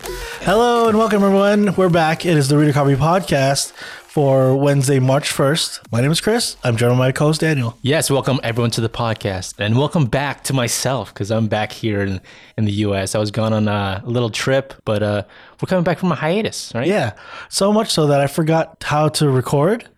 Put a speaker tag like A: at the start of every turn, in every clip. A: Hello and welcome, everyone. We're back. It is the Reader Copy Podcast for Wednesday, March 1st. My name is Chris. I'm joined by my co host, Daniel.
B: Yes, welcome everyone to the podcast, and welcome back to myself because I'm back here in, in the U.S. I was gone on a little trip, but uh, we're coming back from a hiatus, right?
A: Yeah, so much so that I forgot how to record.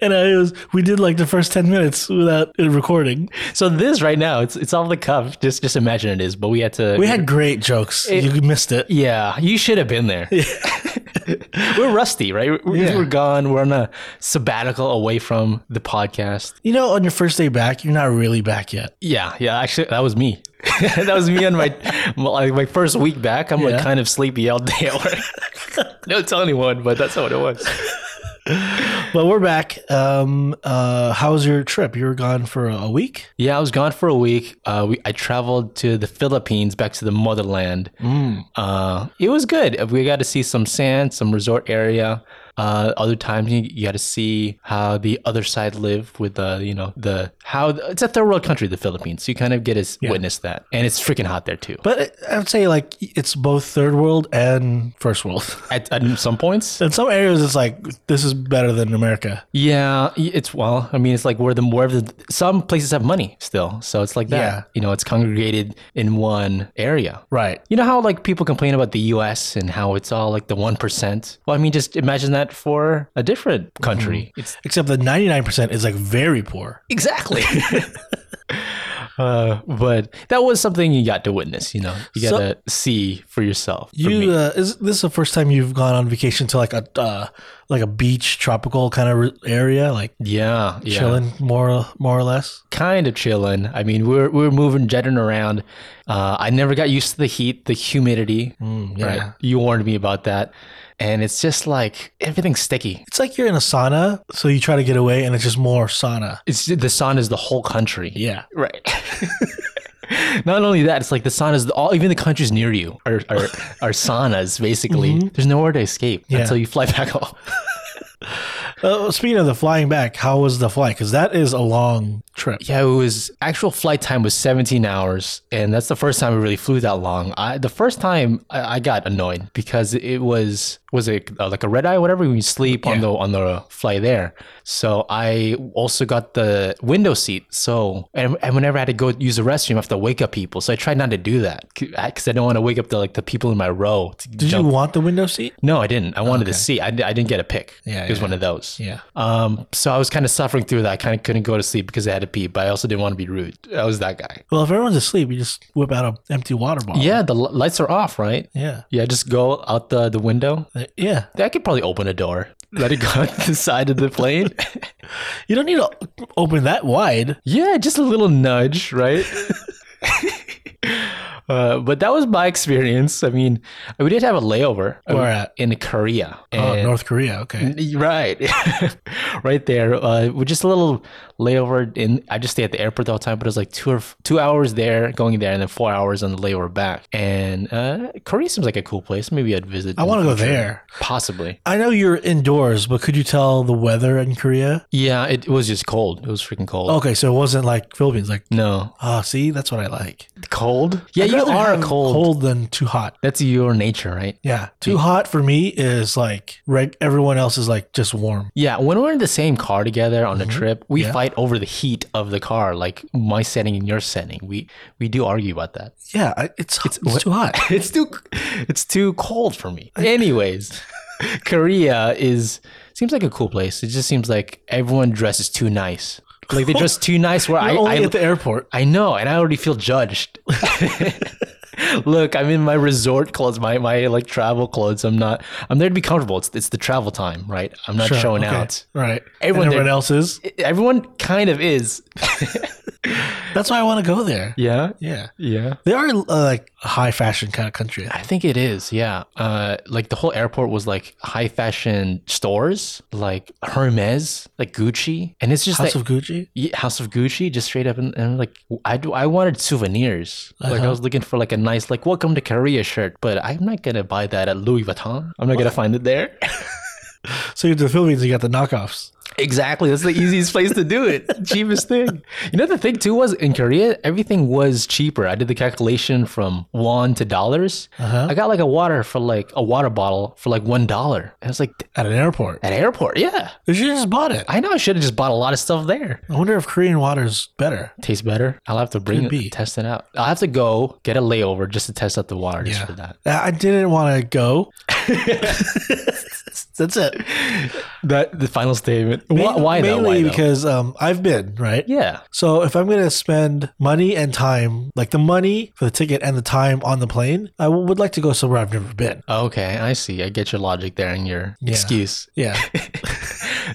A: and I was, we did like the first 10 minutes without it recording.
B: So this right now, it's it's off the cuff. Just just imagine it is, but we had to.
A: We had great jokes. you missed it.
B: yeah, you should have been there. we're rusty, right? We're,
A: Yeah.
B: we're gone. We're on a sabbatical away from the podcast.
A: You know, on your first day back, you're not really back yet.
B: Yeah, yeah. Actually, that was me. that was me on my my, my first week back. I'm
A: Yeah.
B: like kind of sleepy all day at work. Don't tell anyone, but that's what it was.
A: But we're back. Um, uh, how was your trip? You were gone for a week?
B: Yeah, I was gone for a week. Uh, we, I traveled to the Philippines, back to the motherland. Uh, it was good. We got to see some sand, some resort area. Uh, other times you, you got to see how the other side live with the you know the how it's a third world country, the Philippines. So you kind of get to s- witness that, and it's freaking hot there too.
A: But I- I would say like it's both third world and first world.
B: At, at some points,
A: In some areas, it's like this is better than America.
B: Yeah, y- it's well. I mean, it's like where the where the some places have money still, so it's like that.
A: Yeah.
B: You know, it's congregated in one area.
A: Right.
B: You know how like people complain about the U.S. and how it's all like the one percent. Well, I mean, just imagine that for a different
A: Mm-hmm.
B: country. It's
A: Except that 99% is like very poor.
B: exactly. uh, but that was something you got to witness. You know, you
A: So-
B: got to see for yourself. for me.
A: You uh, is this is the first time you've gone on vacation to like a uh, like a beach tropical kind of re- area like
B: yeah, yeah.
A: chilling more more or less.
B: kind of chilling. I mean, we are we are moving, jetting around. Uh, I never got used to the heat, the humidity.
A: Mm, yeah.
B: You warned me about that. And it's just like everything's sticky.
A: It's like you're in a sauna, so you try to get away, and it's just more sauna.
B: It's the sun is the whole country.
A: Yeah.
B: Right. Not only that, it's like the saunas, all even the countries near you are are, are saunas. Basically, there's nowhere to escape until you fly back home.
A: Uh, speaking of the flying back, how was the flight? Because that is a long trip.
B: Yeah, it was actual flight time was 17 hours, and that's the first time I really flew that long. I the first time I, I got annoyed because it was was it uh, like a red eye, whatever. When you sleep on the on the flight there, so I also got the window seat. So and, and whenever I had to go use the restroom, I have to wake up people. So I tried not to do that because I don't want to wake up the like the people in my row. To
A: Did you want the window seat?
B: no, I didn't. I wanted to see. I, di- I didn't get a pick.
A: Yeah,
B: it was
A: yeah.
B: one of those.
A: Yeah.
B: Um. So I was kind of suffering through that. I kind of couldn't go to sleep because I had to pee, but I also didn't want to be rude. I was that guy.
A: Well, if everyone's asleep, you just whip out an empty water bottle.
B: Yeah. The l- lights are off, right?
A: Yeah.
B: Yeah. Just go out the the window.
A: Uh, Yeah.
B: I could probably open a door. Let it go out the side of the plane.
A: You don't need to open that wide.
B: yeah, just a little nudge, right? Uh, but that was my experience. I mean, we did have a layover
A: Where at?
B: in Korea.
A: Oh,
B: And- Mm-hmm.
A: North Korea. Okay.
B: Right, right there. Uh, we just a little layover in. I just stay at the airport the whole time, but it was like two or f- two hours there, going there, and then four hours on the layover back. And uh, Korea seems like a cool place. Maybe I'd visit.
A: I want to go there.
B: Possibly.
A: I know you're indoors, but could you tell the weather in Korea?
B: Yeah, it, it was just cold. It was freaking cold.
A: Okay, so it wasn't like Philippines. Like,
B: No,
A: ah, see, that's what I like.
B: cold. Yeah,
A: I'd
B: you
A: rather
B: are
A: have
B: cold. Mm.
A: Cold than too hot.
B: That's your nature, right?
A: Yeah, too hot for me is like right. Everyone else is like just warm.
B: Yeah, when we're in the same car together on a trip, we
A: Mm-hmm. Yeah.
B: fight over the heat of the car, like my setting and your setting. We we do argue about that.
A: Yeah, I- it's it's, it's too hot.
B: it's too it's too cold for me. Anyways, Korea is seems like a cool place. It just seems like everyone dresses too nice. Like they dress too nice where I
A: Only
B: I,
A: at the airport.
B: I know and I already feel judged. Look, I'm in my resort clothes, my my like travel clothes. I'm not I'm there to be comfortable. It's it's the travel time, right? I'm not
A: Sure,
B: showing
A: okay,
B: out.
A: Right. Everyone,
B: Everyone
A: everyone
B: there-
A: else is.
B: Everyone kind of is.
A: That's why I want to go there.
B: Yeah.
A: Yeah.
B: Yeah.
A: They are uh, like a high fashion kind of country.
B: I think it is, yeah. Uh, like the whole airport was like high fashion stores, like Hermes, like Gucci, and it's just
A: House
B: like
A: of Gucci.
B: yeah, House of Gucci, just straight up. And, and like I, do, I wanted souvenirs. Like
A: Uh-huh.
B: I was looking for like a nice like Welcome to Korea shirt, but I'm not gonna buy that at Louis Vuitton. I'm not gonna find it there.
A: So you're to the Philippines. You got the knockoffs.
B: Exactly. That's the easiest place to do it. Cheapest thing. You know, the thing too was in Korea, everything was cheaper. I did the calculation from won to dollars.
A: Uh-huh.
B: I got like a water for like a water bottle for like $1. And I was like,
A: At an airport.
B: at airport. Yeah.
A: You should have just bought it.
B: I know I should have just bought a lot of stuff there.
A: I wonder if Korean water's better.
B: Tastes better. I'll have to bring
A: Could be.
B: it, test it out. I'll have to go get a layover just to test out the water just for that.
A: I I didn't want to go. That's it.
B: That the final statement. Why, why though?
A: Mainly
B: Why though?
A: because um, I've been, right?
B: yeah.
A: So if I'm going to spend money and time, like the money for the ticket and the time on the plane, I w- would like to go somewhere I've never been.
B: Okay, I see. I get your logic there and your excuse.
A: Yeah.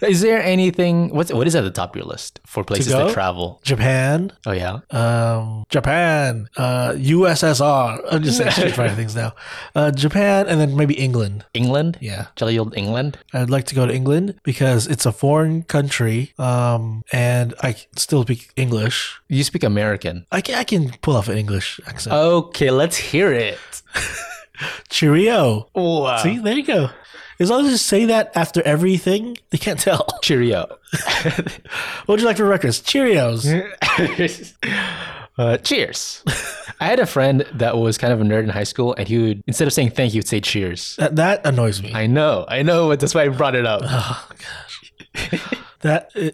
B: Is there anything? What's what is at the top of your list for places to,
A: go?
B: travel?
A: Japan,
B: Oh yeah,
A: um, Japan, uh, USSR. I'm just like trying to find things now. Uh, Japan and then maybe England.
B: England.
A: Yeah.
B: Jolly old England.
A: I'd like to go to England because it's a foreign country um, and I c- still speak English.
B: You speak American.
A: I can, I can pull off an English accent.
B: Okay, let's hear it.
A: Cheerio.
B: Wow.
A: See, there you go. As long as you say that after everything, they can't tell.
B: Cheerio.
A: What would you like for breakfast? Cheerios.
B: Uh, cheers. I had a friend that was kind of a nerd in high school, and he would instead of saying thank you, he'd say cheers.
A: that, that annoys me.
B: I know, I know, but that's why I brought it up.
A: That uh,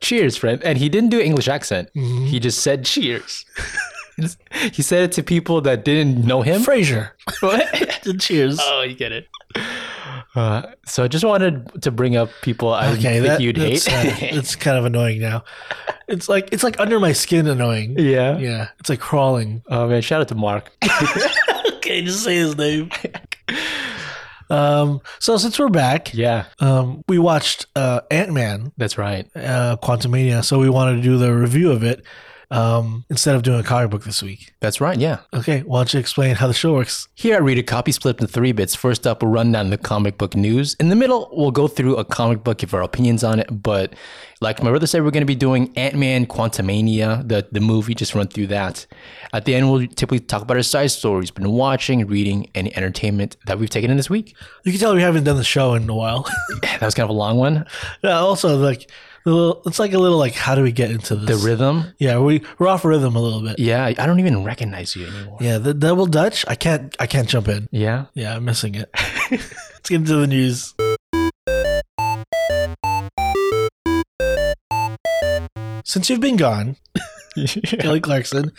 B: cheers, friend. And he didn't do English accent. He just said cheers. he said it to people that didn't know him.
A: Frasier.
B: What?
A: Cheers.
B: oh, you get it. Uh, so I just wanted to bring up people I
A: okay,
B: think
A: that
B: you'd hate.
A: that's, uh, it's kind of annoying now. It's like it's like under my skin annoying.
B: yeah.
A: Yeah, it's like crawling.
B: Oh man, shout out to Mark.
A: Okay, just say his name. um. So since we're back,
B: yeah,
A: um, we watched uh, Ant Man,
B: that's right.
A: uh, Quantumania. So we wanted to do the review of it um, instead of doing a comic book this week.
B: That's right. Yeah.
A: Okay, why don't you explain how the show works?
B: Here I read a copy split into three bits. First up, we'll run down the comic book news. In the middle, we'll go through a comic book, give our opinions on it. But like my brother said, we're going to be doing Ant Man Quantumania, the, the movie, just run through that. At the end, we'll typically talk about our side stories, been watching, reading, any entertainment that we've taken in this week.
A: You can tell we haven't done the show in a while.
B: That was kind of a long one.
A: Yeah, also, like the little, it's like a little like how do we get into
B: The
A: this?
B: rhythm.
A: yeah, we we're off rhythm a little bit.
B: Yeah, I don't even recognize you anymore.
A: Yeah, the double Dutch. I can't I can't jump in.
B: Yeah.
A: Yeah, I'm missing it. Let's get into the news. Since you've been gone,
B: Oh,
A: Kelly Clarkson,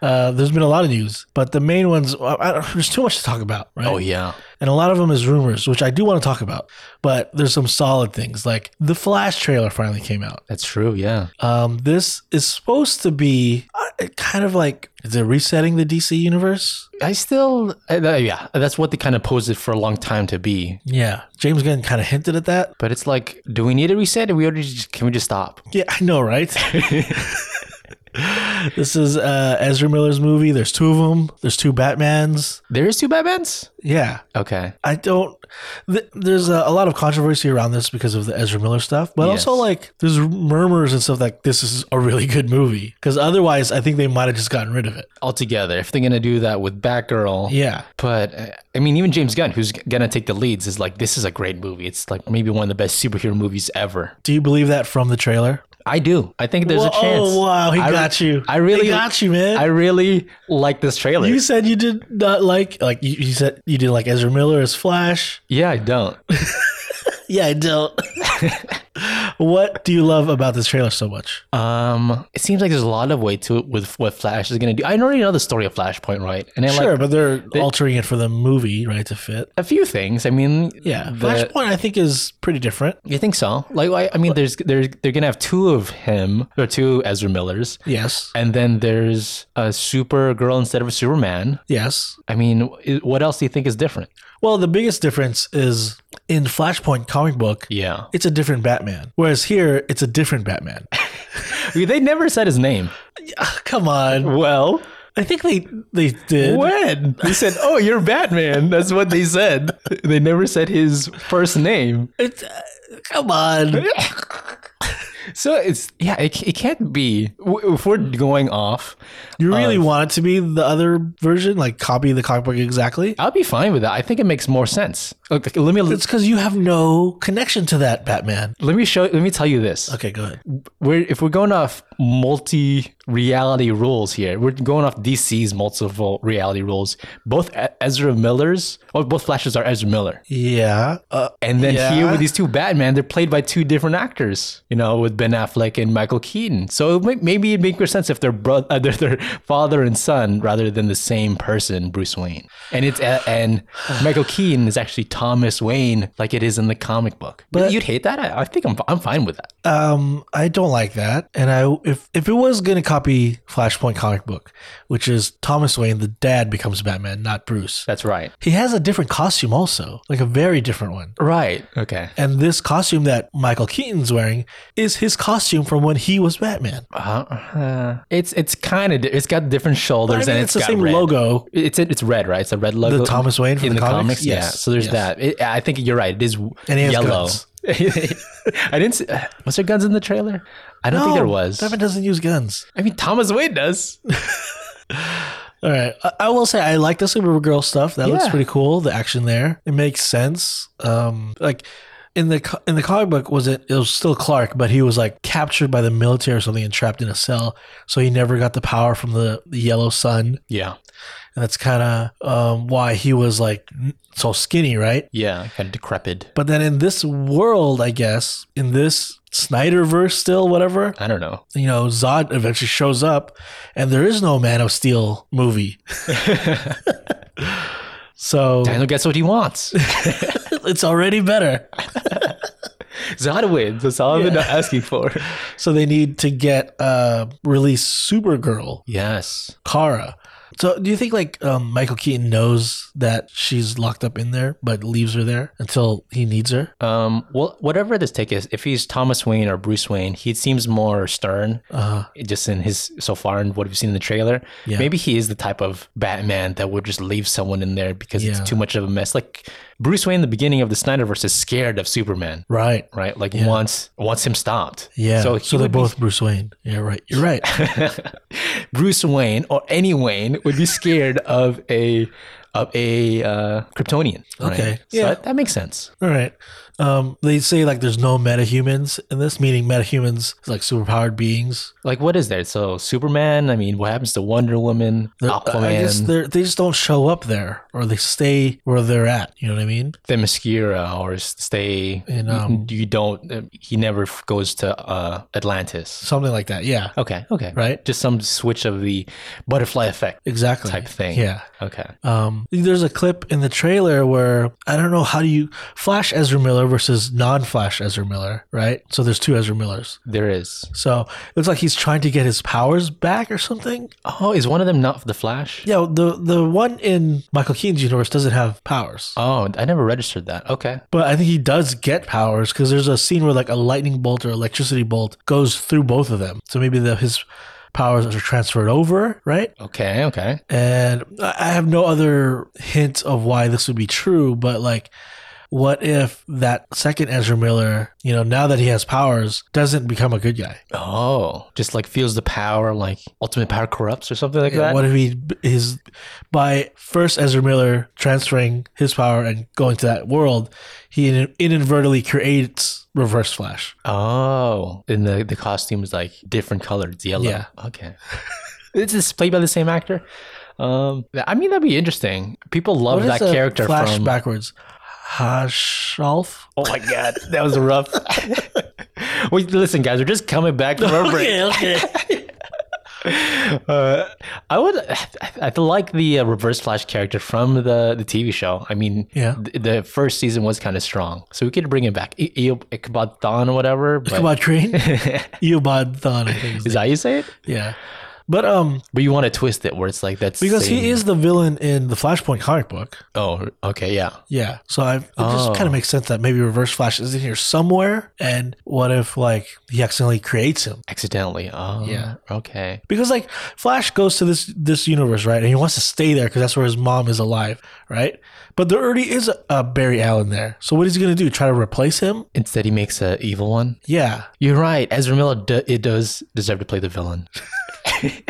A: uh, there's been a lot of news, but the main ones, I, I don't, there's too much to talk about, right?
B: Oh, yeah.
A: And a lot of them is rumors, which I do want to talk about, but there's some solid things. Like the Flash trailer finally came out.
B: That's true. Yeah.
A: Um, this is supposed to be uh, kind of like, is it resetting the DC universe?
B: I still, I, yeah, that's what they kind of posed it for a long time to be.
A: Yeah. James Gunn kind of hinted at that.
B: But it's like, do we need a reset? Or we already just, can we just stop?
A: Yeah, I know, right? this is uh, Ezra Miller's movie. There's two of them, there's two Batmans.
B: There is two Batmans.
A: Yeah.
B: Okay.
A: I don't. Th- there's a, a lot of controversy around this because of the Ezra Miller stuff, but also
B: Yes.
A: like there's murmurs and stuff like this is a really good movie because otherwise I think they might have just gotten rid of it.
B: Altogether, if they're gonna do that with Batgirl,
A: Yeah,
B: but uh, I mean, even James Gunn, who's gonna take the leads, is like, this is a great movie. It's like maybe one of the best superhero movies ever.
A: do you believe that from the trailer?
B: I do. I think there's a
A: Whoa,
B: chance.
A: Oh wow, he
B: I re-
A: got you.
B: I really
A: he got you, man.
B: I really like this trailer.
A: you said you did not like like you, you said you didn't like Ezra Miller as Flash.
B: yeah, I don't.
A: Yeah, I don't. what do you love about this trailer so much?
B: Um, it seems like there's a lot of weight to it with what Flash is gonna do. I already know the story of Flashpoint, right? And I
A: sure,
B: like
A: but they're altering it for the movie, right, to fit.
B: a few things. I mean,
A: Yeah,
B: the-
A: Flashpoint I think is pretty different.
B: You think so? Like, I, I mean, there's there's they're gonna have two of him or two Ezra Millers,
A: Yes.
B: and then there's a Supergirl instead of a Superman.
A: Yes.
B: I mean, i- what else do you think is different?
A: Well, the biggest difference is in Flashpoint comic book,
B: Yeah,
A: it's a different Batman. Whereas here, it's a different Batman. Ah,
B: I mean, they never said his name.
A: Come on.
B: Well,
A: I think they they did.
B: when they said, "Oh, you're Batman," that's what they said. They never said his first name.
A: It's, uh, come on.
B: So it's yeah, it, ca- it can't be. W- If we're going off,
A: You really want it to be the other version, like copy the comic book exactly?
B: I'll be fine with that. I think it makes more sense. Look, let me
A: It's because you have no connection to that Batman.
B: let me show. Let me tell you this.
A: Okay, go ahead.
B: we're if we're going off multi-reality rules here, we're going off DC's multiple reality rules. Both E- Ezra Miller's, or both Flashes are Ezra Miller,
A: Yeah. Uh,
B: and then
A: Yeah.
B: here with these two Batman, they're played by two different actors. You know, with Ben Affleck and Michael Keaton. So it may, maybe it'd make more sense if they're brother, uh, they're, they're father and son rather than the same person, Bruce Wayne. And it's uh, and Michael Keaton is actually Thomas Wayne, like it is in the comic book. But you'd hate that. I, I think I'm I'm fine with that.
A: um, I don't like that. And I, if if it was gonna copy Flashpoint comic book, which is Thomas Wayne, the dad becomes Batman, not Bruce.
B: That's right.
A: He has a different costume also, like a very different one.
B: Right. Okay.
A: And this costume that Michael Keaton's wearing is his costume from when he was Batman.
B: Uh, it's it's kind of it's got different shoulders
A: I mean,
B: and
A: it's the
B: got
A: same
B: red.
A: logo.
B: It's it's red, right? It's a red logo.
A: The Thomas Wayne from
B: in
A: the
B: the,
A: comics?
B: comics, yeah.
A: Yes.
B: So there's
A: Yes.
B: that. It, I think you're right. It is
A: And he has
B: yellow.
A: guns.
B: I didn't. See, was there guns in the trailer? I don't think there was.
A: Batman doesn't use guns.
B: I mean, Thomas Wayne does.
A: All right. I, I will say I like the Supergirl stuff. That looks
B: Yeah.
A: pretty cool. The action there, it makes sense. Um, like in the co- in the comic book, was it? It was still Clark, but he was like captured by the military or something and trapped in a cell, so he never got the power from the, the yellow sun,
B: Yeah,
A: and that's kind of um, why he was like n- so skinny, right?
B: yeah, kind of decrepit.
A: But then in this world, I guess in this Snyderverse, still whatever
B: I don't know.
A: you know, Zod eventually shows up, and there is no Man of Steel movie. so
B: Daniel gets what he wants.
A: it's already better.
B: Zod wins. That's all I've been asking for.
A: So they need to get uh, release Supergirl,
B: Yes.
A: Kara. So do you think like um, Michael Keaton knows that she's locked up in there, but leaves her there until he needs her?
B: Um. Well, whatever this take is, if he's Thomas Wayne or Bruce Wayne, he seems more stern
A: Uh,
B: just in his so far and what we've seen in the trailer.
A: Yeah.
B: Maybe he is the type of Batman that would just leave someone in there because
A: Yeah.
B: it's too much of a mess. Like Bruce Wayne in the beginning of the Snyderverse is scared of Superman,
A: right.
B: right? Like wants wants him stopped.
A: Yeah. So,
B: So,
A: so
B: he
A: they're
B: would be-
A: both Bruce Wayne. Yeah. Right. You're right.
B: Bruce Wayne or any Wayne would be scared of a of a uh, Kryptonian. right?
A: Okay.
B: So
A: Yeah.
B: that, that makes sense.
A: All right. Um, they say like there's no metahumans in this, meaning metahumans is like superpowered beings.
B: Like what is there? So Superman, I mean, what happens to Wonder Woman,
A: They're-
B: Aquaman,
A: uh, I guess they they just don't show up there, or they stay where they're at. You know what I mean?
B: Themyscira or s- stay.
A: And, um,
B: you don't. uh, He never f- goes to uh, Atlantis.
A: Something like that. Yeah.
B: Okay. Okay.
A: Right.
B: Just some switch of the butterfly effect
A: Exactly.
B: type thing.
A: Yeah.
B: Okay.
A: Um, there's a clip in the trailer where I don't know how do you Flash Ezra Miller versus non-Flash Ezra Miller, right? So there's two Ezra Millers.
B: There is.
A: So it looks like he's trying to get his powers back or something.
B: Oh, is one of them not the Flash?
A: Yeah, the the one in Michael Keaton's universe doesn't have powers.
B: Oh, I never registered that. Okay.
A: But I think he does get powers because there's a scene where like a lightning bolt or electricity bolt goes through both of them. So maybe the, his powers are transferred over, right?
B: Okay. Okay.
A: And I I have no other hint of why this would be true, but like, what if that second Ezra Miller, you know, now that he has powers, doesn't become a good guy?
B: Oh, just like feels the power, like ultimate power corrupts or something like that.
A: What if he is by first Ezra Miller transferring his power and going to that world, he inadvertently creates Reverse Flash?
B: Oh, and the the costume is like different colored, it's yellow.
A: Yeah.
B: Okay. it's just played by the same actor. Um, I mean that'd be interesting. People love
A: What is
B: that
A: a
B: character
A: Flash
B: from.
A: backwards. Hashalf.
B: Oh my god, that was rough. Wait, listen, guys, we're just coming back from our break.
A: okay.
B: Uh, I would, I, I like the uh, Reverse Flash character from the the TV show. I mean,
A: Yeah.
B: th- the first season was kind of strong, so we could bring it back. I- Eo- Ichabod Thon or whatever. But,
A: Come on, train. Eobod Thon, I think.
B: Is that how you say it?
A: Yeah. But um,
B: But you want to twist it where it's like that's
A: because he is the villain in the Flashpoint comic book.
B: Oh, okay, yeah.
A: Yeah. So I it just
B: Oh.
A: kind of makes sense that maybe Reverse Flash is in here somewhere. And what if like he accidentally creates him?
B: Accidentally. Oh,
A: Yeah.
B: Okay.
A: Because like Flash goes to this this universe, right? And he wants to stay there because that's where his mom is alive. right? But there already is a, a Barry Allen there. So what is he going to do? Try to replace him?
B: Instead, he makes a evil one.
A: Yeah.
B: You're right. Ezra Miller, d- it does deserve to play the villain.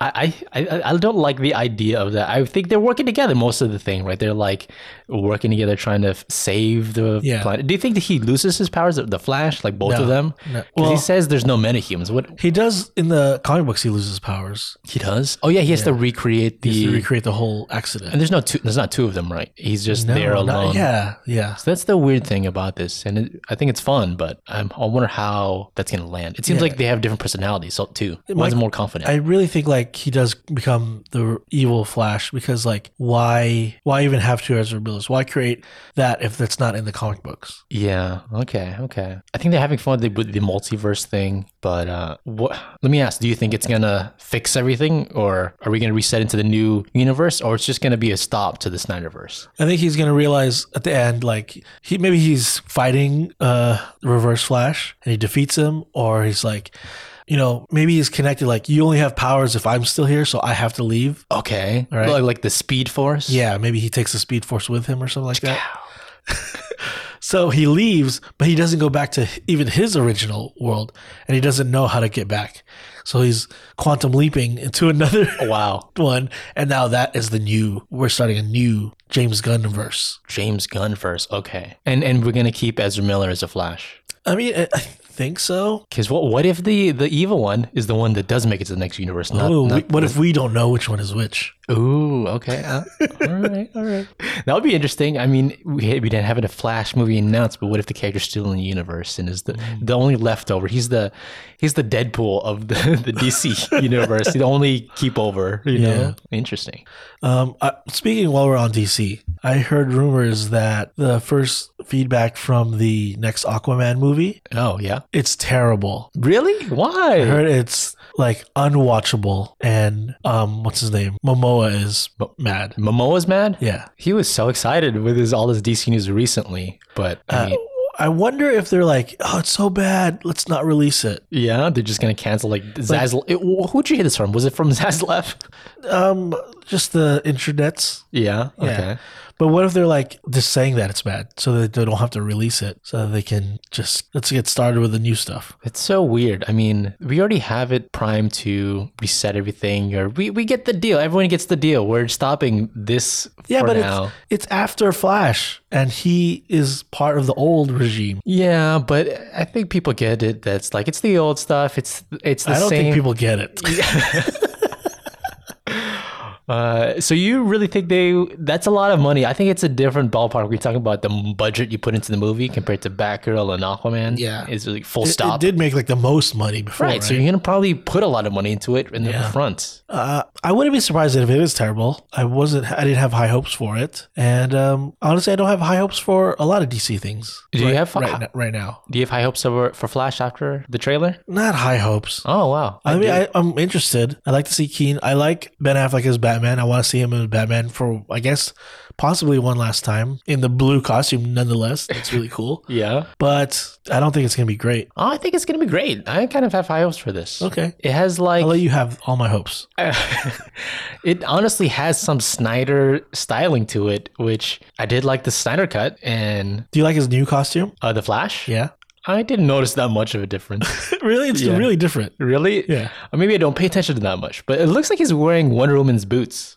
B: I, I I I don't like the idea of that. I think they're working together most of the thing, right? They're like working together, trying to f- save the
A: Yeah.
B: planet. Do you think that he loses his powers, the Flash, like both
A: No,
B: of them?
A: no.
B: 'Cause
A: Well-
B: he says there's no metahumans. What
A: He does in the comic books. He loses powers.
B: he does? Oh yeah, he has to recreate the.
A: He has to recreate the whole accident.
B: and there's no two. There's not two of them, right? He's just
A: No,
B: there
A: not-
B: alone.
A: yeah, yeah.
B: So that's the weird thing about this, and it, I think it's fun, but I'm, I wonder how that's gonna land. It seems like they have different personalities, so too. One's
A: might-
B: more confident.
A: I really think like he does become the evil Flash because like why why even have two Ezra Millers? Why create that if that's not in the comic books?
B: yeah. Okay. Okay. I think they're having fun with the, with the multiverse thing, but uh, what? Let me ask: Do you think it's gonna fix everything, or are we gonna reset into the new universe, or it's just gonna be a stop to the Snyderverse?
A: I think he's gonna realize at the end like he maybe he's fighting uh Reverse Flash and he defeats him, or he's like, you know, maybe he's connected. Like you only have powers if I'm still here, so I have to leave.
B: Okay.
A: All right.
B: Like, like the Speed Force.
A: Yeah, maybe he takes the Speed Force with him or something like that. So he leaves, but he doesn't go back to even his original world, and he doesn't know how to get back. So he's quantum leaping into another
B: Wow.
A: one, and now that is the new. We're starting a new James Gunn verse.
B: James Gunn first. Okay. And and we're gonna keep Ezra Miller as a Flash.
A: I mean, I, I think so.
B: Because what what if the the evil one is the one that does make it to the next universe? Not,
A: Ooh, we-
B: not-
A: what if we don't know which one is which?
B: ooh, okay. uh, all right, all right. That would be interesting. I mean, we, we didn't have a Flash movie announced, but what if the character's still in the universe and is the,
A: Mm.
B: the only leftover? He's the he's the Deadpool of the, the DC universe. He's the only keep over. You know, interesting.
A: Um, I, speaking while we're on DC, I heard rumors that the first feedback from the next Aquaman movie,
B: Oh yeah,
A: it's terrible.
B: really?
A: I
B: Why?
A: heard it's like unwatchable and um what's his name? Momoa is mad.
B: Momoa's mad.
A: Yeah.
B: He was so excited with his all his DC news recently, but
A: Uh,
B: I mean,
A: I wonder if they're like, "Oh, it's so bad. Let's not release it."
B: Yeah, they're just gonna cancel like Zazl. it- wh- who'd you hear this from? Was it from Zaslav?
A: Um just the intranets.
B: Yeah. Okay.
A: But what if they're like just saying that it's bad so that they don't have to release it so that they can just let's get started with the new stuff.
B: It's so weird. I mean, we already have it primed to reset everything, or we, we get the deal. Everyone gets the deal. We're stopping this
A: Yeah,
B: for
A: but
B: now.
A: it's it's after Flash and he is part of the old regime.
B: yeah, but I think people get it. That's like it's the old stuff. It's it's the
A: I don't
B: same.
A: think people get it.
B: uh, so you really think they? That's a lot of money. I think it's a different ballpark. We're talking about the budget you put into the movie compared to Batgirl and Aquaman.
A: Yeah.
B: it's like full
A: It-
B: stop.
A: It did make like the most money before,
B: Right,
A: right?
B: so you're gonna probably put a lot of money into it in the
A: Yeah.
B: front.
A: Uh, I wouldn't be surprised if it is terrible. I wasn't. I didn't have high hopes for it, and um, honestly, I don't have high hopes for a lot of DC things.
B: Do you
A: right,
B: have-
A: right, n- right now?
B: Do you have high hopes over for Flash after the trailer?
A: Not high hopes.
B: Oh wow!
A: I mean, I, I'm interested. I like to see Keen. I like Ben Affleck as Batman. I want to see him as Batman for, I guess, possibly one last time in the blue costume. Nonetheless, it's really cool.
B: yeah.
A: But I don't think it's gonna be great.
B: Oh, I think it's gonna be great. I kind of have high hopes for this.
A: Okay,
B: It has like
A: I'll let you have all my hopes.
B: it honestly has some Snyder styling to it, which I did like the Snyder cut and
A: Do you like his new costume?
B: uh, the Flash.
A: Yeah,
B: I didn't notice that much of a difference.
A: really, it's
B: Yeah.
A: really different.
B: really?
A: Yeah.
B: Or maybe I don't pay attention to that much, but it looks like he's wearing Wonder Woman's boots.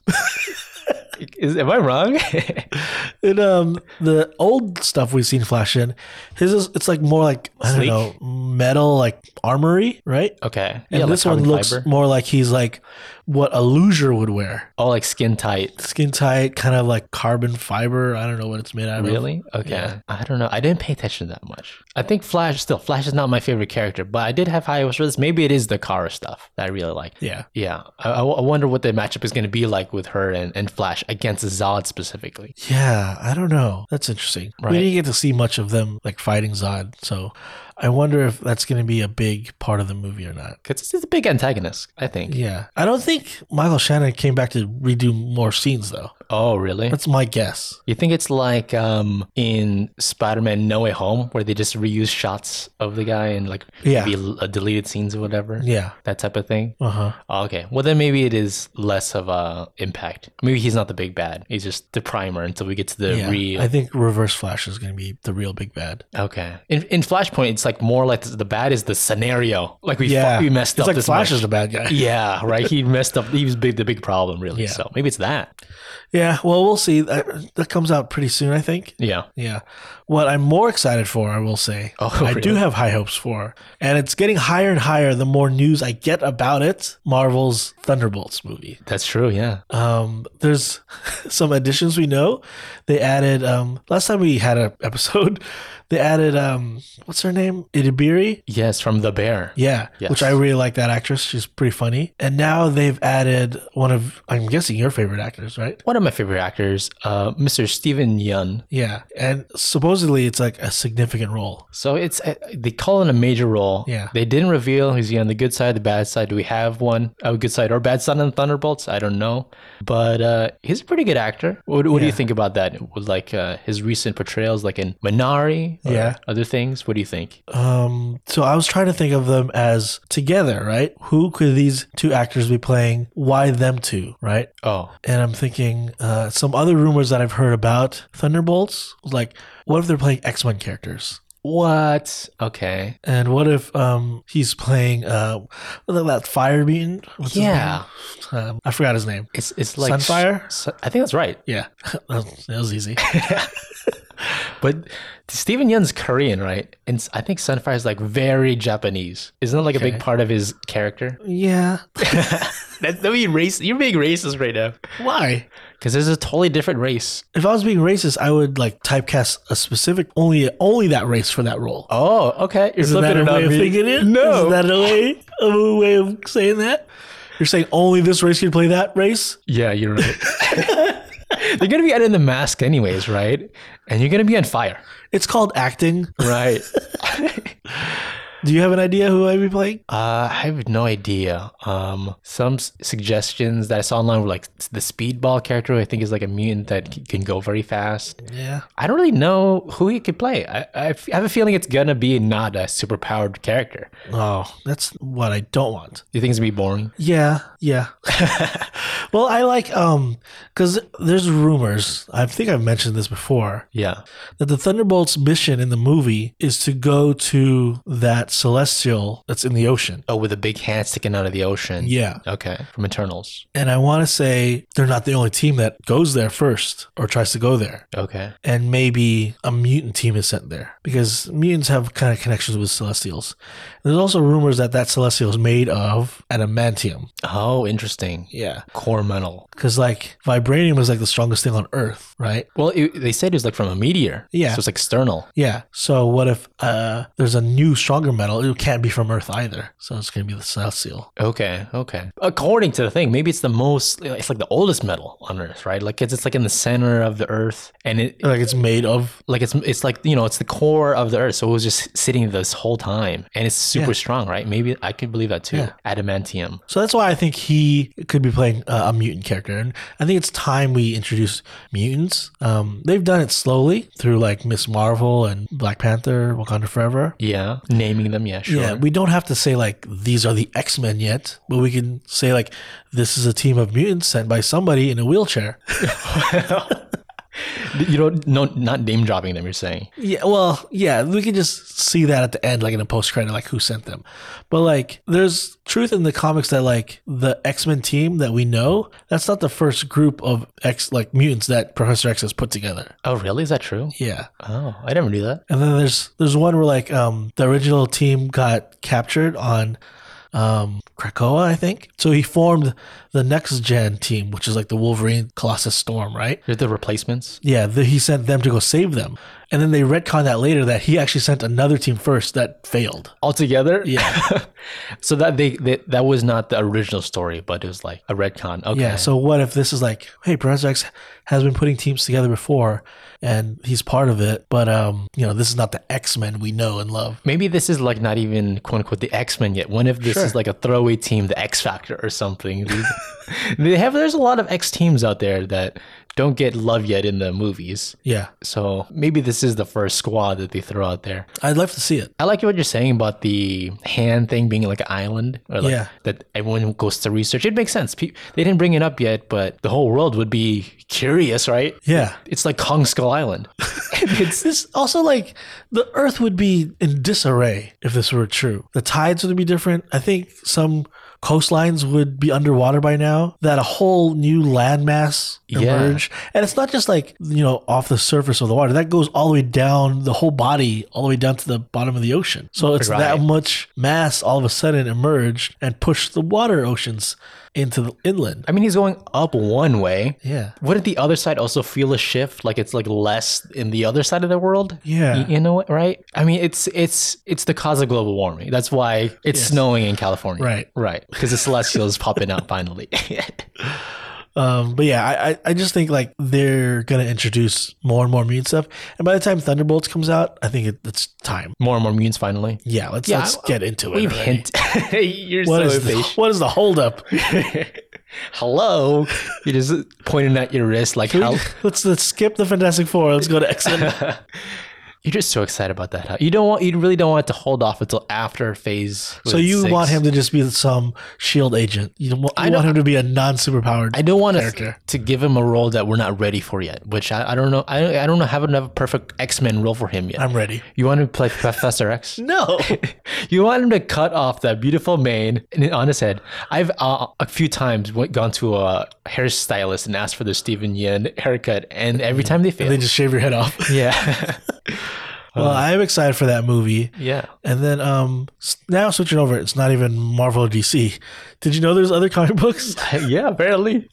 B: Is, am I wrong?
A: In um the old stuff we've seen Flash in, his is it's like more like I
B: Sleek.
A: don't know metal like armory, right?
B: okay.
A: And
B: like
A: this one
B: carbon
A: looks
B: fiber.
A: more like he's like what a loser would wear,
B: Oh, like skin tight.
A: skin tight, kind of like carbon fiber. I don't know what it's made out of.
B: Really? Okay. I don't know. I didn't pay attention that much. I think Flash still Flash is not my favorite character, but I did have high hopes for this. Maybe it is the Kara stuff that I really like.
A: Yeah.
B: Yeah. I, I I wonder what the matchup is going to be like with her and, and Flash against Zod specifically.
A: Yeah, I don't know. That's interesting.
B: Right.
A: We didn't get to see much of them like fighting Zod, so I wonder if that's going to be a big part of the movie or not.
B: Because it's a big antagonist, I think.
A: Yeah, I don't think Michael Shannon came back to redo more scenes though.
B: Oh, really?
A: That's my guess.
B: You think it's like um, in Spider-Man: No Way Home, where they just reuse shots of the guy and like
A: Yeah.
B: maybe uh, deleted scenes or whatever,
A: Yeah.
B: that type of thing.
A: Uh huh.
B: Oh, Okay, well then maybe it is less of a impact. Maybe he's not the big bad. He's just the primer until we get to the
A: Yeah.
B: real.
A: I think Reverse Flash is going to be the real big bad.
B: okay, in, in Flashpoint, it's like more like the bad is the scenario. Like we fu-
A: Yeah.
B: we messed
A: It's
B: up
A: like
B: this
A: Flash
B: much.
A: is the bad guy.
B: yeah, right. He messed up. He was big, the big problem, really.
A: Yeah.
B: So maybe it's that.
A: Yeah. Well, we'll see. That, that comes out pretty soon, I think.
B: Yeah.
A: Yeah. What I'm more excited for, I will say,
B: Oh,
A: I
B: really?
A: do have high hopes for, and it's getting higher and higher the more news I get about it. Marvel's Thunderbolts movie.
B: That's true. Yeah.
A: Um, there's some additions we know. They added um, last time we had an episode. They added um, what's her name? Idibiri.
B: Yes, from the bear.
A: Yeah,
B: Yes.
A: which I really like that actress. She's pretty funny. And now they've added one of I'm guessing your favorite actors, right?
B: One of my favorite actors, uh, Mr. Steven Yeun.
A: Yeah, and supposedly it's like a significant role.
B: So it's uh, they call it a major role.
A: Yeah.
B: They didn't reveal who's he on the good side, the bad side. Do we have one? A good side or bad side on Thunderbolts? I don't know, but uh, he's a pretty good actor. What, what do you
A: Yeah.
B: think about that? With like uh, his recent portrayals, like in Minari, or
A: Yeah.
B: other things. What do you think?
A: Um, so I was trying to think of them as together, right? Who could these two actors be playing? Why them two, right?
B: Oh,
A: And I'm thinking uh, some other rumors that I've heard about Thunderbolts, like what if they're playing X Men characters?
B: what? Okay.
A: And what if um, he's playing uh, what that Firebeam? What's his
B: Yeah.
A: name? um, I forgot his name.
B: It's it's like
A: Sunfire?
B: s- I think that's right.
A: Yeah, that was- that was easy.
B: But Steven Yeun's Korean, right? And s- I think Sunfire is like very Japanese. Isn't that like a big
A: Okay.
B: part of his character?
A: yeah,
B: That, that be race. You're being racist right now.
A: why?
B: Because there's a totally different race.
A: If I was being racist, I would like typecast a specific only only that race for that role.
B: Oh, okay. You're
A: Isn't that
B: flipping
A: a
B: it on
A: way of
B: me.
A: thinking it?
B: No.
A: Isn't that a way, a way of saying that? You're saying only this race can play that race?
B: yeah, you're right. They're gonna be out in the mask anyways, right? And you're gonna be on fire,
A: It's called acting.
B: right?
A: Do you have an idea who I'd be playing?
B: uh, I have no idea. Um, some s- suggestions that I saw online were like s- the speedball character. who I think is like a mutant that c- can go very fast.
A: Yeah.
B: I don't really know who he could play. I, I f- I have a feeling it's gonna be not a superpowered character.
A: Oh, that's what I don't want.
B: Do you think it's gonna be boring?
A: Yeah, yeah. well, I like um cuz there's rumors. I think I've mentioned this before
B: Yeah.
A: that the Thunderbolts mission in the movie is to go to that celestial that's in the ocean.
B: Oh, with a big hand sticking out of the ocean.
A: Yeah.
B: Okay. From Eternals.
A: And I want to say they're not the only team that goes there first or tries to go there.
B: Okay.
A: And maybe a mutant team is sent there because mutants have kind of connections with celestials. There's also rumors that that celestial is made of adamantium.
B: Oh, interesting.
A: Yeah.
B: Core metal.
A: Because like vibranium is like the strongest thing on Earth, right?
B: Well, it, they said it was like from a meteor.
A: Yeah.
B: So it's external.
A: Yeah. So what if uh, there's a new stronger metal? It can't be from Earth either. So it's gonna be the celestial.
B: Okay. Okay. According to the thing, maybe it's the most, it's like the oldest metal on Earth, right? Like it's, it's like in the center of the Earth and it,
A: Like it's made of.
B: like it's it's like you know it's the core of the earth so it was just sitting this whole time and it's super
A: Yeah.
B: strong right maybe i could believe that too
A: Yeah.
B: adamantium
A: So that's why I think he could be playing uh, a mutant character, and I think it's time we introduce mutants. Um, they've done it slowly through like Miss Marvel and Black Panther, Wakanda Forever.
B: yeah naming them yeah sure
A: Yeah, we don't have to say like these are the X Men yet, but we can say like this is a team of mutants sent by somebody in a wheelchair.
B: you don't no not name dropping them you're saying
A: Yeah, well, yeah, we can just see that at the end, like in a post credit, like who sent them. But like, there's truth in the comics that like the X Men team that we know, that's not the first group of X like mutants that Professor X has put together.
B: oh really is that true
A: Yeah,
B: oh i never knew that
A: and then there's there's one where like um the original team got captured on um Krakoa, I think. So he formed the next gen team, which is like the Wolverine, Colossus, Storm, right?
B: They're the replacements
A: Yeah, the, he sent them to go save them. And then they retcon that later that he actually sent another team first that failed.
B: altogether.
A: Yeah.
B: so that they, they that was not the original story, but it was like a retcon. Okay.
A: Yeah. So what if this is like, hey, Professor X has been putting teams together before, and he's part of it, but um, you know, this is not the X Men we know and love.
B: maybe this is like not even quote unquote the X Men yet. What if this
A: Sure.
B: is like a throwaway team, the X Factor or something? they have there's a lot of X teams out there that don't get love yet in the movies.
A: Yeah,
B: So maybe this is the first squad that they throw out there.
A: I'd love to see it.
B: I like what you're saying about the hand thing being like an island, or like
A: Yeah.
B: that everyone goes to research. It makes sense. Pe- They didn't bring it up yet, but the whole world would be curious, right?
A: Yeah.
B: It's like Kong Skull Island.
A: It's this also like the Earth would be in disarray if this were true. The tides would be different. I think some coastlines would be underwater by now. That a whole new landmass
B: Yeah.
A: emerge, and it's not just like you know off the surface of the water. That goes all the way down the whole body, all the way down to the bottom of the ocean. So it's
B: Right.
A: that much mass all of a sudden emerged and pushed the water oceans into the inland.
B: I mean, he's going up one way.
A: Yeah.
B: Wouldn't the other side also feel a shift? Like it's like less in the other side of the world?
A: Yeah.
B: Y- You know what, right? I mean, it's it's it's the cause of global warming. That's why it's snowing in California.
A: Right.
B: Right. Because the celestial is popping out finally.
A: Um, but yeah, I, I- I just think like they're gonna introduce more and more mutant stuff, and by the time Thunderbolts comes out, I think it, it's time.
B: more and more mutants finally.
A: Yeah, let's
B: Yeah,
A: let's
B: I-
A: get into it.
B: We've
A: already.
B: hint. You're
A: What
B: so
A: is the,
B: impatient.
A: what is the holdup?
B: Hello. You're just pointing at your wrist like how.
A: let's let's skip the Fantastic Four. Let's go to X Men.
B: You're just so excited about that. Huh? You don't want. You really don't want to hold off until after phase.
A: so you want him to just be some Shield agent? You don't want, you want him to be a non superpowered?
B: I don't want to
A: character.
B: to give him a role that we're not ready for yet. Which I, I don't know. I I don't know. Haven't have a perfect X Men role for him yet.
A: I'm ready.
B: you want him to play Professor X?
A: No,
B: You want him to cut off that beautiful mane and on his head. I've uh, a few times went, gone to a hairstylist and asked for the Steven Yen haircut, and every time they fail.
A: they just shave your head off.
B: Mm. yeah,
A: well, I am excited for that movie.
B: yeah.
A: And then um, s- now switching over, it's not even Marvel or DC. Did you know there's other comic books?
B: yeah, apparently.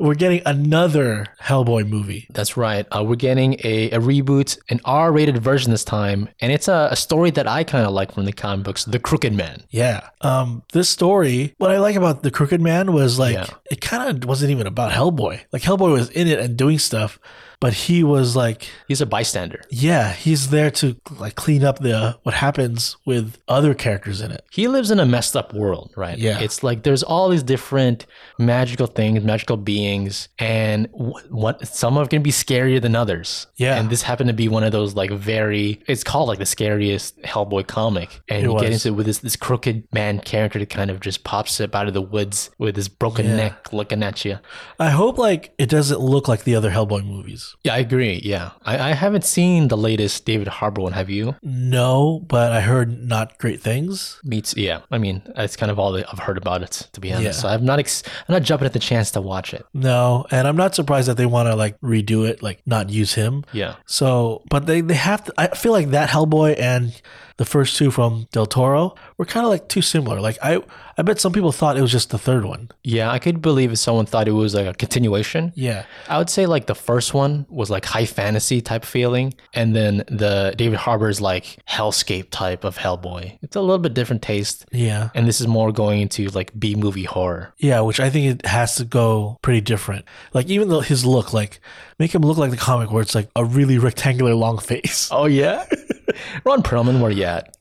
A: We're getting another Hellboy movie.
B: That's right. Uh, we're getting a, a reboot, an R rated version this time. And it's a, a story that I kind of like from the comic books The Crooked Man.
A: Yeah. Um, this story, what I like about The Crooked Man was like,
B: Yeah.
A: it kind of wasn't even about Hellboy. Like, Hellboy was in it and doing stuff, but he was like,
B: He's a bystander.
A: yeah, he's there to like clean up the what happens with other characters in it.
B: He lives in a messed up world, right?
A: Yeah.
B: It's like there's all these different magical things, magical beings, and wh- what some are going to be scarier than others.
A: Yeah.
B: And this happened to be one of those like very, it's called like the scariest Hellboy comic. And
A: It
B: you get
A: was.
B: into it with this, this crooked man character that kind of just pops up out of the woods with his broken
A: Yeah.
B: neck looking at you.
A: I hope like it doesn't look like the other Hellboy movies.
B: Yeah, I agree. Yeah, I, I haven't seen the latest David Harbour one. Have you?
A: No, but I heard not great things.
B: Me too. Yeah, I mean, that's kind of all that I've heard about it. To be honest,
A: Yeah.
B: so I'm not ex- I'm not jumping at the chance to watch it.
A: No, and I'm not surprised that they want to like redo it, like not use him.
B: Yeah,
A: So, but they they have to. I feel like that Hellboy and the first two from Del Toro were kind of like too similar. Like I I bet some people thought it was just the third one.
B: yeah, I could believe if someone thought it was like a continuation.
A: Yeah,
B: I would say like the first one was like high fantasy type feeling, and then the David Harbour's like hellscape type of Hellboy. It's a little bit different taste,
A: yeah,
B: and this is more going into like B movie horror.
A: yeah. Which I think it has to go pretty different. Like even though his look, like make him look like the comic where it's like a really rectangular long face.
B: Oh yeah, Ron Perlman, where you at?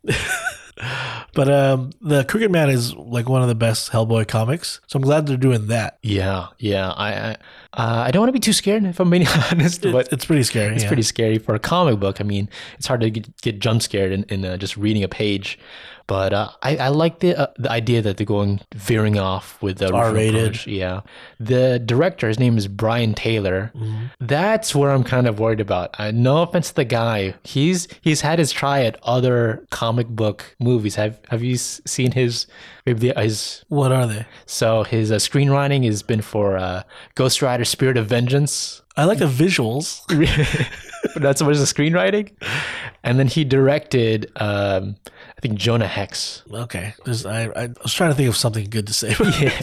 A: But um, the Crooked Man is like one of the best Hellboy comics. So I'm glad they're doing that.
B: Yeah, yeah. I I, uh, I don't want to be too scared if I'm being honest, but
A: It's pretty scary.
B: it's
A: yeah.
B: pretty scary for a comic book. I mean, it's hard to get, get jump scared in, in uh, just reading a page. But uh, I, I like the uh, the idea that they're going veering off with the
A: R-rated.
B: approach. Yeah, the director, his name is Brian Taylor.
A: Mm-hmm.
B: That's where I'm kind of worried about. I, no offense to the guy, he's he's had his try at other comic book movies. Have have you s- seen his maybe the, his
A: What are they?
B: so his uh, screenwriting has been for uh, Ghost Rider: Spirit of Vengeance.
A: I like the visuals.
B: But Not so much the screenwriting. and then he directed, um, I think Jonah Hex.
A: Okay. This- I, I was trying to think of something good to say.
B: Yeah,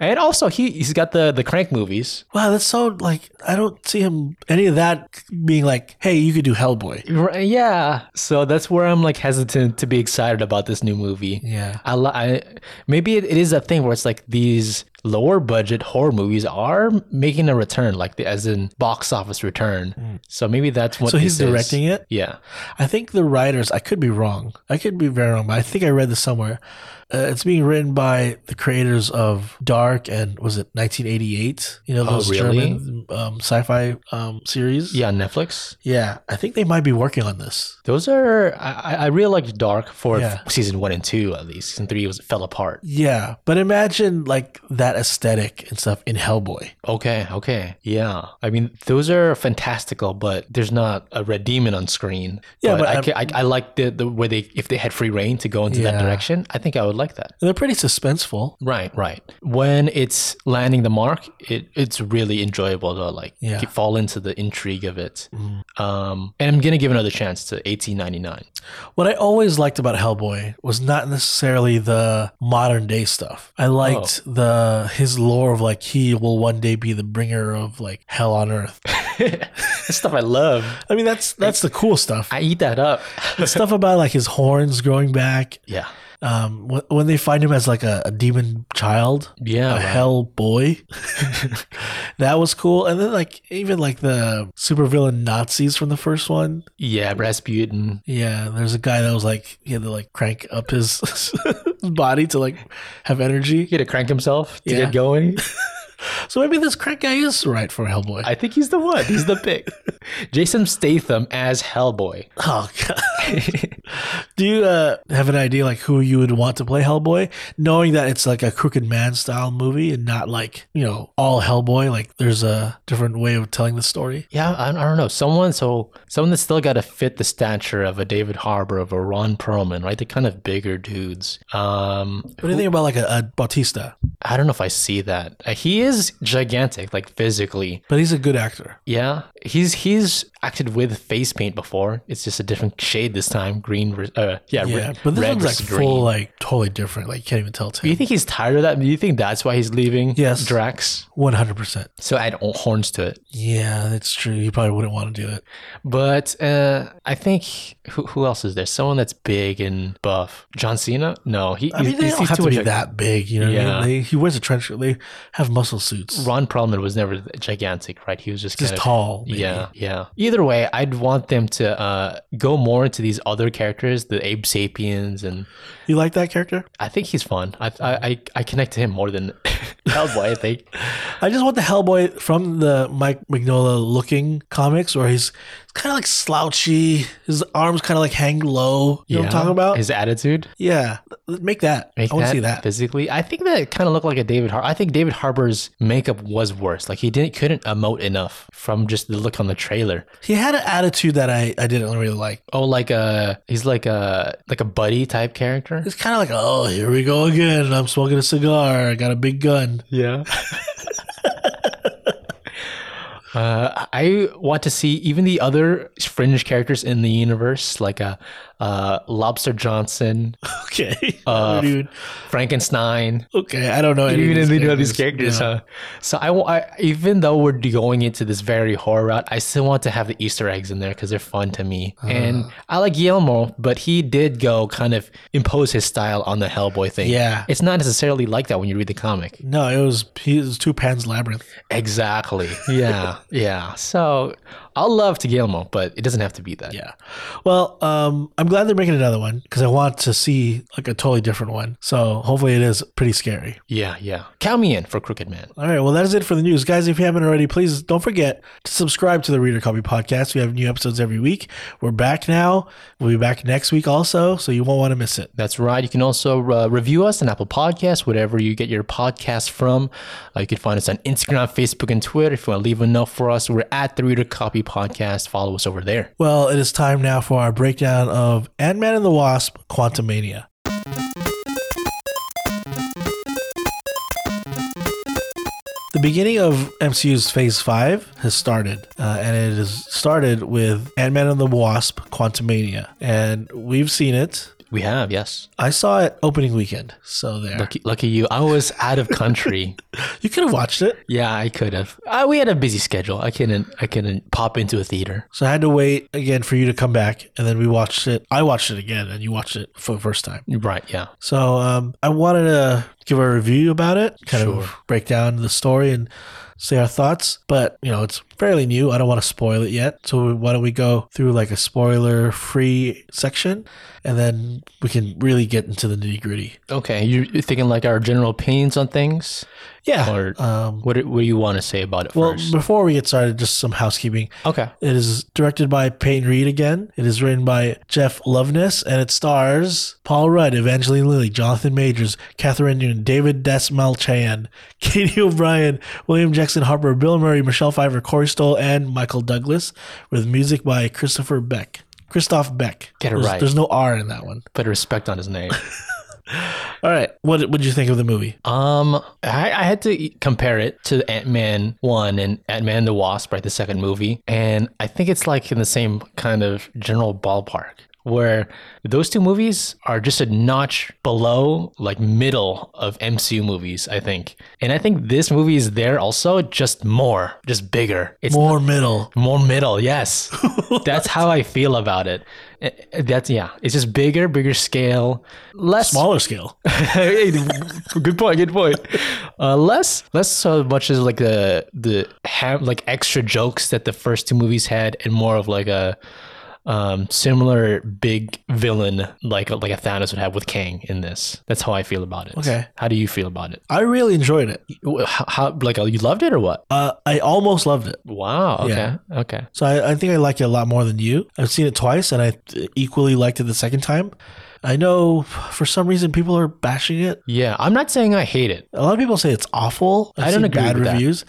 B: and also he he's got the the Crank movies.
A: wow, that's so like I don't see him any of that being like, hey, you could do Hellboy.
B: Right, Yeah, so that's where I'm like hesitant to be excited about this new movie.
A: Yeah.
B: I, li- I maybe it, it is a thing where it's like these lower budget horror movies are making a return, like the, as in box office return. So maybe that's what.
A: Hmm. So he's
B: this is.
A: directing it.
B: Yeah,
A: I think the writers, I could be wrong. I could be very wrong, but I think I read this somewhere. Uh, it's being written by the creators of Dark and was it 1988? You know,
B: Oh,
A: those
B: really?
A: German um, sci fi um, series?
B: yeah, on Netflix.
A: Yeah. I think they might be working on this.
B: Those are I, I- I really liked Dark for
A: Yeah.
B: season one and two at least. Season three was fell apart.
A: Yeah. But imagine like that aesthetic and stuff in Hellboy.
B: Okay, okay, yeah. I mean, those are fantastical, but there's not a red demon on screen.
A: Yeah, but
B: I,
A: I'm-
B: ca- I, I like the, the where they if they had free reign to go into
A: Yeah.
B: that direction. I think I would like that.
A: And they're pretty suspenseful.
B: Right, right. When it's landing the mark, it it's really enjoyable to like
A: Yeah. Mm-hmm.
B: get- fall into the intrigue of it. Um, and I'm gonna give another chance to 1899.
A: What I always liked about Hellboy was not necessarily the modern day stuff. I liked
B: Oh.
A: the his lore of like he will one day be the bringer of like hell on earth.
B: That's stuff I love.
A: I mean that's that's the cool stuff.
B: I eat that up.
A: The stuff about like his horns growing back.
B: yeah,
A: Um, wh- when they find him as like a, a demon child,
B: yeah.
A: a
B: right.
A: hell boy, that was cool. And then like even like the supervillain Nazis from the first one,
B: Yeah, Rasputin.
A: Yeah, there's a guy that was like he had to like crank up his body to like have
B: He
A: energy.
B: had to crank himself to
A: Yeah.
B: get going.
A: So maybe this crank guy is right for Hellboy.
B: I think he's the one. He's the pick. Jason Statham as Hellboy.
A: oh god. Do you uh, have an idea like who you would want to play Hellboy, knowing that it's like a crooked man style movie and not like you know all Hellboy? Like there's a different way of telling the story.
B: Yeah, I, I don't know. Someone so someone that's still got to fit the stature of a David Harbour, of a Ron Perlman, right? The kind of bigger dudes. Um,
A: What do you think about like a, a Bautista?
B: I don't know if I see that. Uh, He is gigantic, like physically.
A: But he's a good actor.
B: Yeah, he's he's acted with face paint before. It's just a different shade this time, green. ver- Uh, yeah,
A: Yeah,
B: red,
A: but this
B: red
A: one's like
B: versus
A: full like totally different. Like you can't even tell.
B: Do you
A: It's
B: think he's tired of that? Do you think that's why he's leaving?
A: Yes.
B: Drax.
A: one hundred percent.
B: So add o- horns to it.
A: Yeah, that's true. You probably wouldn't want to do it.
B: But uh, I think who, who else is there? Someone that's big and buff. John Cena? No, he.
A: I mean,
B: he's-
A: they
B: he's
A: don't have
B: too
A: to be
B: much-
A: that big, you know. What I
B: Yeah.
A: mean? they, he wears a trench coat. They have muscle suits.
B: Ron Perlman was never gigantic, right? He was just,
A: Just
B: kind of-
A: tall. maybe.
B: Yeah, yeah. Either way, I'd want them to uh, go more into these other characters, the Abe Sapiens, and
A: You like that character?
B: I think he's fun. I I, I, I connect to him more than Hellboy. I think.
A: I just want the Hellboy from the Mike Mignola looking comics, where he's kind of like slouchy. His arms kind of like hang low. You know what I'm talking about?
B: his attitude.
A: yeah. Make that.
B: Make
A: I want
B: that
A: to see that.
B: physically. I think that kind of looked like a David Har. I think David Harbour's makeup was worse. Like he didn't couldn't emote enough from just the look on the trailer.
A: He had an attitude that I, I didn't really like.
B: Oh, like a he's like a like a buddy type character.
A: It's kind of like, oh, here we go again. I'm smoking a cigar. I got a big gun.
B: Yeah. Uh, I want to see even the other fringe characters in the universe, like a uh, Lobster Johnson,
A: Okay.
B: Uh,
A: Dude.
B: Frankenstein.
A: Okay. I don't know. any of
B: Even in the- you know, these
A: Yeah.
B: characters, huh? So I, wa- I, even though we're going into this very horror route, I still want to have the Easter eggs in there because they're fun to me.
A: Uh-huh.
B: and I like Guillermo, but he did go kind of impose his style on the Hellboy thing.
A: Yeah.
B: it's not necessarily like that when you read the comic.
A: No, it was he was two Pan's Labyrinth.
B: Exactly. Yeah. yeah. So I'll love to Guillermo, but it doesn't have to be that.
A: Yeah. Well, um, I'm glad they're making another one because I want to see like a totally different one. So hopefully it is pretty scary.
B: Yeah. Yeah. Count me in for Crooked Man.
A: All right. Well, that is it for the news, guys. If you haven't already, please don't forget to subscribe to the Reader Copy Podcast. We have new episodes every week. We're back now. We'll be back next week also, so you won't want to miss it.
B: That's right. You can also uh, review us on Apple Podcasts, whatever you get your podcast from. Uh, you can find us on Instagram, Facebook, and Twitter. If you want to leave a note for us, we're at the Reader Copy Podcast. Follow us over there.
A: Well, it is time now for our breakdown of Ant Man and the Wasp: Quantumania. The beginning of MCU's Phase Five has started, uh, and it has started with Ant Man and the Wasp: Quantumania, and we've seen it.
B: We have, yes.
A: I saw it opening weekend, so there.
B: Lucky, lucky you. I was out of country.
A: You could have watched it,
B: yeah, I could have. Uh, we had a busy schedule. I couldn't. I couldn't pop into a theater.
A: so I had to wait again for you to come back, and then we watched it. I watched it again, and you watched it for the first time.
B: Right. Yeah.
A: So um, I wanted to give a review about it, kind
B: Sure.
A: of break down the story and say our thoughts. But you know, it's fairly new. I don't want to spoil it yet. So why don't we go through like a spoiler-free section, and then we can really get into the nitty-gritty.
B: Okay. You're thinking like our general opinions on things.
A: Yeah.
B: Or-
A: um,
B: What do, What do you want to say about it
A: well,
B: first?
A: before we get started, just some housekeeping.
B: Okay.
A: It is directed by Peyton Reed again. It is written by Jeff Loveness, and it stars Paul Rudd, Evangeline Lilly, Jonathan Majors, Catherine Newton, David Desmalchan, Katie O'Brien, William Jackson Harper, Bill Murray, Michelle Pfeiffer, Corey Stoll, and Michael Douglas, with music by Christopher Beck. Christoph Beck.
B: Get it
A: there's,
B: right.
A: There's no R in that one.
B: Put respect on his name.
A: All right. What what did you think of the movie?
B: Um, I, I had to e, compare it to Ant Man one and Ant Man the Wasp, right, the second movie, and I think it's like in the same kind of general ballpark where those two movies are just a notch below, like middle of MCU movies, I think. And I think this movie is there also, just more, just bigger. It's
A: More middle.
B: more middle, yes. That's how I feel about it. Eh, eh, That's yeah. It's just bigger, bigger scale, less
A: Smaller scale.
B: Hey, good point. Good point. Uh, less, less so much as like the the ha- like extra jokes that the first two movies had, and more of like a um, similar big villain like like a Thanos would have with Kang in this. That's how I feel about it.
A: Okay.
B: How do you feel about it?
A: I really enjoyed it.
B: Wh- How, how like you loved it or what?
A: Uh, I almost loved it.
B: Wow. Okay.
A: Yeah.
B: Okay.
A: So I, I think I liked it a lot more than you. I've seen it twice, and I equally liked it the second time. I know for some reason people are bashing it.
B: Yeah. I'm not saying I hate it.
A: A lot of people say it's awful. I've
B: I don't
A: seen
B: agree
A: bad
B: with that.
A: reviews.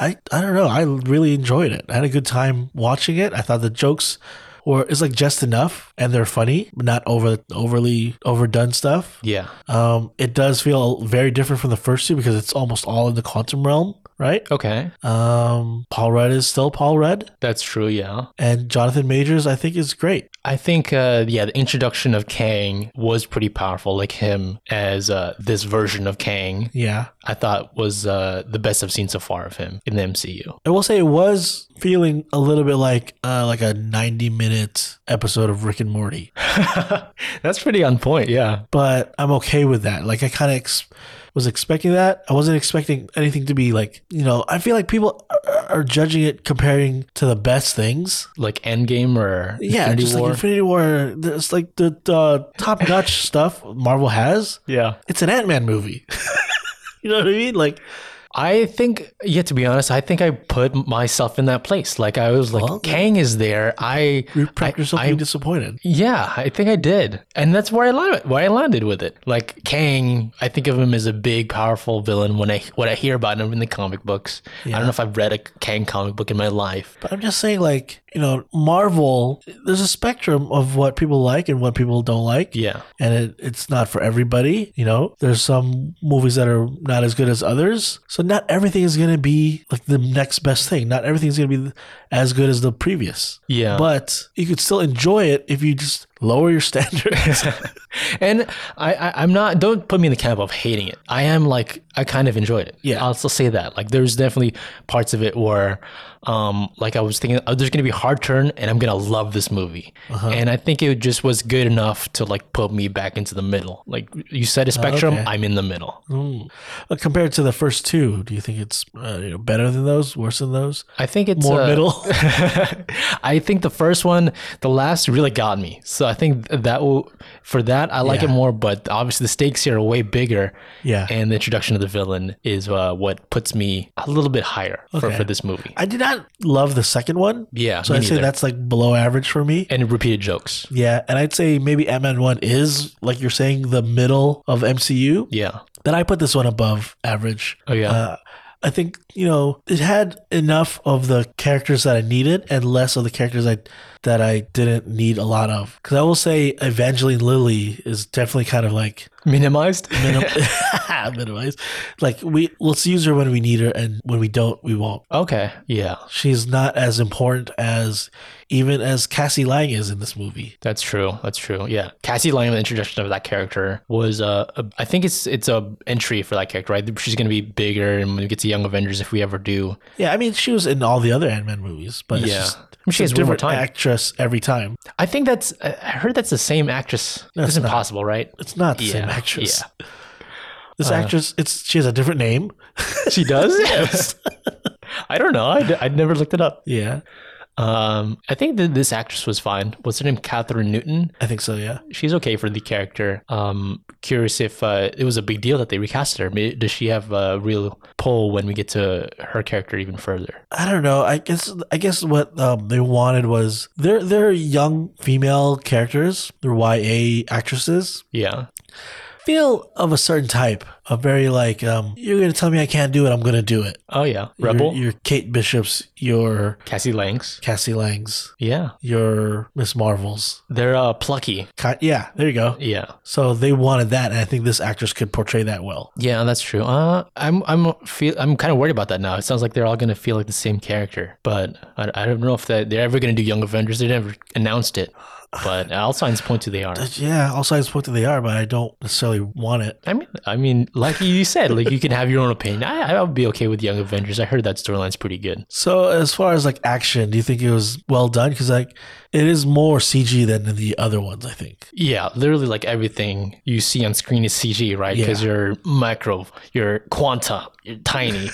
A: I I don't know. I really enjoyed it. I had a good time watching it. I thought the jokes were it's like just enough, and they're funny, but not over overly overdone stuff.
B: Yeah.
A: Um, it does feel very different from the first two because it's almost all in the quantum realm, right?
B: Okay.
A: Um, Paul Rudd is still Paul Rudd,
B: That's true. Yeah.
A: and Jonathan Majors I think is great.
B: I think, uh, yeah, the introduction of Kang was pretty powerful. Like him as uh, this version of Kang,
A: Yeah.
B: I thought was uh, the best I've seen so far of him in the MCU.
A: I will say it was feeling a little bit like uh, like a 90 minute episode of Rick and Morty,
B: That's pretty on point, yeah.
A: but I'm okay with that. Like I kind of ex- was expecting that. I wasn't expecting anything to be like, you know, I feel like people are- are judging it comparing to the best things.
B: Like Endgame or
A: Yeah,
B: Infinity
A: just
B: War.
A: like Infinity War, it's like the, the top notch stuff Marvel has.
B: yeah,
A: It's an Ant Man movie. you know what I mean? Like,
B: I think, yeah. To be honest, I think I put myself in that place. Like I was like,
A: Well,
B: Kang is there. I
A: repress
B: I-
A: yourself
B: I-
A: being disappointed.
B: Yeah, I think I did, and that's where I landed. Where I landed with it, like Kang, I think of him as a big, powerful villain. When I what I hear about him in the comic books, I don't know if I've read a Kang comic book in my life.
A: But I'm just saying, like, you know, Marvel, there's a spectrum of what people like and what people don't like.
B: Yeah,
A: And it, it's not for everybody. You know, there's some movies that are not as good as others. So not everything is going to be like the next best thing. Not everything's going to be as good as the previous.
B: yeah.
A: But you could still enjoy it if you just lower your standards.
B: and I, I, I'm not. Don't put me in the camp of hating it. I am like I kind of enjoyed it.
A: Yeah.
B: I'll still say that. Like there's definitely parts of it where, um, like I was thinking, oh, there's gonna be a hard turn, and I'm gonna love this movie.
A: Uh-huh.
B: And I think it just was good enough to like put me back into the middle. Like you said, a spectrum.
A: Oh, okay.
B: I'm in the middle.
A: Mm. Uh, Compared to the first two, do you think it's uh, you know, better than those, worse than those,
B: I think it's
A: more
B: uh,
A: middle?
B: I think the first one, the last really got me. So I think that will, for that, I like
A: Yeah.
B: it more, but obviously the stakes here are way bigger.
A: Yeah.
B: And the introduction of the villain is uh, what puts me a little bit higher for,
A: Okay.
B: for this movie.
A: I did not love the second one.
B: yeah.
A: So
B: me
A: I'd say
B: neither.
A: that's like below average for me.
B: And repeated jokes.
A: Yeah, and I'd say maybe Ant Man one is like you're saying the middle of MCU.
B: Yeah.
A: Then I put this one above average.
B: Oh, yeah.
A: Uh, I think you know it had enough of the characters that I needed and less of the characters I that I didn't need a lot of. Because I will say Evangeline Lilly is definitely kind of like
B: Minimized.
A: Minim- minimized. Like we, let's use her when we need her, and when we don't, we won't.
B: okay. Yeah,
A: She's not as important as even as Cassie Lang is in this movie.
B: that's true. That's true. Yeah, Cassie Lang, the introduction of that character was uh, a, I think it's it's a entry for that character, right? She's gonna be bigger, and when we get to Young Avengers, if we ever do,
A: Yeah, I mean, she was in all the other Ant Man movies, but it's
B: yeah,
A: just,
B: I mean, she
A: it's
B: has
A: a
B: way more
A: different
B: time.
A: actress every time.
B: I think that's I I heard that's the same actress.
A: No,
B: it's
A: it's not.
B: impossible, right?
A: It's not the
B: Yeah, Uh,
A: same actress. This actress, it's she has a different name.
B: She does. yes. I don't know. I'd, I'd never looked it up.
A: Yeah,
B: Um, I think that this actress was fine. What's her name? Catherine Newton.
A: I think so. Yeah,
B: She's okay for the character. Um, curious if uh, it was a big deal that they recast her. May- Does she have a real pull when we get to her character even further?
A: I don't know. I guess I guess what um, they wanted was they're they're young female characters. They're YA actresses.
B: Yeah.
A: Feel of a certain type, a very like um, you're gonna tell me I can't do it. I'm gonna do it.
B: Oh yeah.
A: Your-
B: Rebel.
A: your Kate Bishop's, your
B: Cassie Langs.
A: Cassie Langs,
B: Yeah.
A: your Miss Marvels.
B: They're uh, plucky.
A: Ki- Yeah, there you go.
B: Yeah.
A: So they wanted that, and I think this actress could portray that well.
B: Yeah, that's true. Uh, I'm I'm feel I'm kind of worried about that now. It sounds like they're all gonna feel like the same character, but I, I don't know if that they're ever gonna do Young Avengers. They never announced it, but all signs point to they are.
A: But yeah, also I support that they are, but I don't necessarily want it.
B: I mean, I mean, like you said, like you can have your own opinion. I I'll be okay with Young Avengers. I heard that storyline's pretty good.
A: So as far as like action, do you think it was well done? Because like it is more CG than the other ones, I think.
B: Yeah, literally, like everything you see on screen is CG, right? Because you're micro, you're quanta, you're tiny.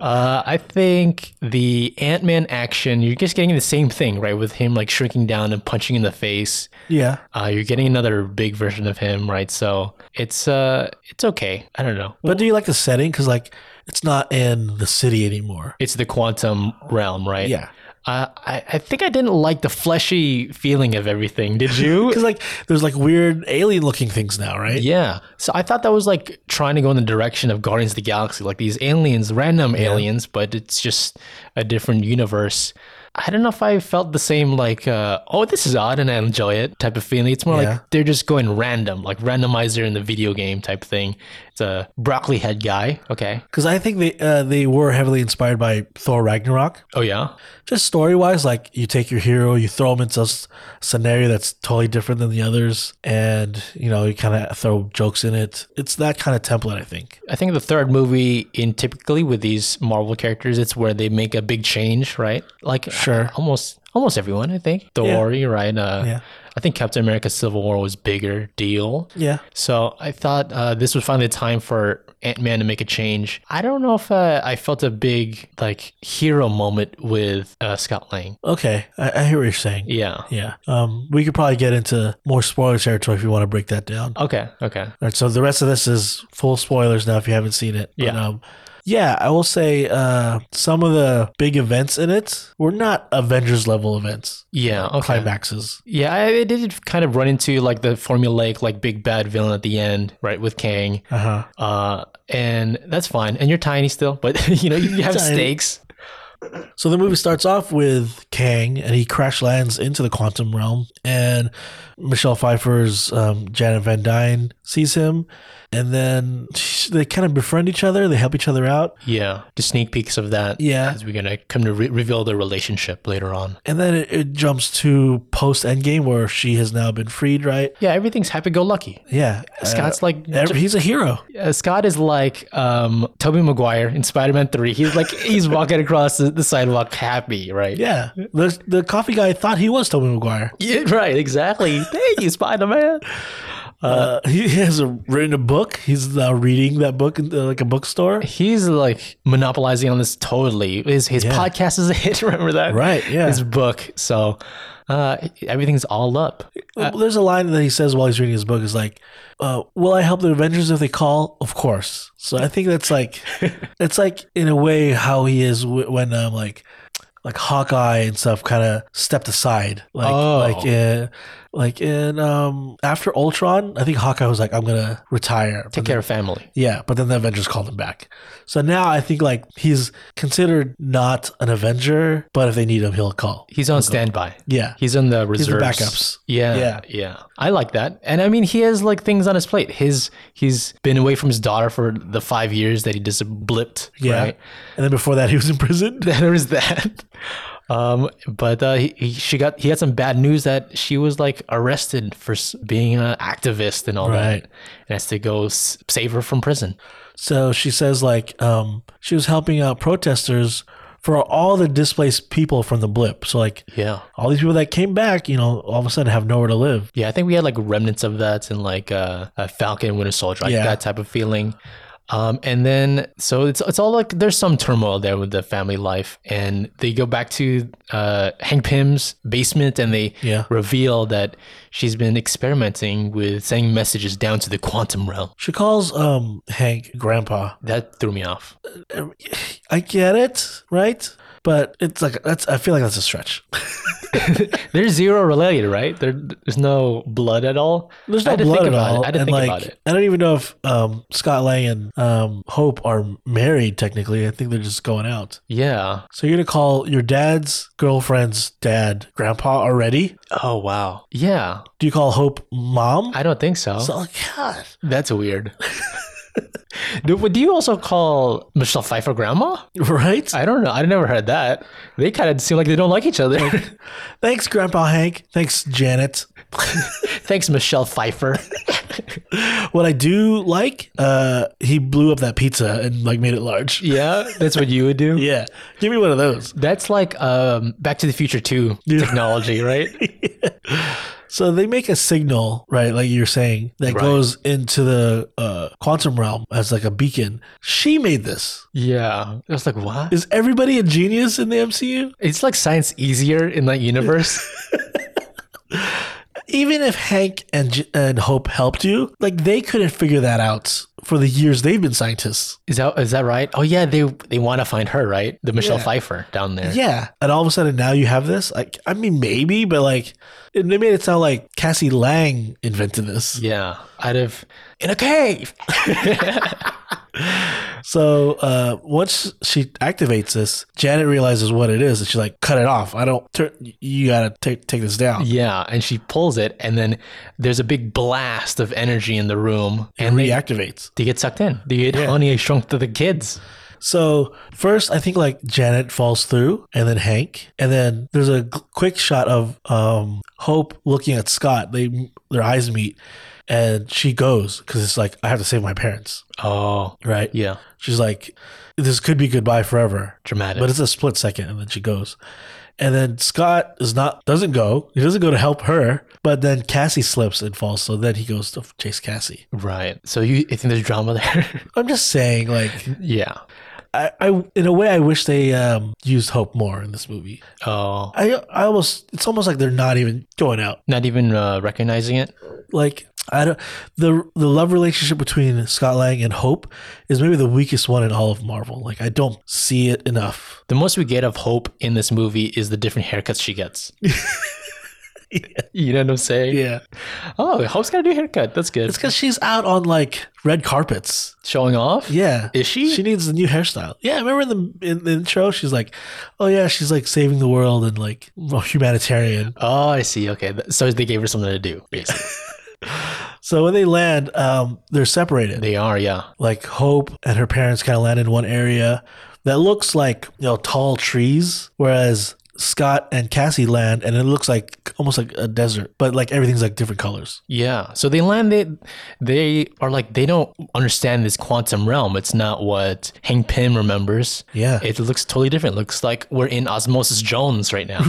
B: Uh, I think the Ant Man action, you're just getting the same thing, right? With him like shrinking down and punching in the face.
A: Yeah.
B: Uh, you're getting another big version of him, right? So it's uh, it's okay. I don't know.
A: But do you like the setting? Because like it's not in the city anymore.
B: It's the quantum realm, right?
A: Yeah.
B: Uh, I, I think I didn't like the fleshy feeling of everything. Did you?
A: Because like there's like weird alien looking things now, right?
B: Yeah. So I thought that was like trying to go in the direction of Guardians of the Galaxy, like these aliens, random aliens, but it's just a different universe. I don't know if I felt the same like, uh, oh, this is odd and I enjoy it type of feeling. It's more
A: Yeah.
B: like they're just going random, like randomizer in the video game type thing. It's a broccoli head guy. Okay.
A: Because I think they uh, they were heavily inspired by Thor Ragnarok.
B: Oh yeah.
A: Just story wise, like you take your hero, you throw him into a s- scenario that's totally different than the others, and you know you kind of throw jokes in it. It's that kind of template, I think.
B: I think the third movie in typically with these Marvel characters, it's where they make a big change, right? Like
A: Sure.
B: uh, almost almost everyone, I think. Thor, you're right? Uh,
A: Yeah.
B: I think Captain America: Civil War was bigger deal.
A: Yeah.
B: So I thought uh, this was finally the time for Ant Man to make a change. I don't know if uh, I felt a big like hero moment with uh, Scott Lang.
A: Okay, I, I hear what you're saying.
B: Yeah.
A: Yeah. Um, we could probably get into more spoiler territory if you want to break that down. All
B: Okay. Okay.
A: right. So the rest of this is full spoilers now if you haven't seen it. But,
B: Yeah.
A: um, yeah, I will say uh, some of the big events in it were not Avengers level events,
B: Yeah. Okay.
A: climaxes.
B: Yeah, I, it did kind of run into like the formulaic like big bad villain at the end, right? With Kang.
A: Uh huh.
B: Uh, and that's fine. And you're tiny still, but you know you have
A: Tiny.
B: stakes.
A: So the movie starts off with Kang, and he crash lands into the quantum realm. And Michelle Pfeiffer's um, Janet Van Dyne sees him, and then they kind of befriend each other. They help each other out.
B: Yeah, the sneak peeks of that.
A: Yeah.
B: as we're gonna come to re- reveal their relationship later on.
A: And then it, it jumps to post Endgame where she has now been freed, right?
B: Yeah, everything's happy-go-lucky.
A: Yeah.
B: Scott's like
A: Uh, every- he's a hero.
B: uh, Scott is like um, Toby Maguire in Spider-Man Three. He's like he's walking across the, the sidewalk happy, right?
A: Yeah. The, the coffee guy thought he was Tobey Maguire.
B: Yeah, right, exactly. Thank you, Spider-Man.
A: Uh, he has a, written a book. He's now reading that book in uh, like a bookstore.
B: He's like monopolizing on this totally. His his
A: Yeah.
B: podcast is a hit. Remember that?
A: Right, yeah.
B: His book. So uh, everything's all up.
A: There's a line that he says while he's reading his book is like, uh, "Will I help the Avengers if they call? Of course." So I think that's like, it's like in a way how he is w- when um, like, like Hawkeye and stuff kind of stepped aside. Like
B: Oh.
A: like in like in um after Ultron, I think Hawkeye was like, I'm gonna retire. But
B: Take care of family.
A: yeah, but then the Avengers called him back. So now I think like he's considered not an Avenger, but if they need him, he'll call.
B: He's on standby.
A: Yeah.
B: He's in the
A: He's the
B: reserves.
A: backups.
B: Yeah,
A: Yeah.
B: yeah, yeah. I like that, and I mean, he has like things on his plate. His he's been away from his daughter for the five years that he just blipped.
A: Yeah.
B: right?
A: And then before that he was in prison.
B: there is that. Um, but uh, he, he she got he had some bad news that she was like arrested for s- being an activist and all
A: Right.
B: that, and has to go s- save her from prison.
A: So she says like um she was helping out protesters for all the displaced people from the blip. So like
B: Yeah,
A: all these people that came back, you know, all of a sudden have nowhere to live.
B: yeah. I think we had like remnants of that in like uh, uh, Falcon Winter Soldier, like
A: Yeah.
B: that type of feeling. Um, and then so it's it's all like there's some turmoil there with the family life, and they go back to uh, Hank Pym's basement, and they
A: Yeah.
B: reveal that she's been experimenting with sending messages down to the quantum realm.
A: She calls um Hank grandpa.
B: That threw me off.
A: I get it, right? But it's like that's I feel like that's a stretch.
B: They're zero related, right? There, there's no blood at all.
A: There's no
B: I had to
A: blood
B: think
A: at
B: about
A: all.
B: It. I had to
A: and
B: think
A: like,
B: about it.
A: I don't even know if um, Scott Lang and um, Hope are married technically. I think they're just going out.
B: Yeah.
A: So you're gonna call your dad's girlfriend's dad grandpa already?
B: Oh wow. Yeah.
A: Do you call Hope mom?
B: I don't think so.
A: so like, God,
B: That's weird. Do, but do you also call Michelle Pfeiffer grandma?
A: right?
B: I don't know. I never heard that. They kind of seem like they don't like each other.
A: Thanks, Grandpa Hank. Thanks, Janet.
B: Thanks, Michelle Pfeiffer.
A: What I do like, uh, he blew up that pizza and like made it large.
B: yeah, that's what you would do.
A: Yeah, give me one of those.
B: That's like um, Back to the Future 2 technology, right?
A: So they make a signal, right? Like you're saying, that
B: Right.
A: goes into the uh, quantum realm as like a beacon. She made this.
B: Yeah. I was like, what?
A: Is everybody a genius in the MCU?
B: It's like science easier in that universe.
A: Even if Hank and J- and Hope helped you, like they couldn't figure that out for the years they've been scientists.
B: Is that is that right? Oh yeah, they they want to find her, right? The Michelle
A: Yeah.
B: Pfeiffer down there.
A: Yeah, and all of a sudden now you have this. Like, I mean, maybe, but like, it, they made it sound like Cassie Lang invented this.
B: Yeah. Out of in a cave.
A: So uh, once she activates this, Janet realizes what it is, and she's like, "Cut it off! I don't. Turn, you gotta take take this down."
B: yeah, and she pulls it and then there's a big blast of energy in the room and
A: and
B: they,
A: reactivates.
B: they get sucked in. They get honey I shrunk to the kids.
A: So first, I think like Janet falls through, and then Hank, and then there's a g- quick shot of um, Hope looking at Scott. They their eyes meet, and she goes because it's like I have to save my parents,
B: Oh.
A: right?
B: Yeah.
A: She's like, "This could be goodbye forever,"
B: Dramatic.
A: but it's a split second, and then she goes. And then Scott is not doesn't go. He doesn't go to help her, but then Cassie slips and falls. So then he goes to chase Cassie.
B: right. So you, you think there's drama there?
A: I'm just saying, like
B: yeah.
A: I, I in a way I wish they um, used hope more in this movie.
B: Oh.
A: I I almost it's almost like they're not even going out.
B: Not even uh, recognizing it.
A: Like I don't the the love relationship between Scott Lang and Hope is maybe the weakest one in all of Marvel. Like I don't see it enough.
B: The most we get of Hope in this movie is the different haircuts she gets. You know what I'm saying?
A: Yeah.
B: Oh, Hope's got a new haircut. That's good.
A: It's cuz she's out on like red carpets.
B: Showing off?
A: Yeah.
B: Is she?
A: She needs a new hairstyle. Yeah, remember in the in the intro she's like, "Oh yeah, she's like saving the world and like humanitarian."
B: Oh, I see. Okay. Th- So they gave her something to do, basically.
A: So when they land, um they're separated.
B: they are, yeah.
A: like Hope and her parents kind of land in one area that looks like you know tall trees, whereas Scott and Cassie land and it looks like almost like a desert, but like everything's like different colors.
B: Yeah. So they land, they, they are like, they don't understand this quantum realm. It's not what Hank Pym remembers.
A: Yeah.
B: It looks totally different. looks like we're in Osmosis Jones right now.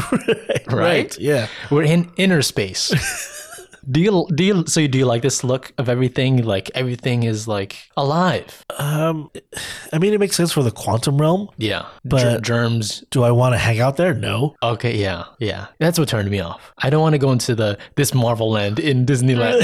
B: right?
A: Yeah.
B: We're in inner space. Do you do you so you do you like this look of everything like everything is like alive?
A: Um, I mean, it makes sense for the quantum realm.
B: Yeah. Ger-
A: But-
B: germs
A: Do I want to hang out there? No.
B: Okay, yeah, yeah. That's what turned me off. I don't want to go into the this Marvel land in Disneyland.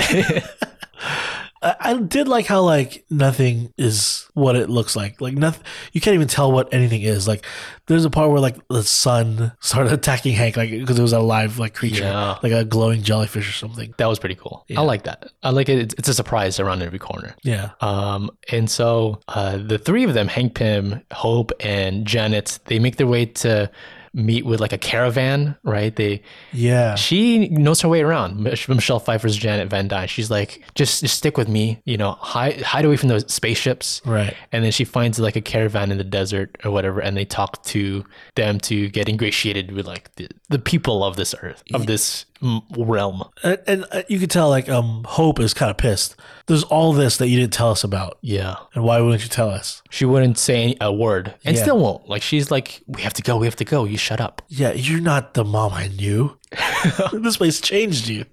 A: I, I did like how like nothing is what it looks like. Like nothing, you can't even tell what anything is. Like there's a part where like the sun started attacking Hank, like because it was a live like creature,
B: Yeah.
A: like a glowing jellyfish or something.
B: That was pretty cool.
A: Yeah.
B: I like that. I like it. It's, it's a surprise around every corner.
A: Yeah,
B: Um, and so uh, the three of them, Hank Pym, Hope, and Janet, they make their way to meet with like a caravan, right? They
A: yeah,
B: she knows her way around. Mich- Michelle Pfeiffer's Janet Van Dyne. She's like, just just stick with me, you know, hide hide away from those spaceships.
A: right.
B: And then she finds like a caravan in the desert or whatever, and they talk to them to get ingratiated with like the, the people of this earth, of this mm, realm.
A: And, and uh, you could tell like um Hope is kind of pissed. There's all this that you didn't tell us about,
B: Yeah.
A: and why wouldn't you tell us?
B: She wouldn't say any- a word and
A: Yeah.
B: still won't. Like, she's like, we have to go, we have to go. You shut up.
A: Yeah, you're not the mom I knew. this place changed you.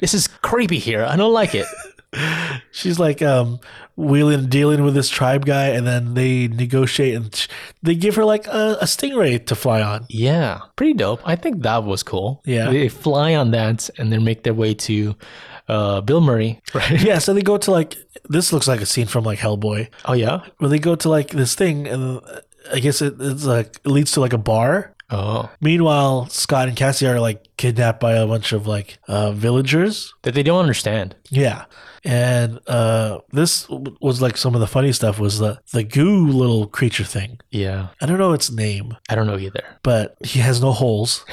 B: This is creepy here. I don't like it.
A: She's like um wheeling dealing with this tribe guy, and then they negotiate, and sh- they give her like a, a stingray to fly on.
B: Yeah, pretty dope. I think that was cool.
A: Yeah.
B: They fly on that and then make their way to uh, Bill Murray, right?
A: Yeah, so they go to like this looks like a scene from like Hellboy,
B: Oh, yeah?
A: where they go to like this thing, and uh, I guess it, it's like it leads to like a bar.
B: Oh.
A: Meanwhile, Scott and Cassie are like kidnapped by a bunch of like uh, villagers.
B: That they don't understand.
A: Yeah, and uh, this w- was like some of the funny stuff was the the goo little creature thing.
B: Yeah.
A: I don't know its name,
B: I don't know either.
A: but he has no holes.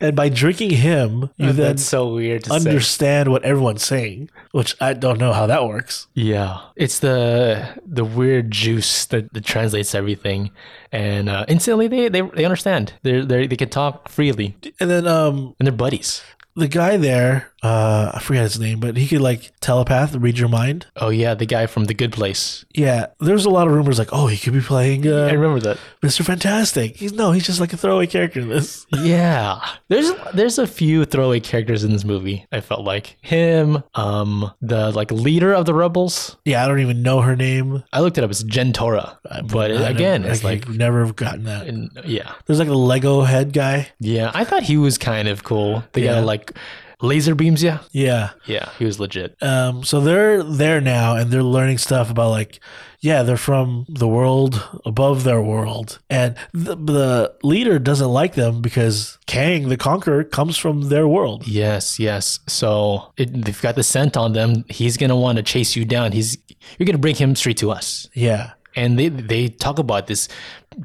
A: And by drinking him, you then
B: That's so weird to say.
A: understand what everyone's saying, which I don't know how that works.
B: Yeah, it's the the weird juice that, that translates everything, and uh, instantly they, they they understand. They they they can talk freely,
A: And then um,
B: and they're buddies.
A: the guy there, uh, I forget his name, but he could like telepath, read your mind.
B: Oh yeah, the guy from the Good Place.
A: Yeah, there's a lot of rumors like, oh, he could be playing
B: I
A: uh,
B: remember that.
A: Mr. Fantastic. He's no, he's just like a throwaway character in this.
B: Yeah, there's there's a few throwaway characters in this movie. I felt like him, um, the like leader of the rebels.
A: Yeah, I don't even know her name.
B: I looked it up. It's Gentora, but
A: I
B: again,
A: don't-
B: it's
A: I
B: like
A: could never have gotten that.
B: n- yeah,
A: There's like a Lego head guy.
B: yeah. I thought he was kind of cool. The guy
A: Yeah.
B: that, like laser beams. Yeah,
A: Yeah.
B: yeah. He was legit.
A: Um, so they're there now and they're learning stuff about like, yeah, they're from the world above their world. And the, the leader doesn't like them because Kang the Conqueror comes from their world.
B: Yes, yes. So it, they've got the scent on them. He's gonna want to chase you down. He's you're gonna bring him straight to us.
A: Yeah.
B: And they they talk about this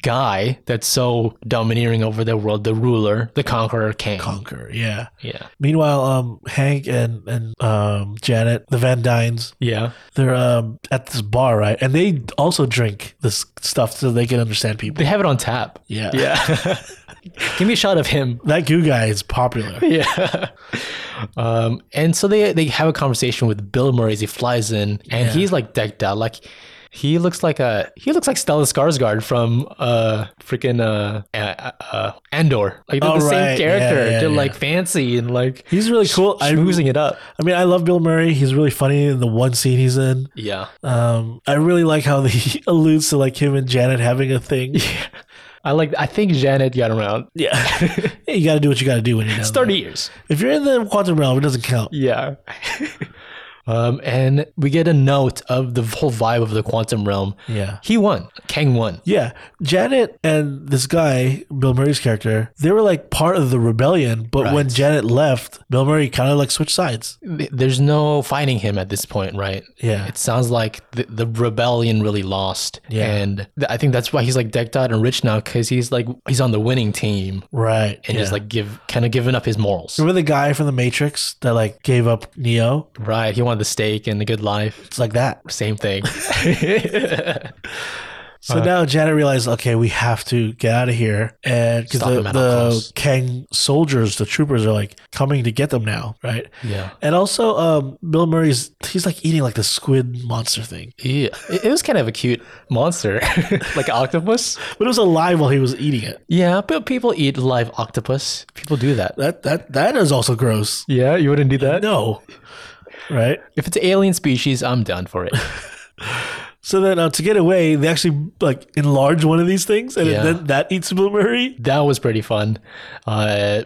B: guy that's so domineering over their world, the ruler, the conqueror, king.
A: Conqueror. Yeah.
B: yeah,
A: Meanwhile, um, Hank and, and um, Janet, the Van Dynes,
B: yeah,
A: they're um, at this bar, right? And they also drink this stuff so they can understand people.
B: they have it on tap.
A: Yeah.
B: Yeah, give me a shot of him.
A: That goo guy is popular.
B: Yeah. Um, and so they they have a conversation with Bill Murray as he flies in, and he's like decked out, like he looks like a he looks like Stellan Skarsgård from uh freaking uh, uh, uh Andor, like they're
A: Oh,
B: the
A: right.
B: same character.
A: Yeah, yeah,
B: they're
A: yeah.
B: like fancy and like
A: He's really cool. I,
B: schmoozing it up.
A: I mean, I love Bill Murray. He's really funny in the one scene he's in.
B: Yeah,
A: Um, I really like how he alludes to like him and Janet having a thing.
B: I like. I think Janet got around
A: Yeah, you got to do what you got to do when you're down there.
B: thirty years.
A: If you're in the quantum realm, it doesn't count.
B: Yeah. um, and we get a note of the whole vibe of the quantum realm.
A: Yeah.
B: He won. Kang won.
A: Yeah, Janet and this guy, Bill Murray's character, they were like part of the rebellion. But when Janet left, Bill Murray kind of like switched sides.
B: th- there's no fighting him at this point, right?
A: Yeah.
B: It sounds like the, the rebellion really lost.
A: Yeah.
B: And th- I think that's why he's like decked out and rich now because he's like, he's on the winning team
A: Right.
B: and just like give, kind of giving up his morals.
A: remember the guy from the Matrix that like gave up Neo?
B: Right. He wanted the steak and the good life.
A: It's like that.
B: Same thing.
A: So now Janet realized, okay, we have to get out of here, and because
B: Stop
A: the,
B: him at all
A: the
B: costs.
A: Kang soldiers, the troopers, are like coming to get them now, right?
B: yeah.
A: And also, um, Bill Murray's he's like eating like the squid monster thing,
B: Yeah. It, it was kind of a cute monster, like an octopus.
A: but it was alive while he was eating it.
B: Yeah. But people eat live octopus. People do that.
A: That that that is also gross.
B: Yeah. You wouldn't do that?
A: No, right?
B: If it's an alien species, I'm down for it.
A: So then uh, to get away, they actually like enlarge one of these things, and
B: Yeah.
A: then that eats Bill Murray.
B: that was pretty fun. Uh,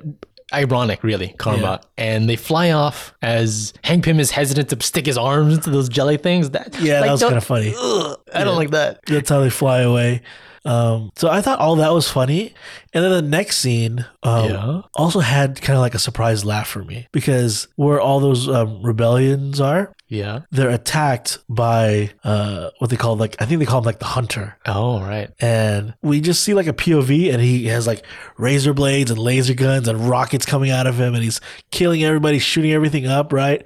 B: ironic, really, karma. And they fly off as Hank Pym is hesitant to stick his arms into those jelly things. That
A: Yeah, that was
B: don't-
A: kinda funny.
B: Ugh, I don't like that.
A: That's how they fly away. Um, so I thought all that was funny, and then the next scene um,
B: Yeah.
A: also had kind of like a surprise laugh for me because where all those um, rebellions are,
B: Yeah.
A: they're attacked by uh, what they call like I think they call him like the hunter,
B: Oh right.
A: and we just see like a POV, and he has like razor blades and laser guns and rockets coming out of him, and he's killing everybody, shooting everything up. Right,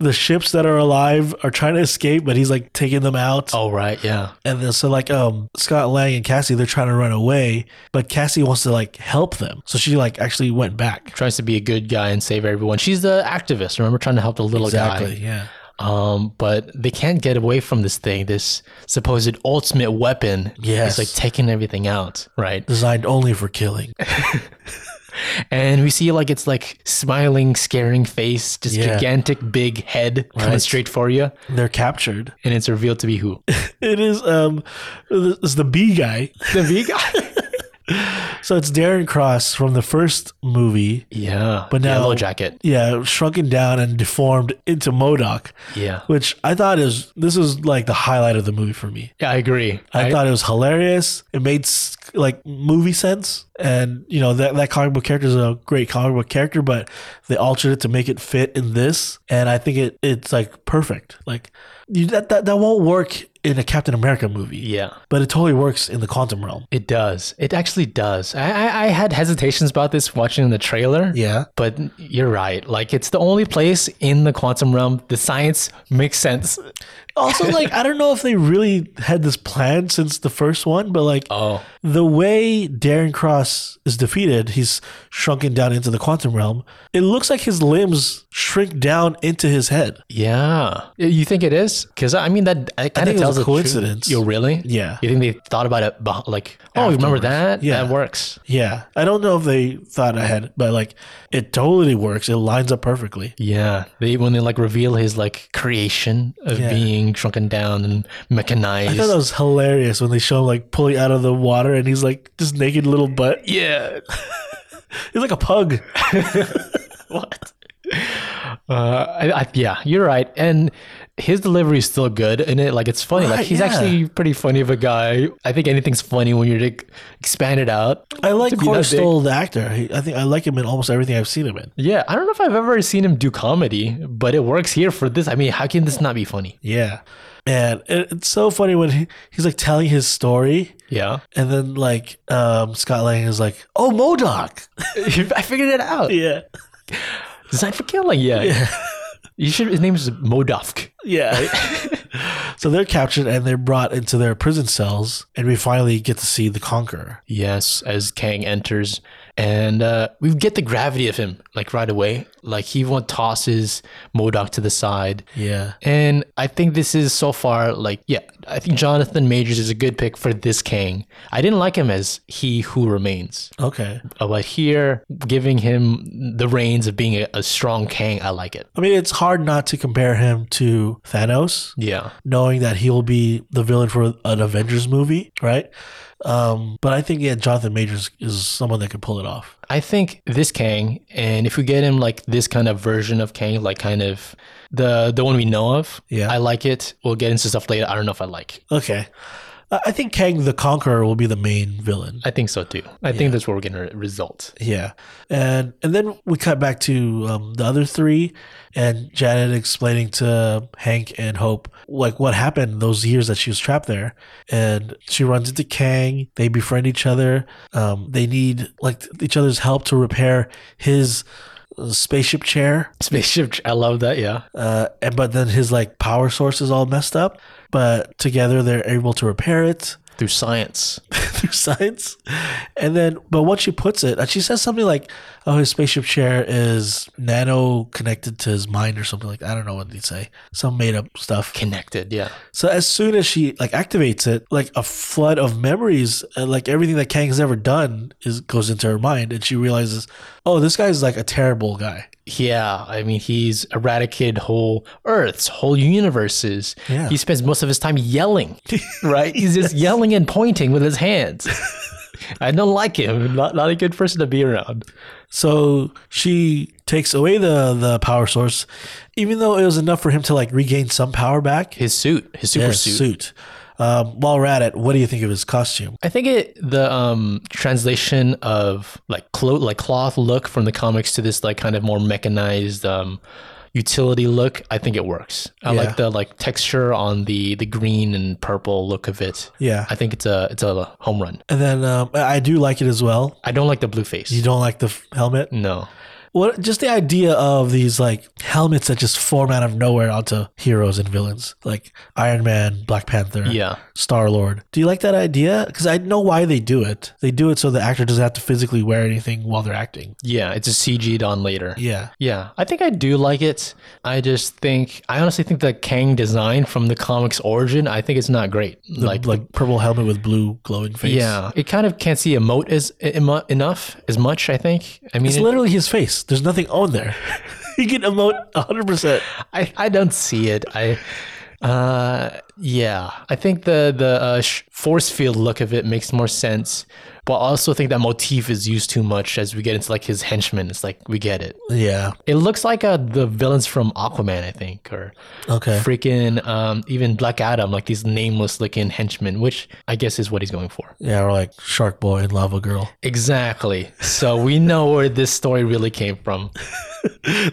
A: the ships that are alive are trying to escape, but he's like taking them out.
B: Oh right. Yeah.
A: And then, so like um Scott Lang and Cassie, they're trying to run away, but Cassie wants to like help them. So she like actually went back.
B: Tries to be a good guy and save everyone. She's the activist. Remember, trying to help the little guy.
A: Yeah.
B: Um, but they can't get away from this thing, this supposed ultimate weapon.
A: Yes.
B: It's like taking everything out, right?
A: Designed only for killing.
B: And we see like it's like smiling, scaring face, just
A: Yeah.
B: gigantic big head coming
A: Right.
B: straight for you,
A: They're captured.
B: and it's revealed to be who?
A: It is um it's the B guy.
B: the V guy.
A: So it's Darren Cross from the first movie.
B: yeah.
A: But now-
B: yellow jacket.
A: Yeah, shrunken down and deformed into Modoc,
B: Yeah.
A: which I thought is this is like the highlight of the movie for me.
B: Yeah, I agree.
A: I,
B: I-
A: thought it was hilarious. It made s- like movie sense, and you know that that comic book character is a great comic book character, but they altered it to make it fit in this, and I think it it's like perfect. Like you, that that that won't work in a Captain America movie,
B: yeah.
A: but it totally works in the quantum realm.
B: It does. It actually does. I, I, I had hesitations about this watching the trailer.
A: Yeah,
B: But you're right. Like it's the only place in the quantum realm the science makes sense.
A: also like i don't know if they really had this plan since the first one but like
B: Oh.
A: the way darren cross is defeated he's shrunken down into the quantum realm it looks like his limbs shrink down into his head
B: Yeah. You think it is? Because I mean that I kind
A: think
B: of
A: it was
B: tells
A: a
B: the truth.
A: coincidence.
B: You Oh, really?
A: Yeah.
B: You think they thought about it? beh- Like, oh, remember that?
A: Yeah.
B: That works.
A: yeah i don't know if they thought ahead but like it totally works it lines up perfectly
B: Yeah. They when they like reveal his like creation of
A: Yeah.
B: being shrunken down and mechanized.
A: I thought that was hilarious when they show him like pulling out of the water and he's like this naked little butt.
B: yeah.
A: He's like a pug.
B: what? Uh, I, I, yeah, you're right. And his delivery is still good in it. Like it's funny. like
A: Right,
B: he's
A: yeah.
B: actually pretty funny of a guy. I think anything's funny when you're like expanded out.
A: I like
B: To be that
A: Corey
B: big.
A: Stoll, the actor. He, I think I like him in almost everything I've seen him in.
B: Yeah, I don't know if I've ever seen him do comedy, but it works here for this. I mean, how can this not be funny?
A: Yeah. And it, it's so funny when he, he's like telling his story
B: Yeah,
A: and then like um, Scott Lang is like, oh, Modoc.
B: I figured it out.
A: Yeah.
B: Designed for killing. Yeah. You should. His name is Modofk.
A: Yeah. so they're captured and they're brought into their prison cells. And we finally get to see the Conqueror.
B: Yes, as Kang enters, and uh, we get the gravity of him like right away. Like he one tosses Modoc to the side,
A: Yeah.
B: and I think this is so far like yeah. I think Jonathan Majors is a good pick for this Kang. I didn't like him as He Who Remains,
A: Okay.
B: uh, but here giving him the reins of being a, a strong Kang, I like it.
A: I mean, it's hard not to compare him to Thanos,
B: Yeah,
A: knowing that he'll be the villain for an Avengers movie, right? Um, but I think, yeah, Jonathan Majors is someone that could pull it off.
B: I think this Kang, and if we get him like this kind of version of Kang, like kind of the the one we know of,
A: Yeah.
B: I like it. We'll get into stuff later. I don't know if I like.
A: Okay. I I think Kang the Conqueror will be the main villain.
B: I think so too. I think that's where we're gonna result.
A: Yeah, and and then we cut back to um, the other three, and Janet explaining to um, Hank and Hope like what happened those years that she was trapped there, and she runs into Kang. They befriend each other. Um, they need like each other's help to repair his uh, spaceship chair,
B: Spaceship. I love that. Yeah.
A: uh, and but then his like power source is all messed up. But together they're able to repair it
B: Through science.
A: through science. And then, but once she puts it, she says something like, "Oh, his spaceship chair is nano connected to his mind or something like that." I don't know what they say, some made up stuff.
B: Connected. Yeah.
A: So as soon as she like activates it, like a flood of memories, uh, like everything that Kang has ever done, is goes into her mind, and she realizes, "Oh, this guy's like a terrible guy."
B: Yeah. I mean, he's eradicated whole Earths, whole universes.
A: Yeah.
B: He spends most of his time yelling. right. He's just yelling and pointing with his hands. I don't like him. Not, not a good person to be around.
A: So she takes away the the power source, even though it was enough for him to like regain some power back.
B: His suit, his super
A: Yeah,
B: suit.
A: suit. Um, while we're at it, what do you think of his costume?
B: I think it the um translation of like clo- like cloth look from the comics to this like kind of more mechanized um utility look. I think it works. I
A: Yeah.
B: like the like texture on the the green and purple look of it.
A: Yeah,
B: I think it's a it's a home run.
A: and then um, I I do like it as well.
B: I don't like the blue face.
A: You don't like the f- helmet?
B: no.
A: What? Just the idea of these like helmets that just form out of nowhere onto heroes and villains, like Iron Man, Black Panther,
B: Yeah.
A: Star Lord. Do you like that idea? Because I know why they do it. They do it so the actor doesn't have to physically wear anything while they're acting.
B: Yeah, it's a CG'd on later.
A: Yeah.
B: Yeah, I think I do like it. I just think I honestly think the Kang design from the comics origin, I think it's not great.
A: The, like, purple helmet with blue glowing face.
B: Yeah, it kind of can't see emote as emo- enough as much. I think. I mean,
A: It's
B: it-
A: literally his face. There's nothing on there. he can emote 100%.
B: I I don't see it. I. Uh yeah, I think the the uh, sh- force field look of it makes more sense, but I also think that motif is used too much as we get into like his henchmen. It's like we get it.
A: Yeah.
B: It looks like uh, the villains from Aquaman, I think, or
A: Okay.
B: freaking um, even Black Adam, like these nameless looking henchmen, which I guess is what he's going for.
A: Yeah, or like Shark Boy and Lava Girl.
B: Exactly. So we know where this story really came from.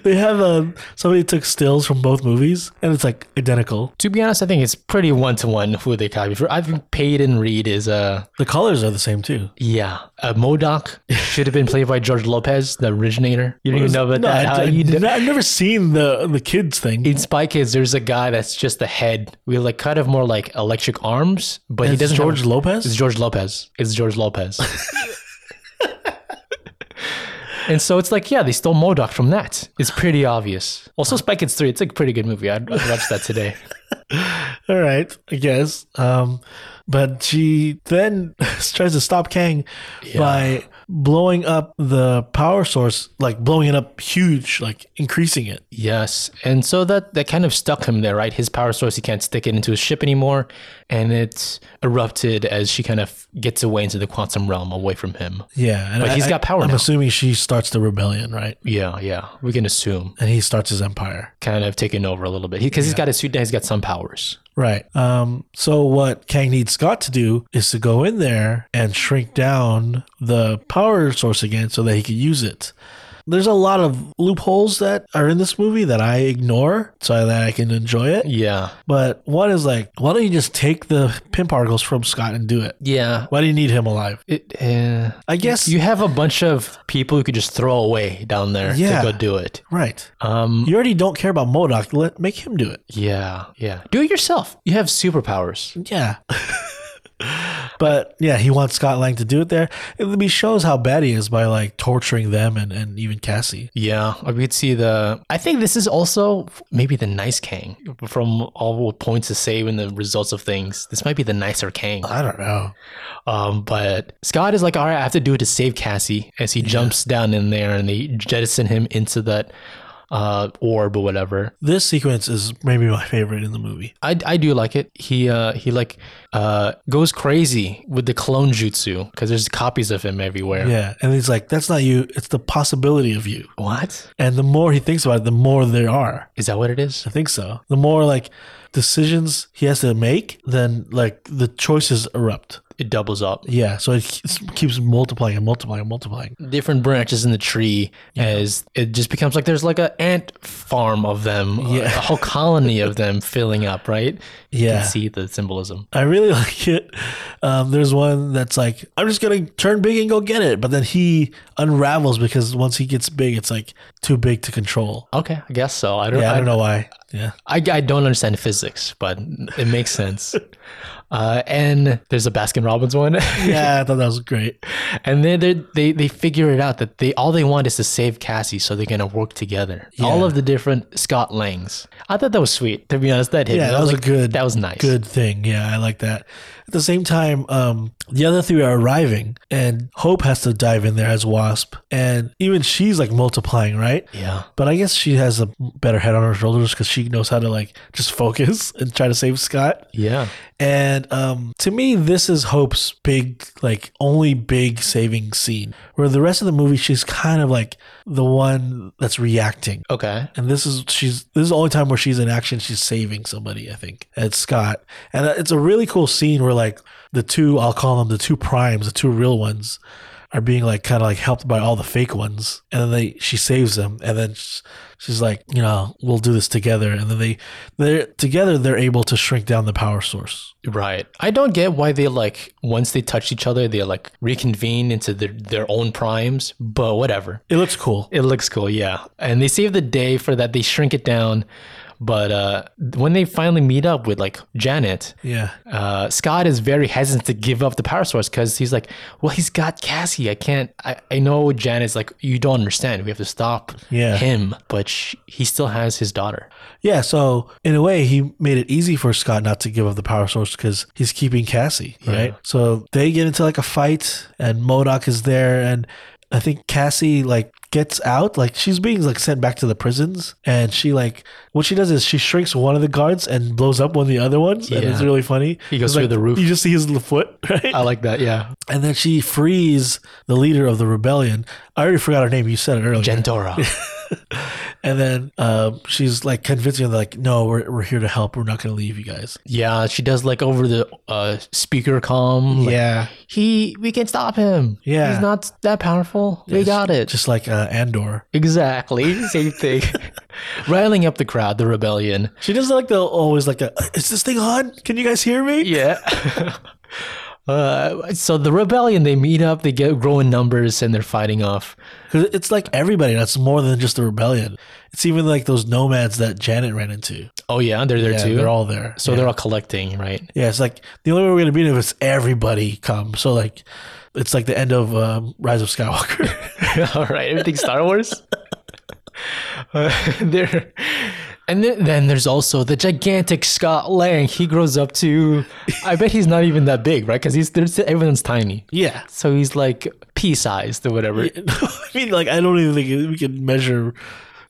A: They have um, somebody took stills from both movies and it's like identical.
B: To be honest, I think it's pretty one to one who they copied for. I think Peyton Reed is a
A: The colors are the same too.
B: yeah, a Modoc should have been played by George Lopez, the originator. You don't even know about
A: No,
B: that.
A: I,
B: How
A: I,
B: you know-
A: have never seen the the kids thing.
B: in Spy Kids, there's a guy that's just the head. We like kind of more like electric arms, but he
A: It's
B: doesn't. have-
A: George Lopez?
B: It's George Lopez. It's George Lopez. and so it's like, yeah, they stole Modoc from that. It's pretty obvious. Also, Spy Kids 3, it's a pretty good movie. I'd, I'd watch that today.
A: All right, I guess. Um, but she then tries to stop Kang by blowing up the power source, like blowing it up huge, like increasing it.
B: Yes. And so that, that kind of stuck him there, right? His power source, he can't stick it into his ship anymore. And it erupted as she kind of gets away into the quantum realm away from him.
A: Yeah, and
B: But
A: I-
B: he's got power
A: I, I'm
B: now.
A: assuming she starts the rebellion, right?
B: Yeah, yeah. We can assume.
A: And he starts his empire,
B: Kind of taking over a little bit. Because he's got his suit now, he's got some powers.
A: right? Um, so what Kang needs Scott to do is to go in there and shrink down the power source again, so that he can use it. There's a lot of loopholes that are in this movie that I ignore so that I can enjoy it.
B: Yeah.
A: But one is like, why don't you just take the pin particles from Scott and do it?
B: Yeah.
A: Why do you need him alive?
B: It, uh,
A: I guess
B: You have a bunch of people who could just throw away down there
A: Yeah.
B: to go do it.
A: right.
B: Um,
A: You already don't care about Modoc. Let make him do it.
B: yeah, yeah. Do it yourself. You have superpowers.
A: Yeah. but yeah, he wants Scott Lang to do it there. It he shows how bad he is by like torturing them and, and even Cassie.
B: Yeah, I could see the. I think this is also maybe the nice Kang from all points to say in the results of things. This might be the nicer Kang.
A: I don't know.
B: Um, but Scott is like, all right, I have to do it to save Cassie as he jumps down in there and they jettison him into that uh, orb or whatever.
A: This sequence is maybe my favorite in the movie.
B: I, I do like it. He uh he like uh goes crazy with the clone jutsu because there's copies of him everywhere.
A: Yeah. And he's like, that's not you. It's the possibility of you.
B: What
A: And the more he thinks about it, the more there are.
B: is that? What it is?
A: I think so. The more like decisions he has to make, then like the choices erupt.
B: It doubles up.
A: Yeah, so it keeps- keeps multiplying and multiplying and multiplying.
B: Different branches in the tree as it just becomes like there's like a ant farm of them, yeah. a whole colony of them filling up. Right? You
A: Yeah,
B: can see the symbolism.
A: I really like it. Um, there's one that's like, I'm just gonna turn big and go get it, but then he unravels because once he gets big, it's like too big to control.
B: Okay, I guess so. I don't.
A: Yeah, I
B: I,
A: don't know why. Yeah,
B: I, I don't understand physics, but it makes sense. uh, and there's a Baskin Robbins one.
A: yeah, I thought that was great.
B: And then they they they figure it out that they all they want is to save Cassie, so they're gonna work together. All of the different Scott Langs. I thought that was sweet. To be honest, that hit. me.
A: Yeah,
B: I
A: that was a
B: like,
A: good-
B: That was nice.
A: Good thing. Yeah, I like that. At the same time, um, the other three are arriving, and Hope has to dive in there as Wasp, and even she's like multiplying, right?
B: Yeah.
A: But I guess she has a better head on her shoulders because she knows how to like just focus and try to save Scott.
B: Yeah.
A: And um, to me, this is Hope's big, like, only big saving scene. Where the rest of the movie, she's kind of like the one that's reacting.
B: Okay.
A: And this is she's this is the only time where she's in action. She's saving somebody, I think. And It's Scott, and uh, it's a really cool scene where like the two I'll call them the two primes, the two real ones, are being like kind of like helped by all the fake ones, and then they she saves them, and then sh- she's like, you know, we'll do this together, and then they they're together they're able to shrink down the power source.
B: Right. I don't get why they like once they touch each other, they like reconvene into their, their own primes, but whatever.
A: It looks cool.
B: It looks cool, yeah. And they save the day for that. They shrink it down. But uh, when they finally meet up with like Janet,
A: Yeah,
B: uh, Scott is very hesitant to give up the power source because he's like, well, he's got Cassie. I can't. I, I know Janet's like, you don't understand. We have to stop
A: Yeah.
B: him. But sh he still has his daughter.
A: yeah. So in a way, he made it easy for Scott not to give up the power source because he's keeping Cassie, right? So they get into like a fight, and Modoc is there, and I think Cassie like gets out, like she's being like sent back to the prisons, and she like what she does is she shrinks one of the guards and blows up one of the other ones, and it's
B: Yeah.
A: really funny.
B: He goes
A: It's
B: through the roof. Oh.
A: You just see his foot, right?
B: I like that. Yeah.
A: and then she frees the leader of the rebellion. I already forgot her name. You said it earlier.
B: Gentora.
A: And then um, she's like convincing them, like, no, we're, we're here to help. We're not going to leave you guys.
B: yeah. She does like over the uh, speaker com. like,
A: yeah.
B: He, we can stop him.
A: Yeah.
B: He's not that powerful. we got it.
A: Just like uh, Andor.
B: Exactly. Same thing. Riling up the crowd, the rebellion.
A: She does like the always like, a, "Uh, is this thing on? Can you guys hear me?
B: Yeah. Uh, so the rebellion, they meet up, they get grow in numbers, and they're fighting off.
A: 'Cause it's like everybody. That's more than just the rebellion. It's even like those nomads that Janet ran into.
B: Oh yeah, they're there
A: Yeah,
B: too.
A: They're all there.
B: so they're all collecting, right?
A: Yeah, it's like the only way we're going to beat them is everybody come. So, like, it's like the end of um, Rise of Skywalker.
B: all right, everything Star Wars. Uh, there, and then, then there's also the gigantic Scott Lang. He grows up to, I bet he's not even that big, right? Because he's there's everyone's tiny,
A: yeah.
B: so he's like pea sized or whatever.
A: I mean, like, I don't even think we can measure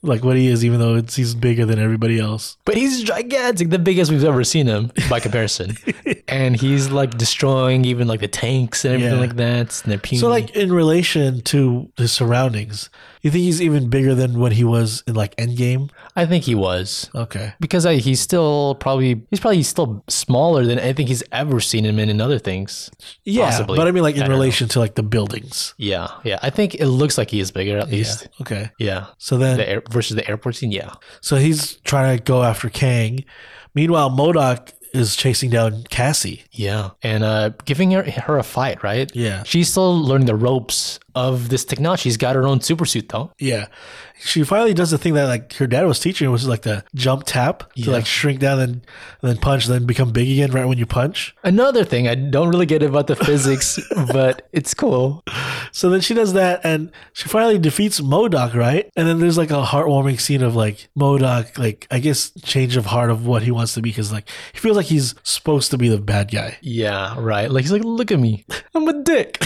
A: like what he is, even though it's he's bigger than everybody else.
B: But he's gigantic, the biggest we've ever seen him by comparison. and he's like destroying even like the tanks and everything
A: Yeah.
B: like that. And they're puny.
A: So, like, in relation to his surroundings, you think he's even bigger than what he was in like Endgame?
B: I think he was
A: Okay.
B: because I, he's still probably he's probably still smaller than I think he's ever seen him in in other things.
A: Yeah,
B: Possibly.
A: but I mean, like, in
B: I don't
A: relation to like the buildings.
B: Yeah, yeah. I think it looks like he is bigger at
A: Yeah.
B: least.
A: Okay.
B: Yeah.
A: So then,
B: The air, versus the airport scene, yeah.
A: so he's trying to go after Kang. Meanwhile, Modoc is chasing down Cassie.
B: Yeah. And uh, giving her, her a fight, right?
A: Yeah.
B: She's still learning the ropes of this technology. She's got her own super suit, though.
A: Yeah. She finally does the thing that like her dad was teaching, which is like the jump tap to
B: Yeah.
A: like shrink down and, and then punch, then become big again right when you punch.
B: Another thing I don't really get about the physics, but it's cool.
A: So then she does that and she finally defeats Modoc, right? And then there's like a heartwarming scene of like Modoc, like I guess change of heart of what he wants to be because like he feels like he's supposed to be the bad guy.
B: Yeah, right. Like he's like, look at me, I'm a dick.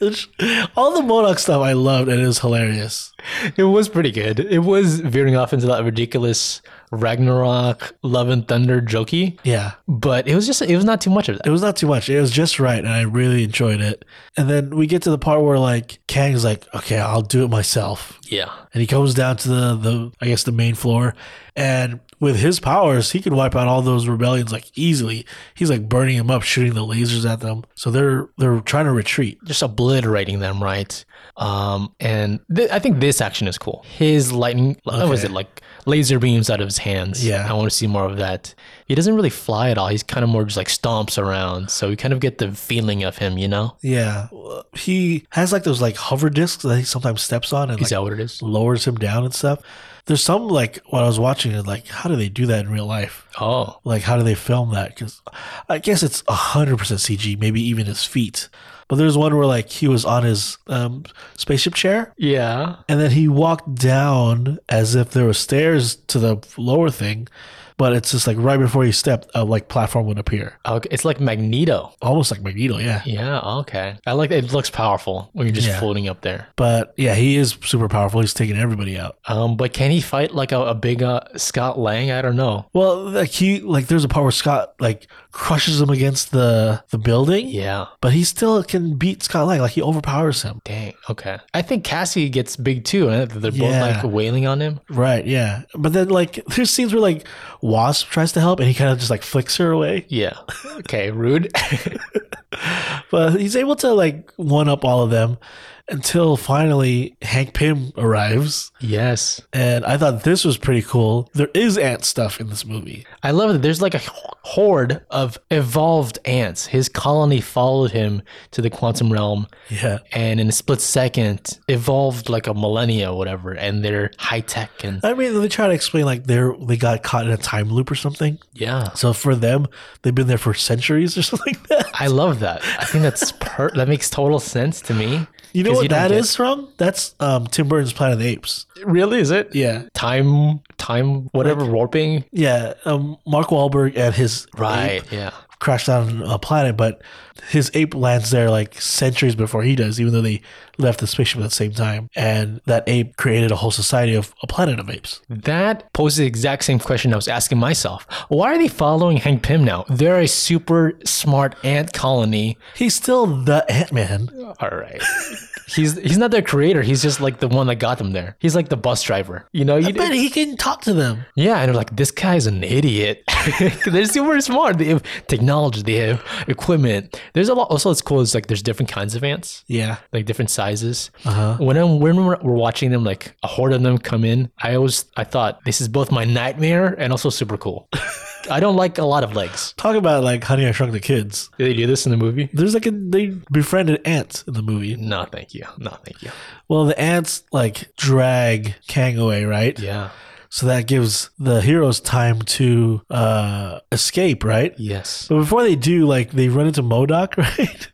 A: Which- All the Modoc stuff I loved and it was hilarious.
B: It was pretty good. It was veering off into that ridiculous Ragnarok, Love and Thunder jokey,
A: Yeah.
B: but it was just it was not too much of
A: It
B: that.
A: was not too much. It was just right, and I really enjoyed it. And then we get to the part where like Kang's like, "Okay, I'll do it myself."
B: Yeah,
A: and he comes down to the, the I guess the main floor, and with his powers, he can wipe out all those rebellions like easily. He's like burning them up, shooting the lasers at them. So they're they're trying to retreat.
B: just obliterating them, right? Um, and th- I think this action is cool. His lightning, what was
A: Okay.
B: it like? Laser beams out of his hands.
A: Yeah.
B: I want to see more of that. He doesn't really fly at all. He's kind of more just like stomps around. So you kind of get the feeling of him, you know?
A: Yeah, he has like those like hover discs that he sometimes steps on and
B: Is
A: like,
B: that what it is?
A: lowers him down and stuff. There's some like what I was watching is like how do they do that in real life?
B: Oh,
A: Like how do they film that? Because I guess it's hundred percent CG, maybe even his feet. But there's one where like he was on his um, spaceship chair
B: yeah.
A: And then he walked down as if there were stairs to the lower thing, but it's just like right before you step, a like platform would appear,
B: Okay, Oh, it's like Magneto.
A: almost like Magneto. Yeah.
B: Yeah, okay. I like it looks powerful when you're just
A: Yeah.
B: floating up there.
A: But yeah, he is super powerful. He's taking everybody out.
B: Um, but can he fight like a, a big uh, Scott Lang? I don't know.
A: Well, like he like there's a part where Scott like crushes him against the the building.
B: Yeah.
A: But he still can beat Scott Lang. Like he overpowers him.
B: Dang. Okay. I think Cassie gets big too. And they're
A: Yeah.
B: both like wailing on him.
A: Right. Yeah. But then like there's scenes where like Wasp tries to help and he kind of just like flicks her away.
B: Yeah. Okay. Rude.
A: But he's able to like one up all of them until finally Hank Pym arrives.
B: yes.
A: And I thought this was pretty cool. There is ant stuff in this movie.
B: I love that there's like a horde of evolved ants. His colony followed him to the quantum realm
A: Yeah.
B: and in a split second evolved like a millennia or whatever. And they're high tech and
A: I mean, they try to explain like they're they got caught in a time loop or something.
B: yeah.
A: So for them, they've been there for centuries or something like that.
B: I love that. I think that's per- that makes total sense to me.
A: You know
B: 'Cause
A: what
B: don't
A: that
B: get-
A: is from? That's um, Tim Burton's Planet of the Apes.
B: Really, is it?
A: Yeah.
B: Time, time, whatever warping.
A: Yeah. Um, Mark Wahlberg and his
B: Right.
A: ape
B: Yeah.
A: crashed on a planet, but his ape lands there like centuries before he does, even though they left the spaceship at the same time. And that ape created a whole society of a planet of apes.
B: That poses the exact same question I was asking myself. Why are they following Hank Pym now? They're a super smart ant colony.
A: He's still the Ant Man.
B: All right. He's he's not their creator. He's just like the one that got them there. He's like the bus driver. You know, you
A: But he can talk to them.
B: yeah. And they're like, this guy's an idiot. they're super smart. They have technology. They have equipment. There's a lot. Also, it's cool. It's like there's different kinds of ants.
A: Yeah.
B: like different sizes. When I'm when we're, we're watching them, like a horde of them come in, I always I thought this is both my nightmare and also super cool. I don't like a lot of legs.
A: Talk about like Honey, I Shrunk the Kids.
B: Did they do this in the movie?
A: There's like a, they befriended ants in the movie.
B: No, thank you. No, thank you.
A: Well, the ants like drag Kang away, right?
B: Yeah.
A: So that gives the heroes time to uh, escape, right?
B: Yes.
A: But before they do, like they run into Modoc, right?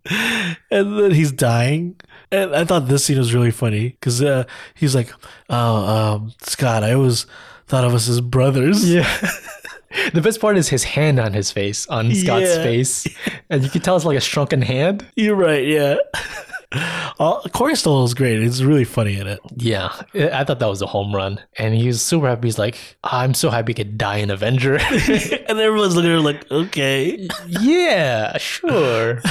A: and then he's dying. And I thought this scene was really funny because uh, he's like, "Oh, um, Scott, I always thought of us as brothers."
B: Yeah. the best part is his hand on his face, on Scott's
A: Yeah.
B: face, and you can tell it's like a shrunken hand.
A: You're right. Yeah. All, Corey Stoll is great. It's really funny in it.
B: Yeah, I I thought that was a home run, and he was super happy. He's like, "I'm so happy I could die an Avenger."
A: and everyone's looking at her like, okay.
B: yeah, sure.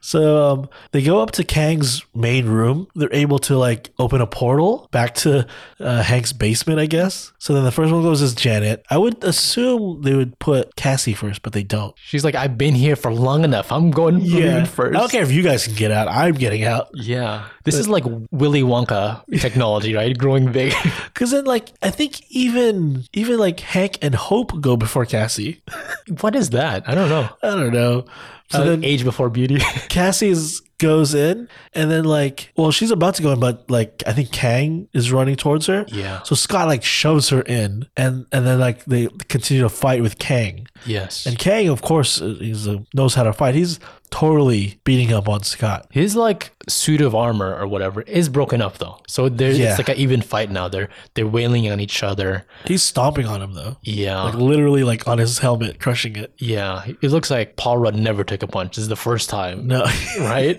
A: So um, they go up to Kang's main room. They're able to like open a portal back to uh, Hank's basement, I guess. So then the first one goes is Janet. I would assume they would put Cassie first, but they don't.
B: She's like, I've been here for long enough. I'm going yeah. first.
A: I don't care if you guys can get out. I'm getting out.
B: Yeah. This is like Willy Wonka technology, right? Growing big.
A: Cause then like I think even even like Hank and Hope go before Cassie.
B: what is that? I don't know.
A: I don't know. So
B: Uh,
A: then
B: age before beauty.
A: Cassie's goes in and then like well she's about to go in but like I think Kang is running towards her.
B: Yeah.
A: So Scott like shoves her in and and then like they continue to fight with Kang.
B: yes.
A: And
B: And
A: Kang of course is a, knows how to fight. He's totally beating up on Scott.
B: his like suit of armor or whatever is broken up though. So there's
A: Yeah.
B: it's like an even fight now. They're they're wailing on each other.
A: He's stomping on him though.
B: Yeah.
A: Like literally like on his helmet crushing it.
B: yeah. It looks like Paul Rudd never took a punch. This is the first time.
A: No.
B: right?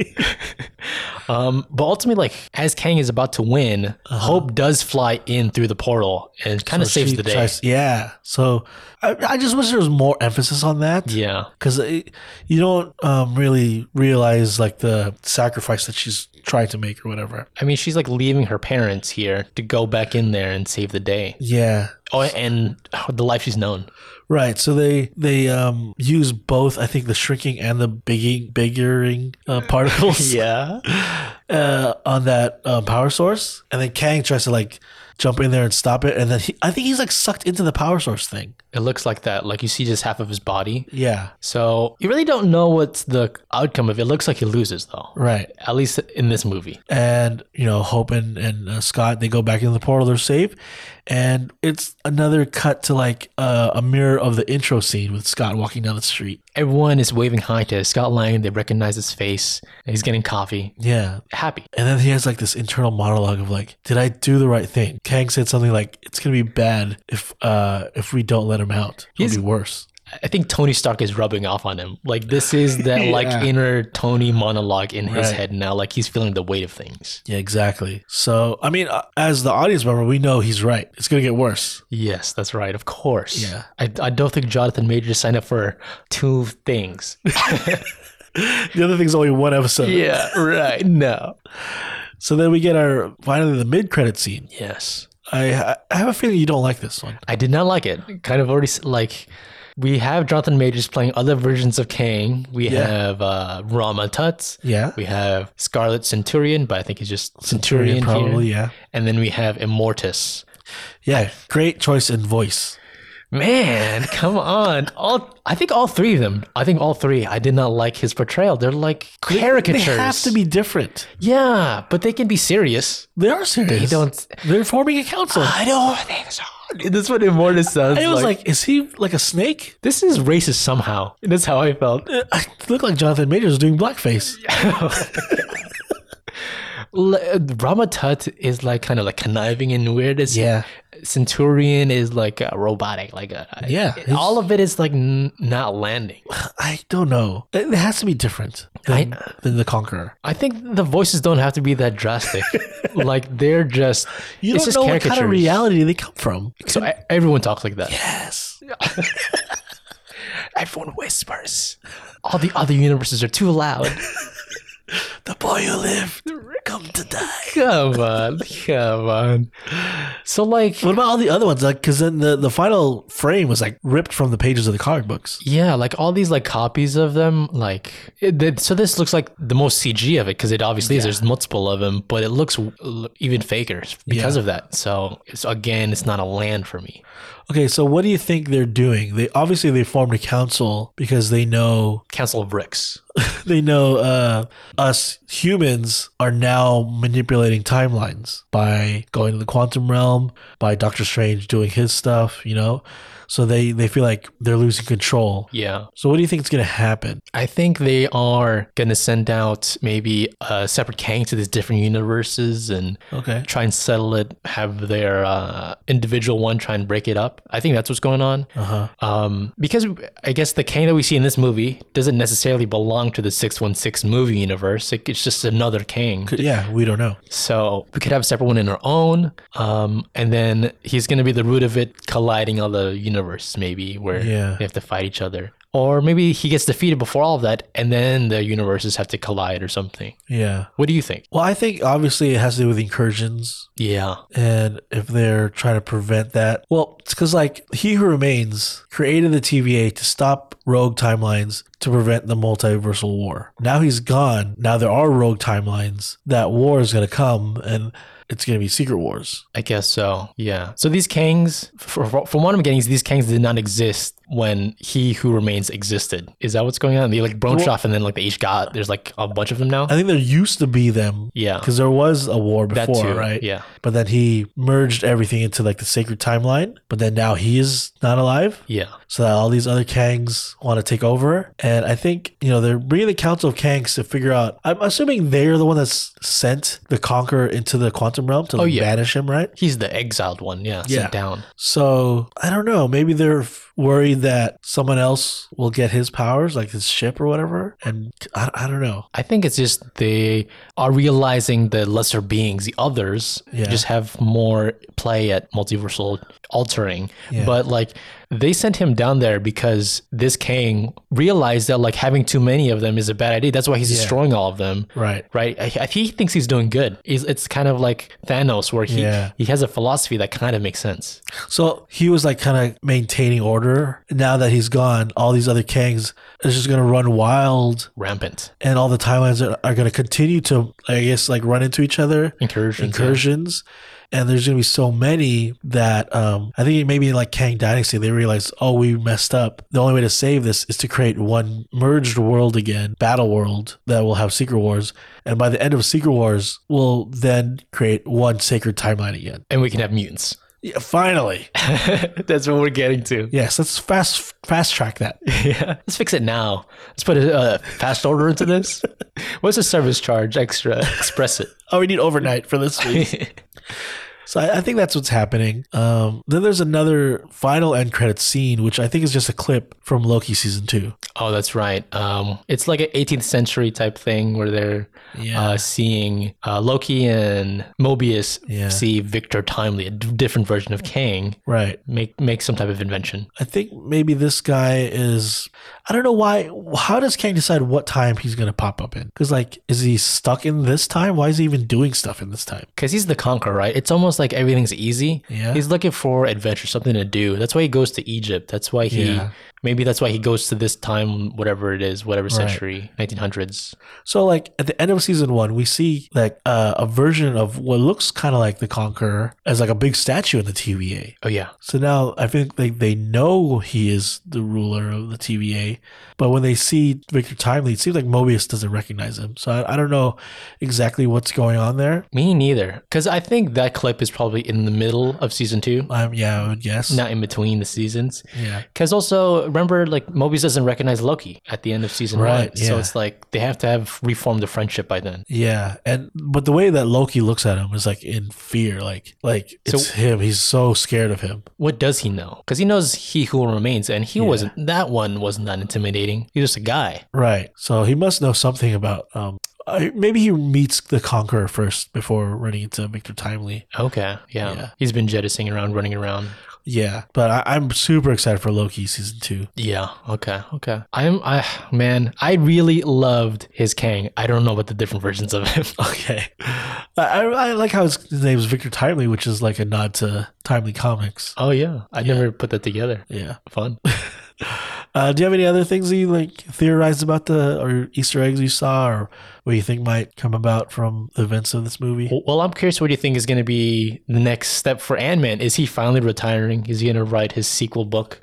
B: um, but ultimately, like as Kang is about to win, Hope does fly in through the portal and kind of
A: Uh-huh.
B: saves
A: She
B: the day.
A: tries- yeah. So I, I just wish there was more emphasis on that.
B: yeah,
A: because you don't um, really realize like the sacrifice that she's trying to make or whatever.
B: I mean, she's like leaving her parents here to go back in there and save the day.
A: Yeah,
B: Oh, and the life she's known.
A: right. So they they um, use both. I think the shrinking and the bigging, biggering uh, particles
B: Yeah,
A: uh, on that um, power source, and then Kang tries to like jump in there and stop it, and then he, I think he's like sucked into the power source thing.
B: it looks like that. Like you see just half of his body.
A: Yeah,
B: So you really don't know what's the outcome of it. It looks like he loses though.
A: right.
B: At least in this movie.
A: and you know hope and, and uh, scott they go back into the portal they're safe and it's another cut to like uh, a mirror of the intro scene with scott walking down the street
B: Everyone is waving hi to Scott Lang. They recognize his face. He's getting coffee.
A: yeah
B: Happy.
A: and then he has like this internal monologue of like did i do the right thing kang said something like it's gonna be bad if uh if we don't let him out it'll
B: He's-
A: be worse
B: I think Tony Stark is rubbing off on him. Like this is that like
A: Yeah.
B: inner Tony monologue in his
A: Right.
B: head now. Like he's feeling the weight of things.
A: yeah exactly so i mean uh, as the audience member we know he's right it's gonna get worse
B: Yes, that's right. Of course.
A: Yeah.
B: I, I don't think Jonathan Major signed up for two things.
A: the other thing's only one episode
B: yeah. Right. No.
A: so then we get our finally the mid-credit scene
B: Yes.
A: I, I have a feeling you don't like this one
B: I did not like it. Kind of already s- like we have Jonathan Majors playing other versions of Kang. We
A: Yeah.
B: have uh, Rama Tuts.
A: Yeah.
B: We have Scarlet Centurion, but I think he's just Centurion,
A: probably,
B: here.
A: yeah.
B: And then we have Immortus.
A: Yeah. Great choice in voice.
B: Man, come on! All I think all three of them. I think all three. I did not like his portrayal. They're like caricatures.
A: They have to be different.
B: Yeah, but they can be serious.
A: They are serious.
B: They don't.
A: They're forming a council.
B: I don't think so. That's what Immortus sounds
A: I
B: like.
A: was like, is he like a snake?
B: This is racist somehow. And that's how I felt.
A: Uh, I look like Jonathan Majors doing blackface.
B: L- uh, Rama Tut is like kind of like conniving and weird. It's-
A: Yeah.
B: Centurion is like uh, robotic. Like uh,
A: Yeah,
B: it-
A: he's-
B: all of it is like n- not landing.
A: I don't know. It has to be different than,
B: uh,
A: than the Conqueror.
B: I think the voices don't have to be that drastic. like they're just
A: You
B: it's
A: don't
B: just
A: know what
B: caricatures.
A: kind of reality they come from.
B: So e- everyone talks like that.
A: Yes.
B: Everyone whispers. All the other universes are too loud.
A: The boy who lived come to die.
B: come on, come on. So like
A: What about all the other ones? Like, because then the, the final frame was like ripped from the pages of the comic books.
B: Yeah, like all these like copies of them, like it, they, so this looks like the most CG of it because it obviously is. There's multiple of them, but it looks l- even faker because
A: Yeah.
B: of that. So it's again, it's not a land for me.
A: Okay, so what do you think they're doing? They obviously they formed a council because they know
B: Council of Ricks.
A: they know uh, us humans are now manipulating timelines by going to the quantum realm, by Doctor Strange doing his stuff, you know. So they they feel like they're losing control.
B: Yeah,
A: So what do you think is going to happen?
B: I think they are gonna send out maybe a separate Kang to these different universes and
A: Okay.
B: try and settle it. Have their uh, individual one try and break it up. I think that's what's going on.
A: Uh huh.
B: Um, because I guess the Kang that we see in this movie doesn't necessarily belong to the 616 movie universe. It, it's just another Kang.
A: Yeah, we don't know.
B: So we could have a separate one in our own. Um, and then he's going to be the root of it, colliding all the universe, maybe, where
A: Yeah.
B: they have to fight each other. Or maybe he gets defeated before all of that, and then the universes have to collide or something.
A: Yeah.
B: What do you think?
A: Well, I think obviously it has to do with incursions
B: Yeah.
A: and if they're trying to prevent that well it's because like he who remains created the tva to stop rogue timelines to prevent the multiversal war now he's gone now there are rogue timelines that war is going to come and it's going to be secret wars
B: I guess so. Yeah. So these Kangs, for, for, from what I'm getting, is these Kangs did not exist when He Who Remains existed. Is that what's going on? They like branched off, and then like they each got. There's like a bunch of them now.
A: i think there used to be them
B: Yeah.
A: because there was a war
B: That
A: before
B: too,
A: right
B: yeah.
A: but then he merged everything into like the sacred timeline but then now he is not alive
B: Yeah.
A: so that all these other Kangs want to take over. And I think, you know, they're bringing the Council of Kangs to figure out. I'm assuming they're the one that's sent the Conqueror into the Quantum Realm to like,
B: yeah.
A: banish him, right?
B: He's the exiled one. Yeah.
A: Yeah.
B: Sit down.
A: So I don't know. Maybe they're f- worried that someone else will get his powers, like his ship or whatever. And I, I don't know.
B: I think it's just they are realizing the lesser beings, the others,
A: Yeah.
B: just have more play at multiversal altering.
A: Yeah.
B: But like they sent him down there because this king realized that like having too many of them is a bad idea. That's why he's destroying all of them.
A: Right.
B: Right, I- I- he thinks he's doing good. He's, it's kind of like Thanos, where he
A: Yeah.
B: he has a philosophy that kind of makes sense.
A: So he was like kind of maintaining order now that he's gone, all these other Kangs is just gonna run wild,
B: Rampant
A: and all the Taiwans are, are gonna continue to, I guess, like run into each other
B: incursion.
A: incursions. And there's gonna be so many that um, I think maybe in like Kang Dynasty they realized, oh, we messed up. The only way to save this is to create one merged world again, battle world that will have secret wars. And by the end of secret wars, we'll then create one sacred timeline again.
B: And we can have mutants.
A: Yeah, finally.
B: That's what we're getting to.
A: Yes, let's fast fast track that.
B: Yeah. Let's fix it now. Let's put a uh, fast order into this. What's the service charge extra? Express it.
A: Oh, we need overnight for this week. So I, I think that's what's happening. Um, then there's another final end credit scene, which I think is just a clip from Loki season two.
B: Oh, that's right. Um, it's like an 18th century type thing where they're uh, seeing uh, Loki and Mobius
A: Yeah.
B: see Victor Timely, a d- different version of Kang,
A: right.
B: make make some type of invention.
A: I think maybe this guy is. I don't know why. How does Kang decide what time he's gonna pop up in? Because like, is he stuck in this time? Why is he even doing stuff in this time?
B: Because he's the conqueror, right? It's almost like everything's easy.
A: Yeah.
B: He's looking for adventure, something to do. That's why he goes to Egypt. That's why he,
A: Yeah.
B: maybe that's why he goes to this time, whatever it is, whatever century, 1900s.
A: So like at the end of season one, we see like uh, a version of what looks kind of like the Conqueror as like a big statue in the TVA.
B: Oh, yeah.
A: So now I think they, they know he is the ruler of the TVA, but when they see Victor Timely, it seems like Mobius doesn't recognize him. So I, I don't know exactly what's going on there.
B: Me neither. Because I think that clip is probably in the middle of season two,
A: Um, yeah, I would guess.
B: not in between the seasons.
A: Yeah.
B: Because also, remember, like, Mobius doesn't recognize Loki at the end of season
A: Right,
B: one. So
A: yeah.
B: it's like they have to have reformed the friendship by then.
A: Yeah, and but the way that Loki looks at him is like in fear, like like
B: So-
A: it's him. He's so scared of him.
B: What does he know? Because he knows he who remains, and he wasn't, that one wasn't that intimidating. He's just a guy.
A: Right. So he must know something about um I, maybe he meets the Conqueror first before running into Victor Timely.
B: Okay. Yeah.
A: Yeah.
B: He's been jettisoning around, running around.
A: Yeah, but I, I'm super excited for Loki season two.
B: Yeah. Okay. Okay. I'm, I, man, I really loved his Kang. I don't know about the different versions of him.
A: Okay. I, I, I like how his, his name is Victor Timely, which is like a nod to Timely Comics.
B: oh, yeah. I never put that together.
A: Yeah.
B: Fun.
A: Uh, do you have any other things that you like theorized about the or Easter eggs you saw or what you think might come about from the events of this movie?
B: Well, I'm curious what do you think is going to be the next step for Ant Man? Is he finally retiring? Is he going to write his sequel book?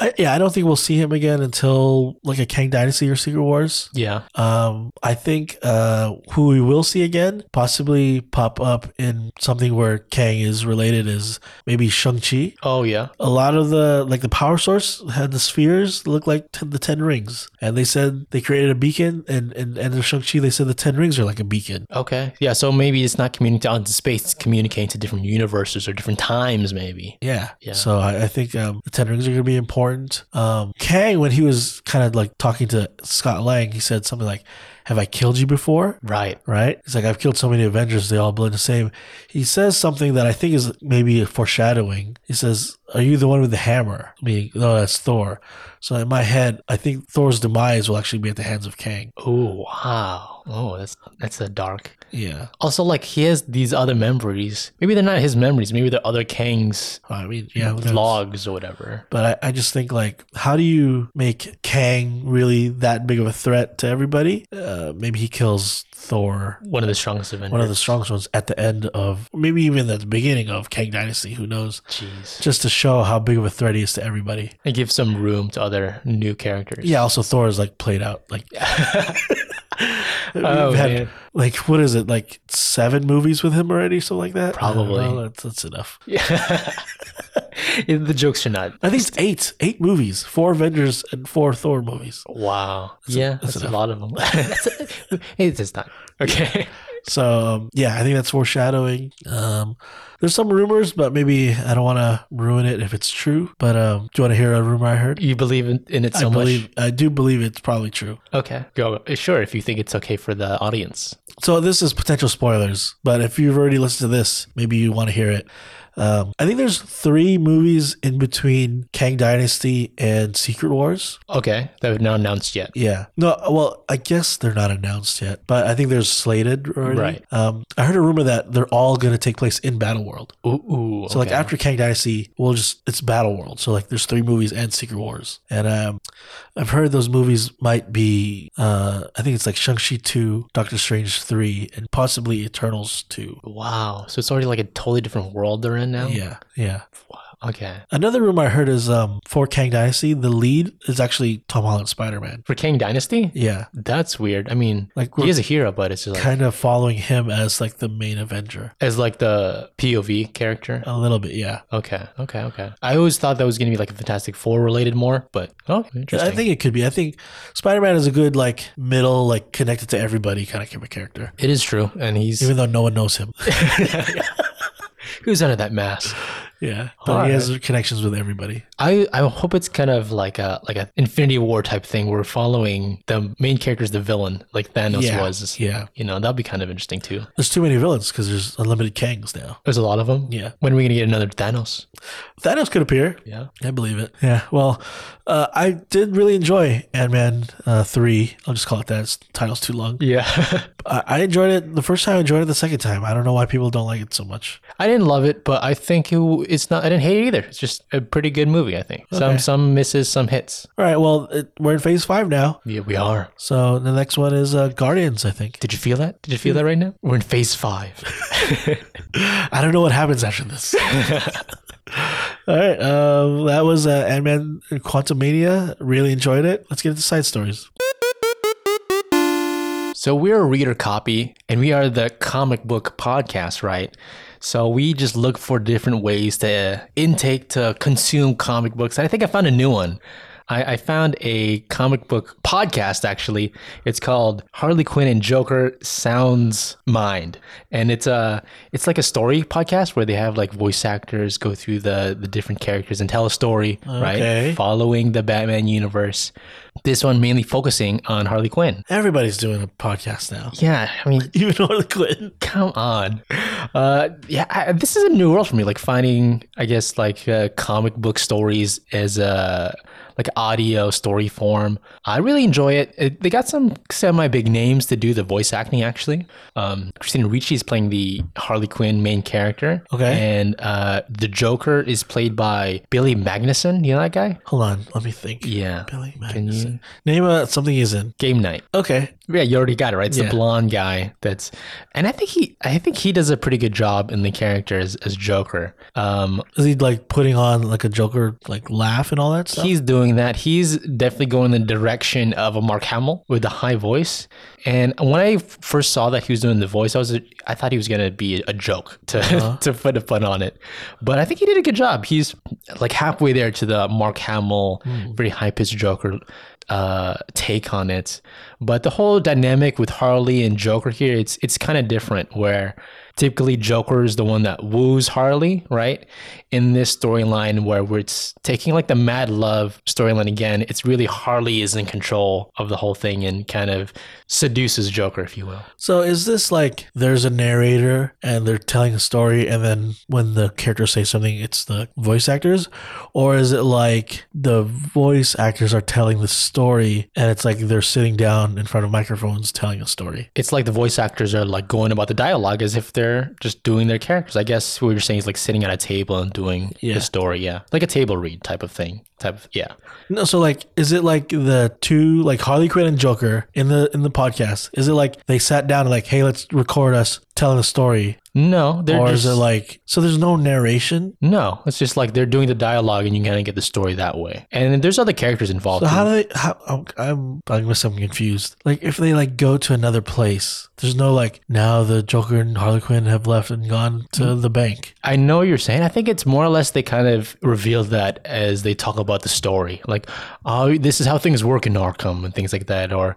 A: I, yeah, I don't think we'll see him again until like a Kang Dynasty or Secret Wars.
B: Yeah.
A: Um, I think uh, who we will see again possibly pop up in something where Kang is related is maybe Shang Chi.
B: Oh, yeah.
A: a lot of the like the power source had the spheres look like t- the ten rings, and they said they created a beacon, and and and the Shang Chi they said the ten rings are like a beacon.
B: Okay. Yeah. So maybe it's not communicating out into space, it's communicating to different universes or different times, maybe.
A: Yeah.
B: Yeah.
A: So I, I think um, the Ten Rings are going to be important. Um, Kang, when he was kind of like talking to Scott Lang, he said something like, "Have I killed you before?"
B: Right.
A: Right? He's like, "I've killed so many Avengers; they all blend the same." He says something that I think is maybe a foreshadowing. He says, "Are you the one with the hammer?" Meaning, no, that's Thor. So in my head, I think Thor's demise will actually be at the hands of Kang.
B: Oh, wow. Oh, that's that's a dark.
A: Yeah.
B: Also, like he has these other memories. Maybe they're not his memories. Maybe they're other Kang's
A: I mean, yeah. who knows?
B: logs or whatever.
A: But I, I just think like, how do you make Kang really that big of a threat to everybody? Uh, maybe he kills Thor,
B: One of the strongest Avengers.
A: one of the strongest ones, at the end of maybe even at the beginning of Kang Dynasty. Who knows?
B: Jeez.
A: Just to show how big of a threat he is to everybody.
B: It gives some room to other new characters.
A: Yeah. Also, Thor is like played out. Like,
B: Oh,
A: we've had,
B: man.
A: like what is it? Like seven movies with him already, something like that. I don't
B: Probably.
A: know, that's, that's enough.
B: Yeah. the jokes are not.
A: I think it's eight, eight movies, four Avengers and four Thor movies.
B: Wow. yeah, that's, a lot of them. it's just not. Okay.
A: So um, yeah, I think that's foreshadowing. Um, there's some rumors, but maybe I don't want to ruin it if it's true. But um, do you want to hear a rumor I heard?
B: You believe in, in it so
A: I
B: much.
A: believe I do believe it's probably true.
B: Okay. Go. uh, Sure, if you think it's okay for the audience.
A: So this is potential spoilers, but if you've already listened to this, maybe you want to hear it. Um, I think there's three movies in between Kang Dynasty and Secret Wars.
B: Okay, that was not announced yet.
A: Yeah. No, well, I guess they're not announced yet, but I think they're slated already.
B: Right.
A: Um, I heard a rumor that they're all going to take place in Battle World.
B: Ooh, ooh
A: So like
B: okay.
A: after Kang Dynasty, we'll just it's Battle World. So like there's three movies and Secret Wars, and um, I've heard those movies might be uh, I think it's like Shang Chi two, Doctor Strange three, and possibly Eternals two.
B: wow, so it's already like a totally different world they're in now.
A: Yeah, yeah.
B: Wow. Okay.
A: Another rumor I heard is um for Kang Dynasty, the lead is actually Tom Holland Spider Man.
B: For Kang Dynasty,
A: Yeah,
B: that's weird. I mean,
A: like
B: he
A: we're
B: is a hero, but it's just like
A: kind of following him as like the main Avenger
B: as like the POV character.
A: a little bit. Yeah,
B: Okay, okay, okay. I always thought that was gonna be like a Fantastic Four related more, but oh, interesting.
A: I think it could be. I think Spider Man is a good like middle, like connected to everybody kind of character,
B: it is true, and he's
A: even though no one knows him.
B: who's under that mask.
A: Yeah, but
B: Alright.
A: he has connections with everybody.
B: I, I hope it's kind of like a like an Infinity War type thing. We're following the main character is the villain, like Thanos
A: yeah,
B: was.
A: yeah.
B: You know, that'd be kind of interesting too.
A: There's too many villains because there's unlimited Kangs now.
B: There's a lot of them.
A: Yeah,
B: When are we gonna get another Thanos?
A: Thanos could appear.
B: Yeah.
A: I believe it. Yeah. Well, uh, I did really enjoy Ant Man uh, three. I'll just call it that. It's, the title's too long.
B: Yeah.
A: I, I enjoyed it the first time. I enjoyed it the second time. I don't know why people don't like it so much.
B: I didn't love it, but I think it, w- it's not. I didn't hate it either. It's just a pretty good movie. I think some
A: Okay.
B: some misses, some hits.
A: All right. Well, it, we're in phase five now.
B: Yeah, we are.
A: So the next one is uh, Guardians. I think.
B: Did you feel that? Did you feel that right now? We're in phase five.
A: I don't know what happens after this. All right, um, that was uh, Ant Man Quantumania. Really enjoyed it. Let's get into side stories.
B: so we're a reader copy, and we are the comic book podcast, right? So we just look for different ways to intake to consume comic books. I think I found a new one. I, I found a comic book podcast actually. It's called Harley Quinn and Joker Sounds Mind, and it's a it's like a story podcast where they have like voice actors go through the the different characters and tell a story,
A: Okay.
B: right? Following the Batman universe. This one mainly focusing on Harley Quinn.
A: Everybody's doing a podcast now.
B: Yeah, I mean,
A: Even Harley Quinn.
B: come on. Uh, yeah, I, this is a new world for me. Like finding, I guess, like uh, comic book stories as a like audio story form. I really enjoy it. it they got some semi big names to do the voice acting. Actually, um, Christina Ricci is playing the Harley Quinn main character.
A: Okay.
B: and uh, the Joker is played by Billy Magnuson. You know that guy?
A: Hold on, let me think.
B: Yeah.
A: Billy
B: Can
A: Magnuson.
B: you?
A: Name uh, something he's in.
B: Game night.
A: Okay.
B: Yeah, you already got it right. It's
A: Yeah.
B: the blonde guy that's, and I think he, I think he does a pretty good job in the character as, as Joker. Um,
A: Is he like putting on like a Joker like laugh and all that stuff?
B: he's doing that. He's definitely going in the direction of a Mark Hamill with the high voice. And when I f- first saw that he was doing the voice, I was, I thought he was gonna be a joke to to put a pun on it, but I think he did a good job. He's like halfway there to the Mark Hamill, very high pitched Joker uh take on it but the whole dynamic with harley and joker here it's it's kind of different where typically joker is the one that woos harley right in this storyline where we're it's taking like the mad love storyline again it's really harley is in control of the whole thing and kind of seduces joker if you will
A: so is this like there's a narrator and they're telling a story and then when the characters say something it's the voice actors? Or is it like the voice actors are telling the story and it's like they're sitting down in front of microphones telling a story?
B: it's like the voice actors are like going about the dialogue as if they're just doing their characters. I guess what you're saying is like sitting at a table and doing
A: Yeah.
B: the story, yeah, like a table read type of thing, type of yeah.
A: No, so like, is it like the two, like Harley Quinn and Joker in the in the podcast? Is it like they sat down and like, hey, let's record us telling a story,
B: No, they're
A: or
B: just,
A: is it like so? There's no narration.
B: no. It's just like they're doing the dialogue and you kind of get the story that way. And there's other characters involved.
A: So
B: too.
A: how do they? How I'm I'm I guess I'm confused. Like if they like go to another place, there's no like now the Joker and Harley Quinn have left and gone to the bank.
B: I know what you're saying. I think it's more or less they kind of reveal that as they talk about the story, like, oh, this is how things work in Arkham and things like that, or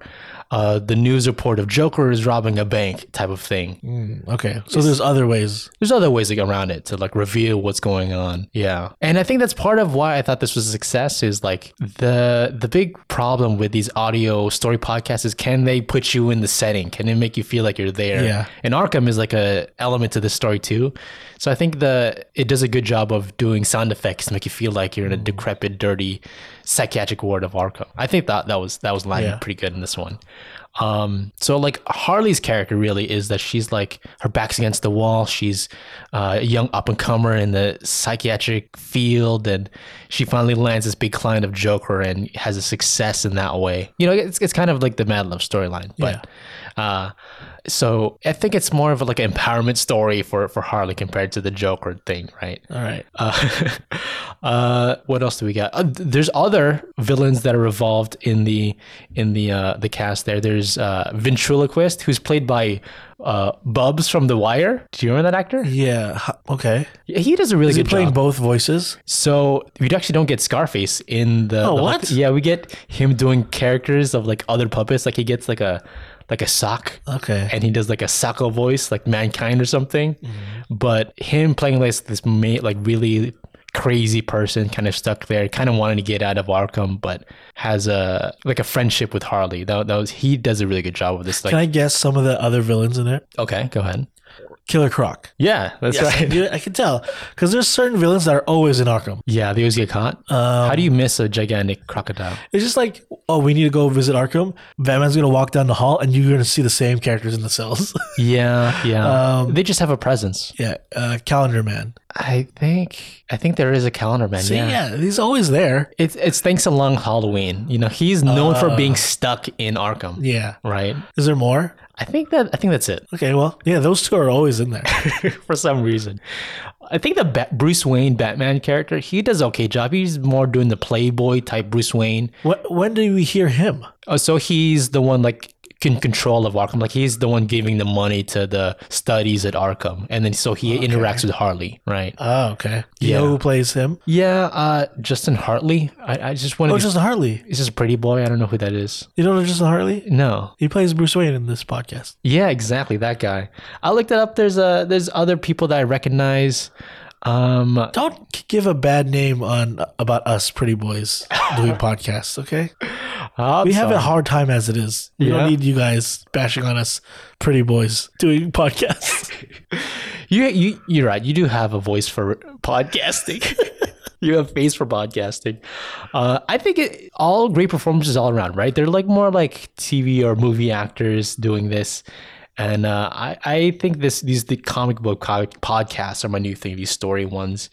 B: uh, the news report of Joker is robbing a bank type of thing.
A: Okay, so there's other ways.
B: There's other ways to get around it to like reveal what's going on. Yeah, and I think that's part of why I thought this was a success is like the the big problem with these audio story podcasts is can they put you in the setting? Can they make you feel like you're there.
A: Yeah.
B: And Arkham is like a element to the story too. So I think the it does a good job of doing sound effects to make you feel like you're in a
A: Mm.
B: decrepit, dirty psychiatric ward of Arkham. I think that that was that was lining
A: Yeah.
B: pretty good in this one. Um, so like Harley's character really is that she's like her back's against the wall. She's uh, a young up and comer in the psychiatric field, and she finally lands this big client of Joker and has a success in that way. You know, it's it's kind of like the Mad Love storyline, but uh, so I think it's more of like an empowerment story for for Harley compared to the Joker thing, right?
A: All right.
B: Uh, uh, what else do we got? Uh, th- there's other villains that are involved in the in the uh, the cast. There, there's uh, ventriloquist, who's played by uh, Bubs from The Wire. Do you remember that actor?
A: Yeah. h- Okay.
B: Yeah, He does a really
A: Is he
B: good
A: playing
B: job.
A: both voices?
B: So we actually don't get Scarface in the.
A: Oh,
B: the-
A: what?
B: yeah, we get him doing characters of like other puppets. Like he gets like a like a sock
A: Okay.
B: and he does like a Sacco voice, like Mankind or something. But him playing like this ma- like really crazy person, kind of stuck there, kind of wanting to get out of Arkham, but has a like a friendship with Harley. That, that was he does a really good job of this. Like,
A: Can I guess some of the other villains in there?
B: okay, go ahead.
A: Killer Croc.
B: Yeah, that's
A: Yes, I,
B: right.
A: knew it. I can tell because there's certain villains that are always in Arkham.
B: Yeah, they always get caught.
A: Um,
B: How do you miss a gigantic crocodile?
A: It's just like, oh, we need to go visit Arkham. Batman's gonna walk down the hall, and you're gonna see the same characters in the cells.
B: Yeah, yeah.
A: Um,
B: they just have a presence.
A: yeah, uh, Calendar Man.
B: I think. I think there is a calendar man.
A: See, yeah. he's always there.
B: It's it's thanks to Long Halloween. You know, he's known for being stuck in Arkham.
A: Yeah.
B: Right.
A: Is there more?
B: I think that I think that's it
A: Okay, well, yeah, those two are always in there.
B: for some reason. I think the ba- Bruce Wayne Batman character he does okay job. He's more doing the playboy type Bruce Wayne.
A: Wh- when do we hear him?
B: Oh, so he's the one like in control of Arkham. Like he's the one giving the money to the studies at Arkham, and then so he interacts with Harley, right?
A: Oh, okay. Do you
B: Yeah.
A: know who plays him?
B: Yeah, uh, Justin Hartley. I, I just wanted.
A: Oh,
B: to,
A: Justin Hartley.
B: he's just a pretty boy. I don't know who that is.
A: You don't know Justin Hartley?
B: No,
A: He plays Bruce Wayne in this podcast.
B: Yeah, exactly. That guy. I looked it up. There's uh there's other people that I recognize. Um
A: Don't k- give a bad name on about us pretty boys doing podcasts, okay? We have a hard time as it is. We
B: Yeah.
A: don't need you guys bashing on us pretty boys doing podcasts.
B: you you you're right. You do have a voice for podcasting. you have a face for podcasting. Uh I think it, all great performances all around, right? They're like more like TV or movie actors doing this. And uh, I, I think this these the comic book co- podcasts are my new thing. These story ones.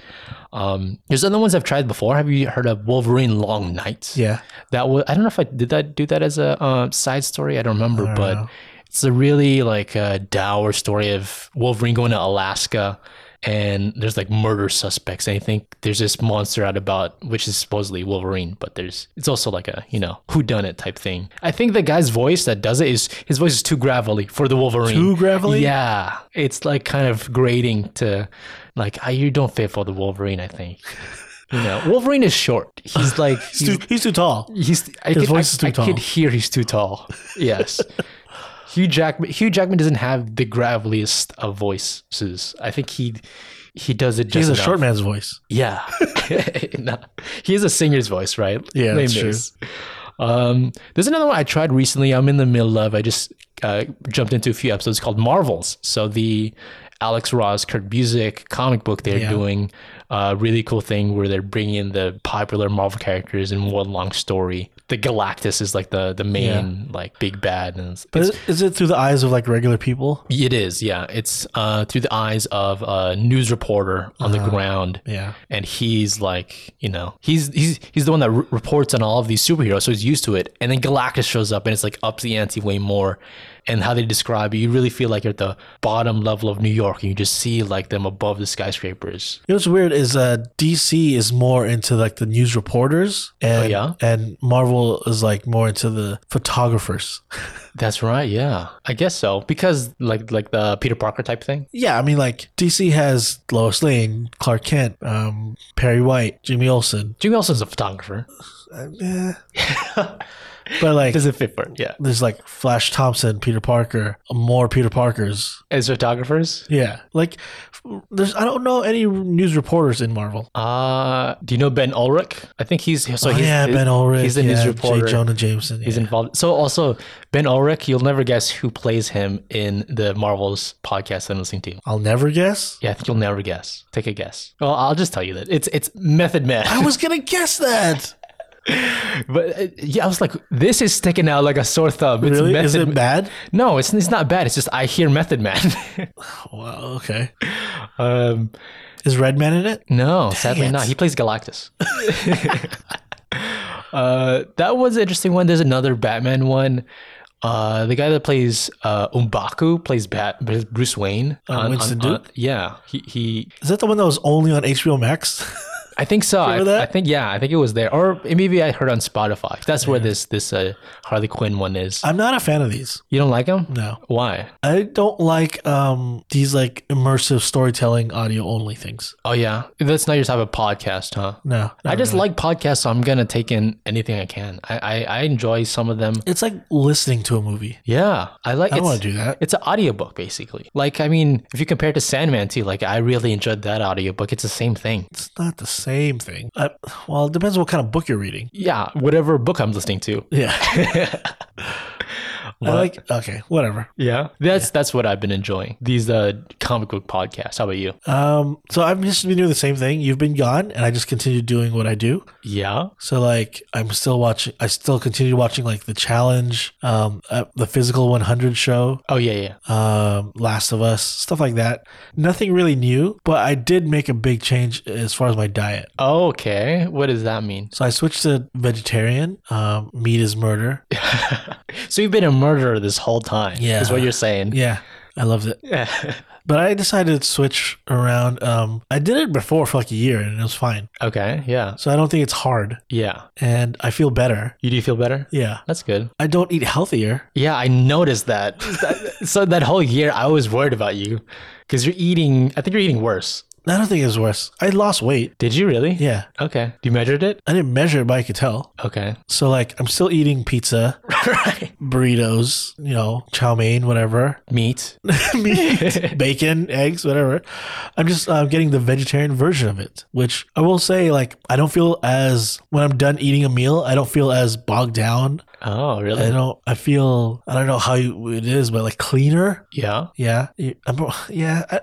B: Um, there's other ones I've tried before. Have you heard of Wolverine Long Nights?
A: yeah.
B: that was i don't know if i did that do that as a uh, side story i don't remember but it's a really like uh, dour story of wolverine going to alaska and there's like murder suspects and i think there's this monster out about which is supposedly wolverine but there's it's also like a you know who done it type thing i think the guy's voice that does it is his voice is too gravelly for the wolverine
A: Too gravelly?
B: yeah it's like kind of grating to like I, you don't fit for the wolverine i think you know wolverine is short he's like
A: He's too, he's too tall.
B: He's I
A: His
B: could,
A: voice
B: I,
A: is too
B: I
A: tall.
B: could hear he's too tall. Yes. Hugh Jackman Hugh Jackman doesn't have the graveliest of voices. I think he he does it
A: He has
B: just
A: a
B: enough.
A: short man's voice.
B: Yeah. no. He has a singer's voice, right?
A: Yeah, that's
B: Name is. Um, there's another one I tried recently. I'm in the middle of. I just uh, jumped into a few episodes called Marvels. So the Alex Ross, Kurt Busiek comic book they're
A: Yeah.
B: doing a really cool thing where they're bringing in the popular Marvel characters in one long story. The Galactus is like the the main like big bad, and it's,
A: But is, is it through the eyes of like regular people?
B: it is yeah. It's uh, through the eyes of a news reporter on
A: Uh-huh.
B: the ground
A: Yeah.
B: and he's like you know he's he's he's the one that re- reports on all of these superheroes so he's used to it and then galactus shows up and it's like up the ante way more and how they describe it you really feel like you're at the bottom level of new york and you just see like them above the skyscrapers
A: You know what's weird is uh, DC is more into like the news reporters, and
B: Oh, yeah?
A: and Marvel is like more into the photographers.
B: that's right yeah i guess so because like like the peter parker type thing
A: Yeah, I mean like DC has Lois Lane, Clark Kent, um, Perry White, Jimmy Olsen,
B: jimmy olsen's a photographer
A: Uh, eh. but like
B: doesn't fit for it yeah
A: there's like Flash Thompson, Peter Parker, more Peter Parkers.
B: As photographers?
A: Yeah, like there's I don't know any news reporters in Marvel.
B: Uh, do you know Ben Ulrich? I think he's so
A: oh,
B: he's
A: yeah, Ben Ulrich.
B: he's the news
A: yeah,
B: reporter.
A: J. Jonah Jameson.
B: He's
A: yeah.
B: involved. So also Ben Ulrich, you'll never guess who plays him in the Marvel's podcast I'm listening to.
A: I'll never guess.
B: Yeah, I think you'll never guess. Take a guess. Well, I'll just tell you that it's it's Method Man.
A: I was gonna guess that.
B: but uh, yeah, I was like, this is sticking out like a sore thumb. It's
A: really?
B: Method
A: Is it
B: Man.
A: bad?
B: No, it's it's not bad. It's just I hear Method Man.
A: Oh, Wow. Okay.
B: um,
A: Is Redman in it?
B: no, sadly
A: it.
B: not. He plays Galactus. uh, that was an interesting one. There's another Batman one. Uh, the guy that plays uh, Umbaku plays Bat Bruce Wayne.
A: Uh, Winston Duke?
B: yeah, he, he
A: Is that the one that was only on HBO Max?
B: I think so. I,
A: Remember that?
B: I think yeah. I think it was there, or maybe I heard on Spotify. That's where this this uh, Harley Quinn one is.
A: I'm not a fan of these.
B: You don't like him?
A: No.
B: Why?
A: I don't like um, these like immersive storytelling audio only things.
B: Oh yeah, that's not your type of podcast, huh?
A: No,
B: I just like podcasts, so I'm gonna take in anything I can. I I, I enjoy some of them.
A: it's like listening to a movie.
B: Yeah, I like.
A: I don't
B: it's-
A: want to do that.
B: It's an audiobook, basically. Like, I mean, if you compare it to Sandman, too, like, I really enjoyed that audiobook. It's the same thing.
A: It's not the same thing. I, well, it depends what kind of book you're reading.
B: Yeah, whatever book I'm listening to.
A: Yeah. I like okay, whatever.
B: Yeah, that's that's what I've been enjoying. These uh, comic book podcasts. How about you?
A: Um, so I've just been doing the same thing. You've been gone, and I just continue doing what I do.
B: Yeah,
A: So like I'm still watching. I still continue watching like the challenge, um, uh, the physical 100 show,
B: Oh yeah, yeah.
A: um, Last of Us, stuff like that. Nothing really new, but I did make a big change as far as my diet.
B: Okay, what does that mean?
A: So I switched to vegetarian. Um, meat is murder.
B: so you've been a murderer this whole time.
A: Yeah.
B: is what you're saying.
A: Yeah, I loved it. But I decided to switch around. Um, I did it before for like a year, and it was fine.
B: okay. Yeah.
A: So I don't think it's hard,
B: Yeah.
A: and I feel better.
B: You do feel better?
A: Yeah,
B: That's good.
A: I don't eat healthier.
B: Yeah, I noticed that. That- so that whole year, I was worried about you because you're eating. I think you're eating worse.
A: I don't think it's worse. I lost weight.
B: Did you really?
A: Yeah,
B: Okay. You measured it?
A: I didn't measure it, but I could tell.
B: Okay.
A: So like, I'm still eating pizza,
B: right.
A: burritos, you know, chow mein, whatever,
B: Meat.
A: meat, bacon, eggs, whatever. I'm just uh, getting the vegetarian version of it, which I will say, like, I don't feel as when I'm done eating a meal, I don't feel as bogged down.
B: Oh,
A: I
B: really?
A: don't. I feel. I don't know how you, it is, but like cleaner.
B: Yeah.
A: Yeah, You- I'm, yeah. I,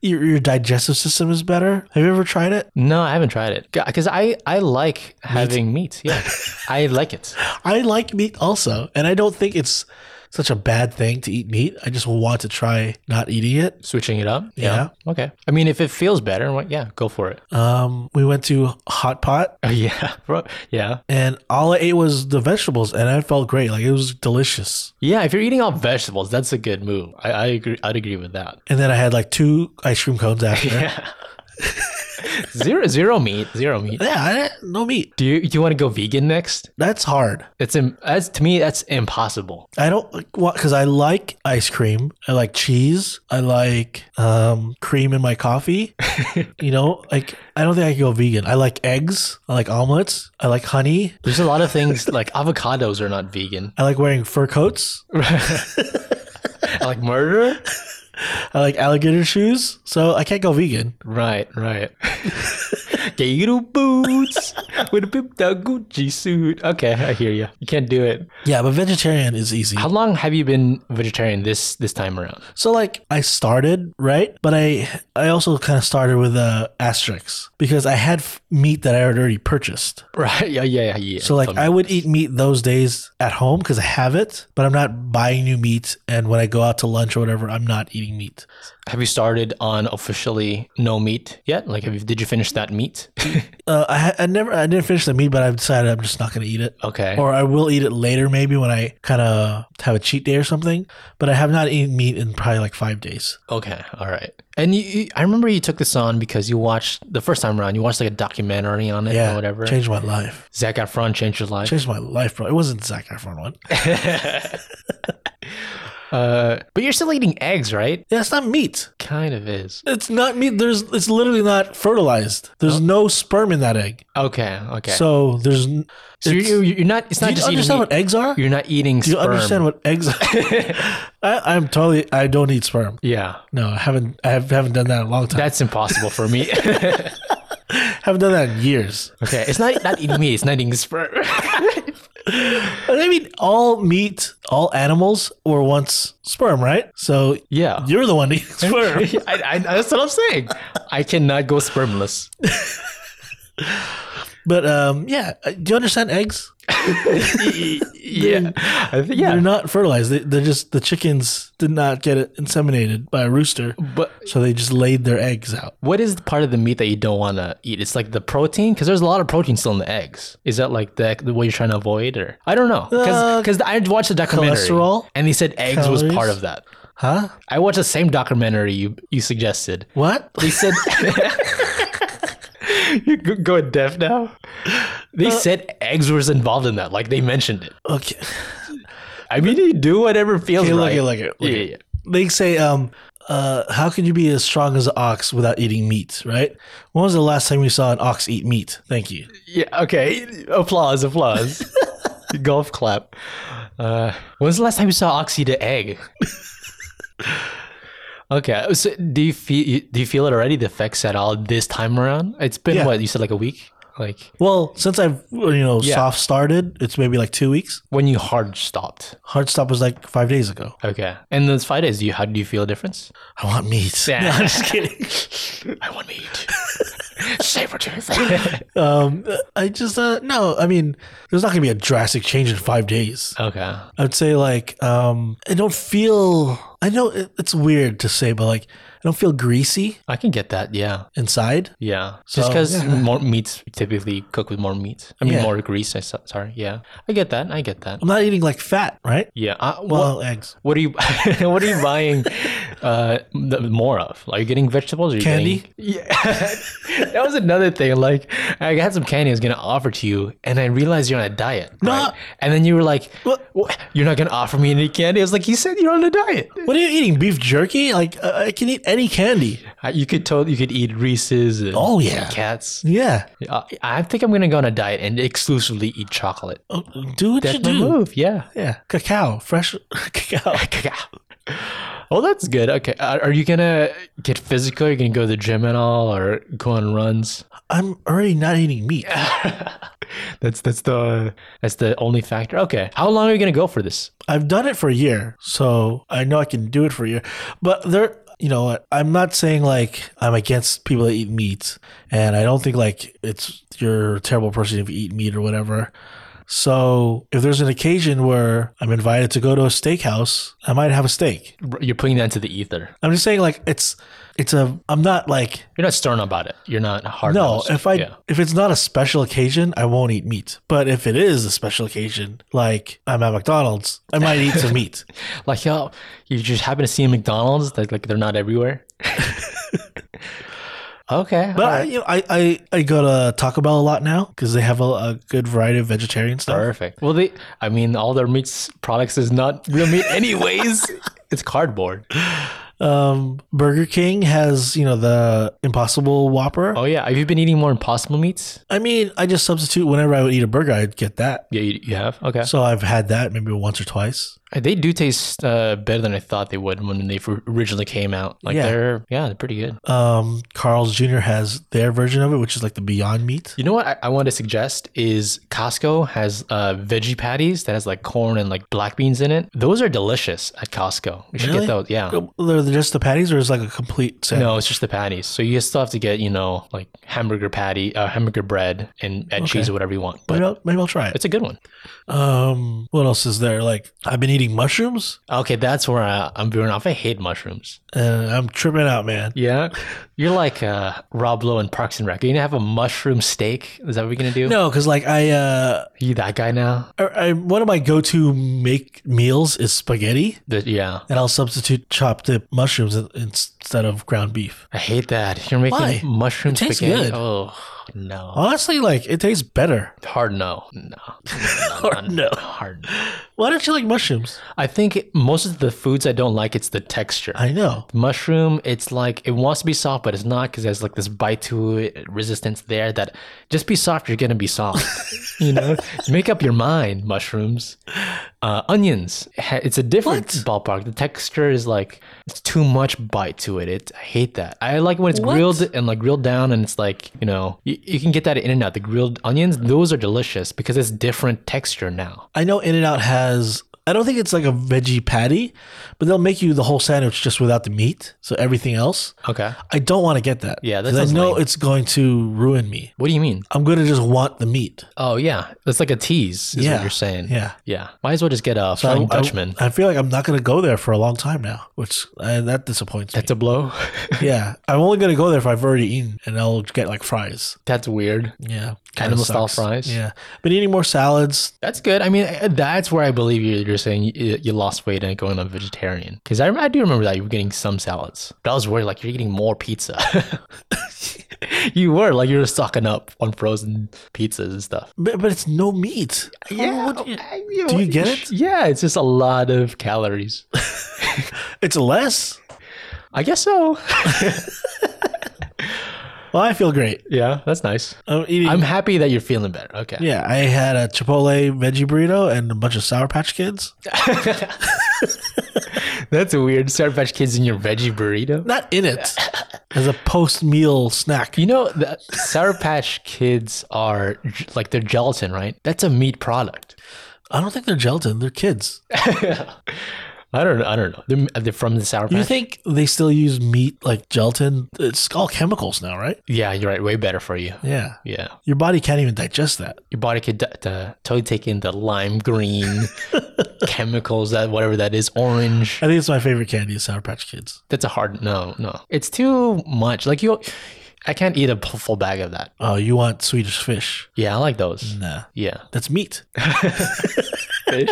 A: your, your digestive system is better. Have you ever tried it?
B: No, I haven't tried it because I I like having meat. Yeah, I like it.
A: I like meat also, and I don't think it's such a bad thing to eat meat. I just want to try not eating it.
B: Switching it up.
A: Yeah.
B: Okay. I mean, if it feels better, like, yeah, go for it.
A: Um, we went to Hot Pot,
B: Oh, yeah. Bro. Yeah.
A: and all I ate was the vegetables, and I felt great. Like it was delicious.
B: Yeah. If you're eating all vegetables, that's a good move. I, I agree. I'd agree with that.
A: And then I had like two ice cream cones after. yeah,
B: Yeah. zero, zero meat. Zero meat.
A: I, no meat.
B: Do you, do you want to go vegan next?
A: That's hard.
B: It's im- that's to me that's impossible.
A: I don't like what because I like ice cream. I like cheese. I like um, cream in my coffee. you know, like I don't think I can go vegan. I like eggs. I like omelets. I like honey.
B: There's a lot of things like avocados are not vegan.
A: I like wearing fur coats.
B: like murder.
A: I like alligator shoes. So I can't go vegan.
B: Right, right. Gator boots with a big dog Gucci suit. Okay, I hear you. You can't do it.
A: Yeah, but vegetarian is easy.
B: How long have you been vegetarian this this time around?
A: So like I started right, but I I also kind of started with a asterisk because I had f- meat that I had already purchased.
B: Right. Yeah, yeah, yeah. yeah.
A: So like I would eat meat those days at home because I have it, but I'm not buying new meat. And when I go out to lunch or whatever, I'm not eating meat.
B: have you started on officially no meat yet? Like, have you, did you finish that meat?
A: Uh, I ha- I never I didn't finish the meat, but I've decided I'm just not gonna eat it.
B: okay.
A: Or I will eat it later, maybe when I kind of have a cheat day or something. But I have not eaten meat in probably like five days.
B: Okay, all right. And you, you, I remember you took this on because you watched the first time around. You watched like a documentary on it
A: Yeah,
B: or whatever.
A: Changed my life.
B: Zac Efron changed your life.
A: Changed my life, bro. It wasn't Zac Efron one.
B: Uh, but you're still eating eggs, right?
A: Yeah, it's not meat.
B: Kind of is.
A: It's not meat. There's it's literally not fertilized. There's no sperm in that egg.
B: Okay, okay. So,
A: So there's. n- it's-
B: you're, you're not. It's
A: do
B: not
A: you
B: just
A: understand
B: eating.
A: what eggs are?
B: meat. You're not eating
A: Do you
B: sperm.
A: understand what eggs are? I, I'm totally. I don't eat sperm.
B: yeah,
A: No, I haven't. I have, haven't done that in a long time.
B: that's impossible for me. okay,
A: haven't done that in years.
B: it's not not eating meat. It's not eating sperm.
A: But I mean, all meat, all animals were once sperm, right? So
B: yeah.
A: you're the one eating sperm.
B: I, I, that's what I'm saying. I cannot go spermless.
A: but um, yeah, do you understand eggs?
B: yeah, I think,
A: They're
B: yeah.
A: not fertilized. They, they're just the chickens did not get it inseminated by a rooster,
B: But
A: so they just laid their eggs out.
B: what is the part of the meat that you don't want to eat? It's like the protein, because there's a lot of protein still in the eggs. Is that like the, the what you're trying to avoid, or I don't know?
A: Uh,
B: Because I watched a documentary,
A: cholesterol?
B: and they said eggs was
A: Calories?
B: part of that.
A: Huh?
B: I watched the same documentary you you suggested.
A: What?
B: They said you go- going deaf now.
A: Uh,
B: They said eggs was involved in that. Like they mentioned it.
A: Okay.
B: I mean, you do whatever feels
A: Okay, look
B: right.
A: it, look it, look
B: yeah,
A: it.
B: yeah, yeah.
A: They say, um, uh, how can you be as strong as an ox without eating meat? Right? When was the last time we saw an ox eat meat? Thank you.
B: Yeah, okay. Applause, applause. Golf clap. Uh, when's the last time you saw Oxy the egg? okay. So do you feel do you feel it already? The effects at all this time around? It's been
A: Yeah.
B: what you said, like a week. Like
A: Well, since I've you know
B: Yeah.
A: soft started, it's maybe like two weeks.
B: when you hard stopped.
A: Hard stop was like five days ago.
B: Okay. And those five days, do you how do you feel a difference?
A: I want meat.
B: Yeah.
A: No, I'm just kidding.
B: I want meat. Saber tooth. okay.
A: Um, I just uh, no. I mean, there's not gonna be a drastic change in five days. I'd say like um, I don't feel. I know it, it's weird to say, but like I don't feel greasy
B: I can get that. Yeah.
A: inside.
B: Yeah, just
A: So-
B: because
A: Yeah.
B: more meats typically cook with more meat. I mean,
A: Yeah.
B: more grease. I so- sorry. Yeah, I get that. I get that.
A: I'm not eating like fat, right?
B: Yeah. Uh, what,
A: Well, eggs.
B: what are you? what are you buying? Uh, the, more of? Are you getting vegetables? Are you
A: Candy?
B: Getting, yeah. that was another thing. Like, I had some candy I was gonna offer to you, and I realized you're on a diet.
A: No.
B: right? And then you were like,
A: What?
B: "Wha- "You're not gonna offer me any candy." I was like, "You said you're on a diet.
A: What are you eating? Beef jerky? Like uh, I can eat any candy.
B: Uh, You could totally. You could eat Reese's. And
A: Oh, yeah.
B: Cats.
A: Yeah,
B: Uh, I think I'm gonna go on a diet and exclusively eat chocolate.
A: Uh, do what
B: That's
A: you
B: my
A: do.
B: move. Yeah.
A: Yeah, cacao, fresh cacao.
B: Oh, that's good. Okay. Are are you gonna get physical? Are you gonna go to the gym at all, or go on runs?
A: I'm already not eating meat.
B: That's that's the that's the only factor. Okay. How long are you gonna go for this?
A: I've done it for a year, so I know I can do it for a year. But there, you know what? I'm not saying like I'm against people that eat meat, and I don't think like it's you're a terrible person if you eat meat or whatever. So if there's an occasion where I'm invited to go to a steakhouse, I might have a steak.
B: You're putting that into the ether.
A: I'm just saying like it's it's a I'm not like
B: You're not stern about it. You're not hard.
A: no if I
B: Yeah.
A: if it's not a special occasion I won't eat meat. But if it is a special occasion, like I'm at McDonald's, I might eat some meat.
B: Like how you just happen to see a McDonald's that like they're not everywhere. okay.
A: But
B: all
A: I,
B: right.
A: you know, I, I, I go to Taco Bell a lot now because they have a, a good variety of vegetarian stuff.
B: Perfect. Well, they, I mean, all their meats products is not real meat, anyways. it's cardboard.
A: Um, Burger King has you know the Impossible Whopper.
B: Oh yeah, have you been eating more Impossible meats?
A: I mean, I just substitute whenever I would eat a burger, I'd get that.
B: Yeah, you, you have. Okay,
A: So I've had that maybe once or twice.
B: they do taste uh, better than I thought they would when they fir- originally came out. Like
A: Yeah.
B: they're yeah, they're pretty good.
A: Um, Carl's Jr. has their version of it, which is like the Beyond Meat.
B: You know what I, I want to suggest is Costco has uh, veggie patties that has like corn and like black beans in it. Those are delicious at Costco. You should
A: Really?
B: get those. Yeah.
A: They're they're just the patties, or is it like a complete set?
B: No, it's just the patties. So you still have to get, you know, like hamburger patty, uh, hamburger bread, and add cheese or whatever you want. But
A: Maybe I'll, maybe I'll try it.
B: It's a good one.
A: Um, what else is there? Like I've been eating mushrooms,
B: Okay, that's where I, I'm veering off. I hate mushrooms.
A: and I'm tripping out, man.
B: Yeah, you're like uh, Rob Lowe in Parks and Rec. You're gonna have a mushroom steak. Is that what we're gonna do?
A: No, because like I uh,
B: you that guy now?
A: I, I, one of my go-to make meals is spaghetti,
B: The- yeah,
A: and I'll substitute chopped up mushrooms in, in s- instead of ground beef.
B: I hate that. You're making
A: Why?
B: mushroom
A: It tastes
B: spaghetti.
A: good.
B: Oh no.
A: Honestly, like it tastes better.
B: Hard no. No.
A: Hard no.
B: Hard no.
A: Why don't you like mushrooms?
B: I think most of the foods I don't like it's the texture.
A: I know.
B: Mushroom, it's like it wants to be soft, but it's not because there's like this bite to it, resistance there that just be soft, you're gonna be soft. you know, make up your mind. Mushrooms, uh, onions, ha- it's a different ballpark. The texture is like it's too much bite to it. It I hate that. I like when it's
A: What?
B: grilled and like grilled down, and it's like you know you, you can get that in and out. The grilled onions, those are delicious because it's different texture now.
A: I know In and Out has I don't think it's like a veggie patty, but they'll make you the whole sandwich just without the meat. So everything else.
B: Okay,
A: I don't want to get that.
B: Yeah, that
A: 'Cause
B: sounds
A: I know
B: lame.
A: it's going to ruin me.
B: what do you mean?
A: I'm gonna just want the meat.
B: Oh yeah, it's like a tease. Is
A: Yeah.
B: what you're saying.
A: Yeah.
B: Yeah. Might as well just get a flying Dutchman.
A: I, feel like I'm not gonna go there for a long time now, which uh, that disappoints me.
B: That's a blow.
A: yeah, I'm only gonna go there if I've already eaten, and I'll get like fries.
B: that's weird.
A: Yeah, kinda
B: Animal style
A: sucks.
B: fries?
A: Yeah, been eating more salads.
B: That's good. I mean, I- that's where I believe you- you're saying you, you lost weight and going on vegetarian. Because I, I do remember that you were getting some salads, but I was worried like you're eating more pizza. you were like you were stocking up on frozen pizzas and stuff.
A: But, but it's no meat. What do you-
B: I-
A: do you
B: what-
A: get it?
B: Yeah, it's just a lot of calories.
A: It's less.
B: I guess so.
A: Well, I feel great.
B: yeah, that's nice.
A: I'm eating.
B: I'm happy that you're feeling better. Okay.
A: yeah, I had a Chipotle veggie burrito and a bunch of Sour Patch Kids.
B: That's a weird Sour Patch Kids in your veggie burrito.
A: Not in it as a post meal snack.
B: You know, the Sour Patch Kids are j- like they're gelatin, right? That's a meat product.
A: I don't think they're gelatin. They're kids.
B: I don't know. I don't know. They're, they're from the Sour
A: You
B: Patch.
A: think they still use meat like gelatin? It's all chemicals now, right?
B: yeah, you're right. Way better for you.
A: Yeah.
B: Yeah.
A: Your body can't even digest that.
B: Your body could d- d- totally take in the lime green chemicals, that whatever that is, orange.
A: I think it's my favorite candy, is Sour Patch Kids.
B: That's a hard no, no. It's too much. Like you, I can't eat a p- full bag of that.
A: Oh, you want Swedish fish?
B: Yeah, I like those.
A: Nah,
B: Yeah.
A: that's meat.
B: fish.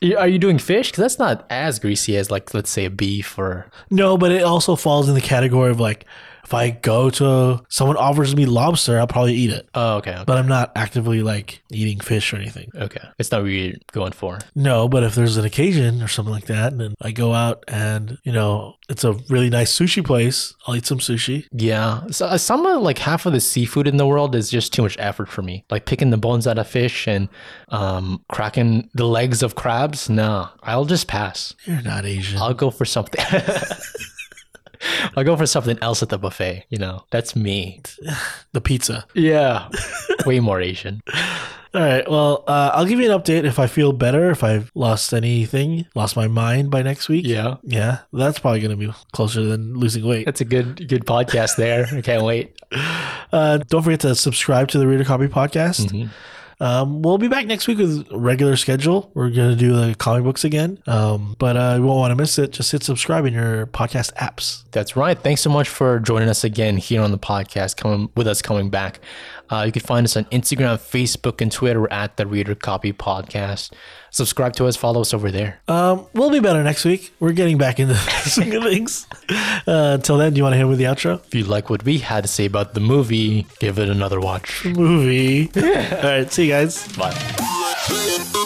B: You- Are you doing fish? Because that's not as greasy as like let's say a beef or
A: No, but it also falls in the category of like, if I go to someone offers me lobster, I'll probably eat it.
B: oh okay okay,
A: But I'm not actively like eating fish or anything.
B: okay. It's not what you're going for.
A: No, but if there's an occasion or something like that, and I go out and you know it's a really nice sushi place, I'll eat some sushi.
B: Yeah, so uh, some of like half of the seafood in the world is just too much effort for me. Like picking the bones out of fish and um, cracking the legs of crabs. Nah, I'll just pass.
A: You're not Asian.
B: I'll go for something. I'll go for something else at the buffet. You know, that's me.
A: The pizza.
B: Yeah, way more Asian.
A: All right. Well, uh, I'll give you an update if I feel better, if I've lost anything, lost my mind by next week.
B: Yeah,
A: Yeah, that's probably going to be closer than losing weight.
B: that's a good good podcast there. I can't wait.
A: Uh, don't forget to subscribe to the Reader Copy Podcast.
B: Mhm.
A: Um, we'll be back next week with regular schedule. We're going to do the comic books again, um, but uh, you won't want to miss it. Just hit subscribe in your podcast apps.
B: That's right. Thanks so much for joining us again here on the podcast, coming with us coming back. Uh, you can find us on Instagram, Facebook, and Twitter We're at the Reader Copy Podcast. Subscribe to us, follow us over there.
A: Um, we'll be better next week. We're getting back into the swing of things. Uh, until then, do you want to hit with the outro?
B: If you like what we had to say about the movie, give it another watch.
A: Movie. All right. See you guys.
B: Bye.
C: Thank you.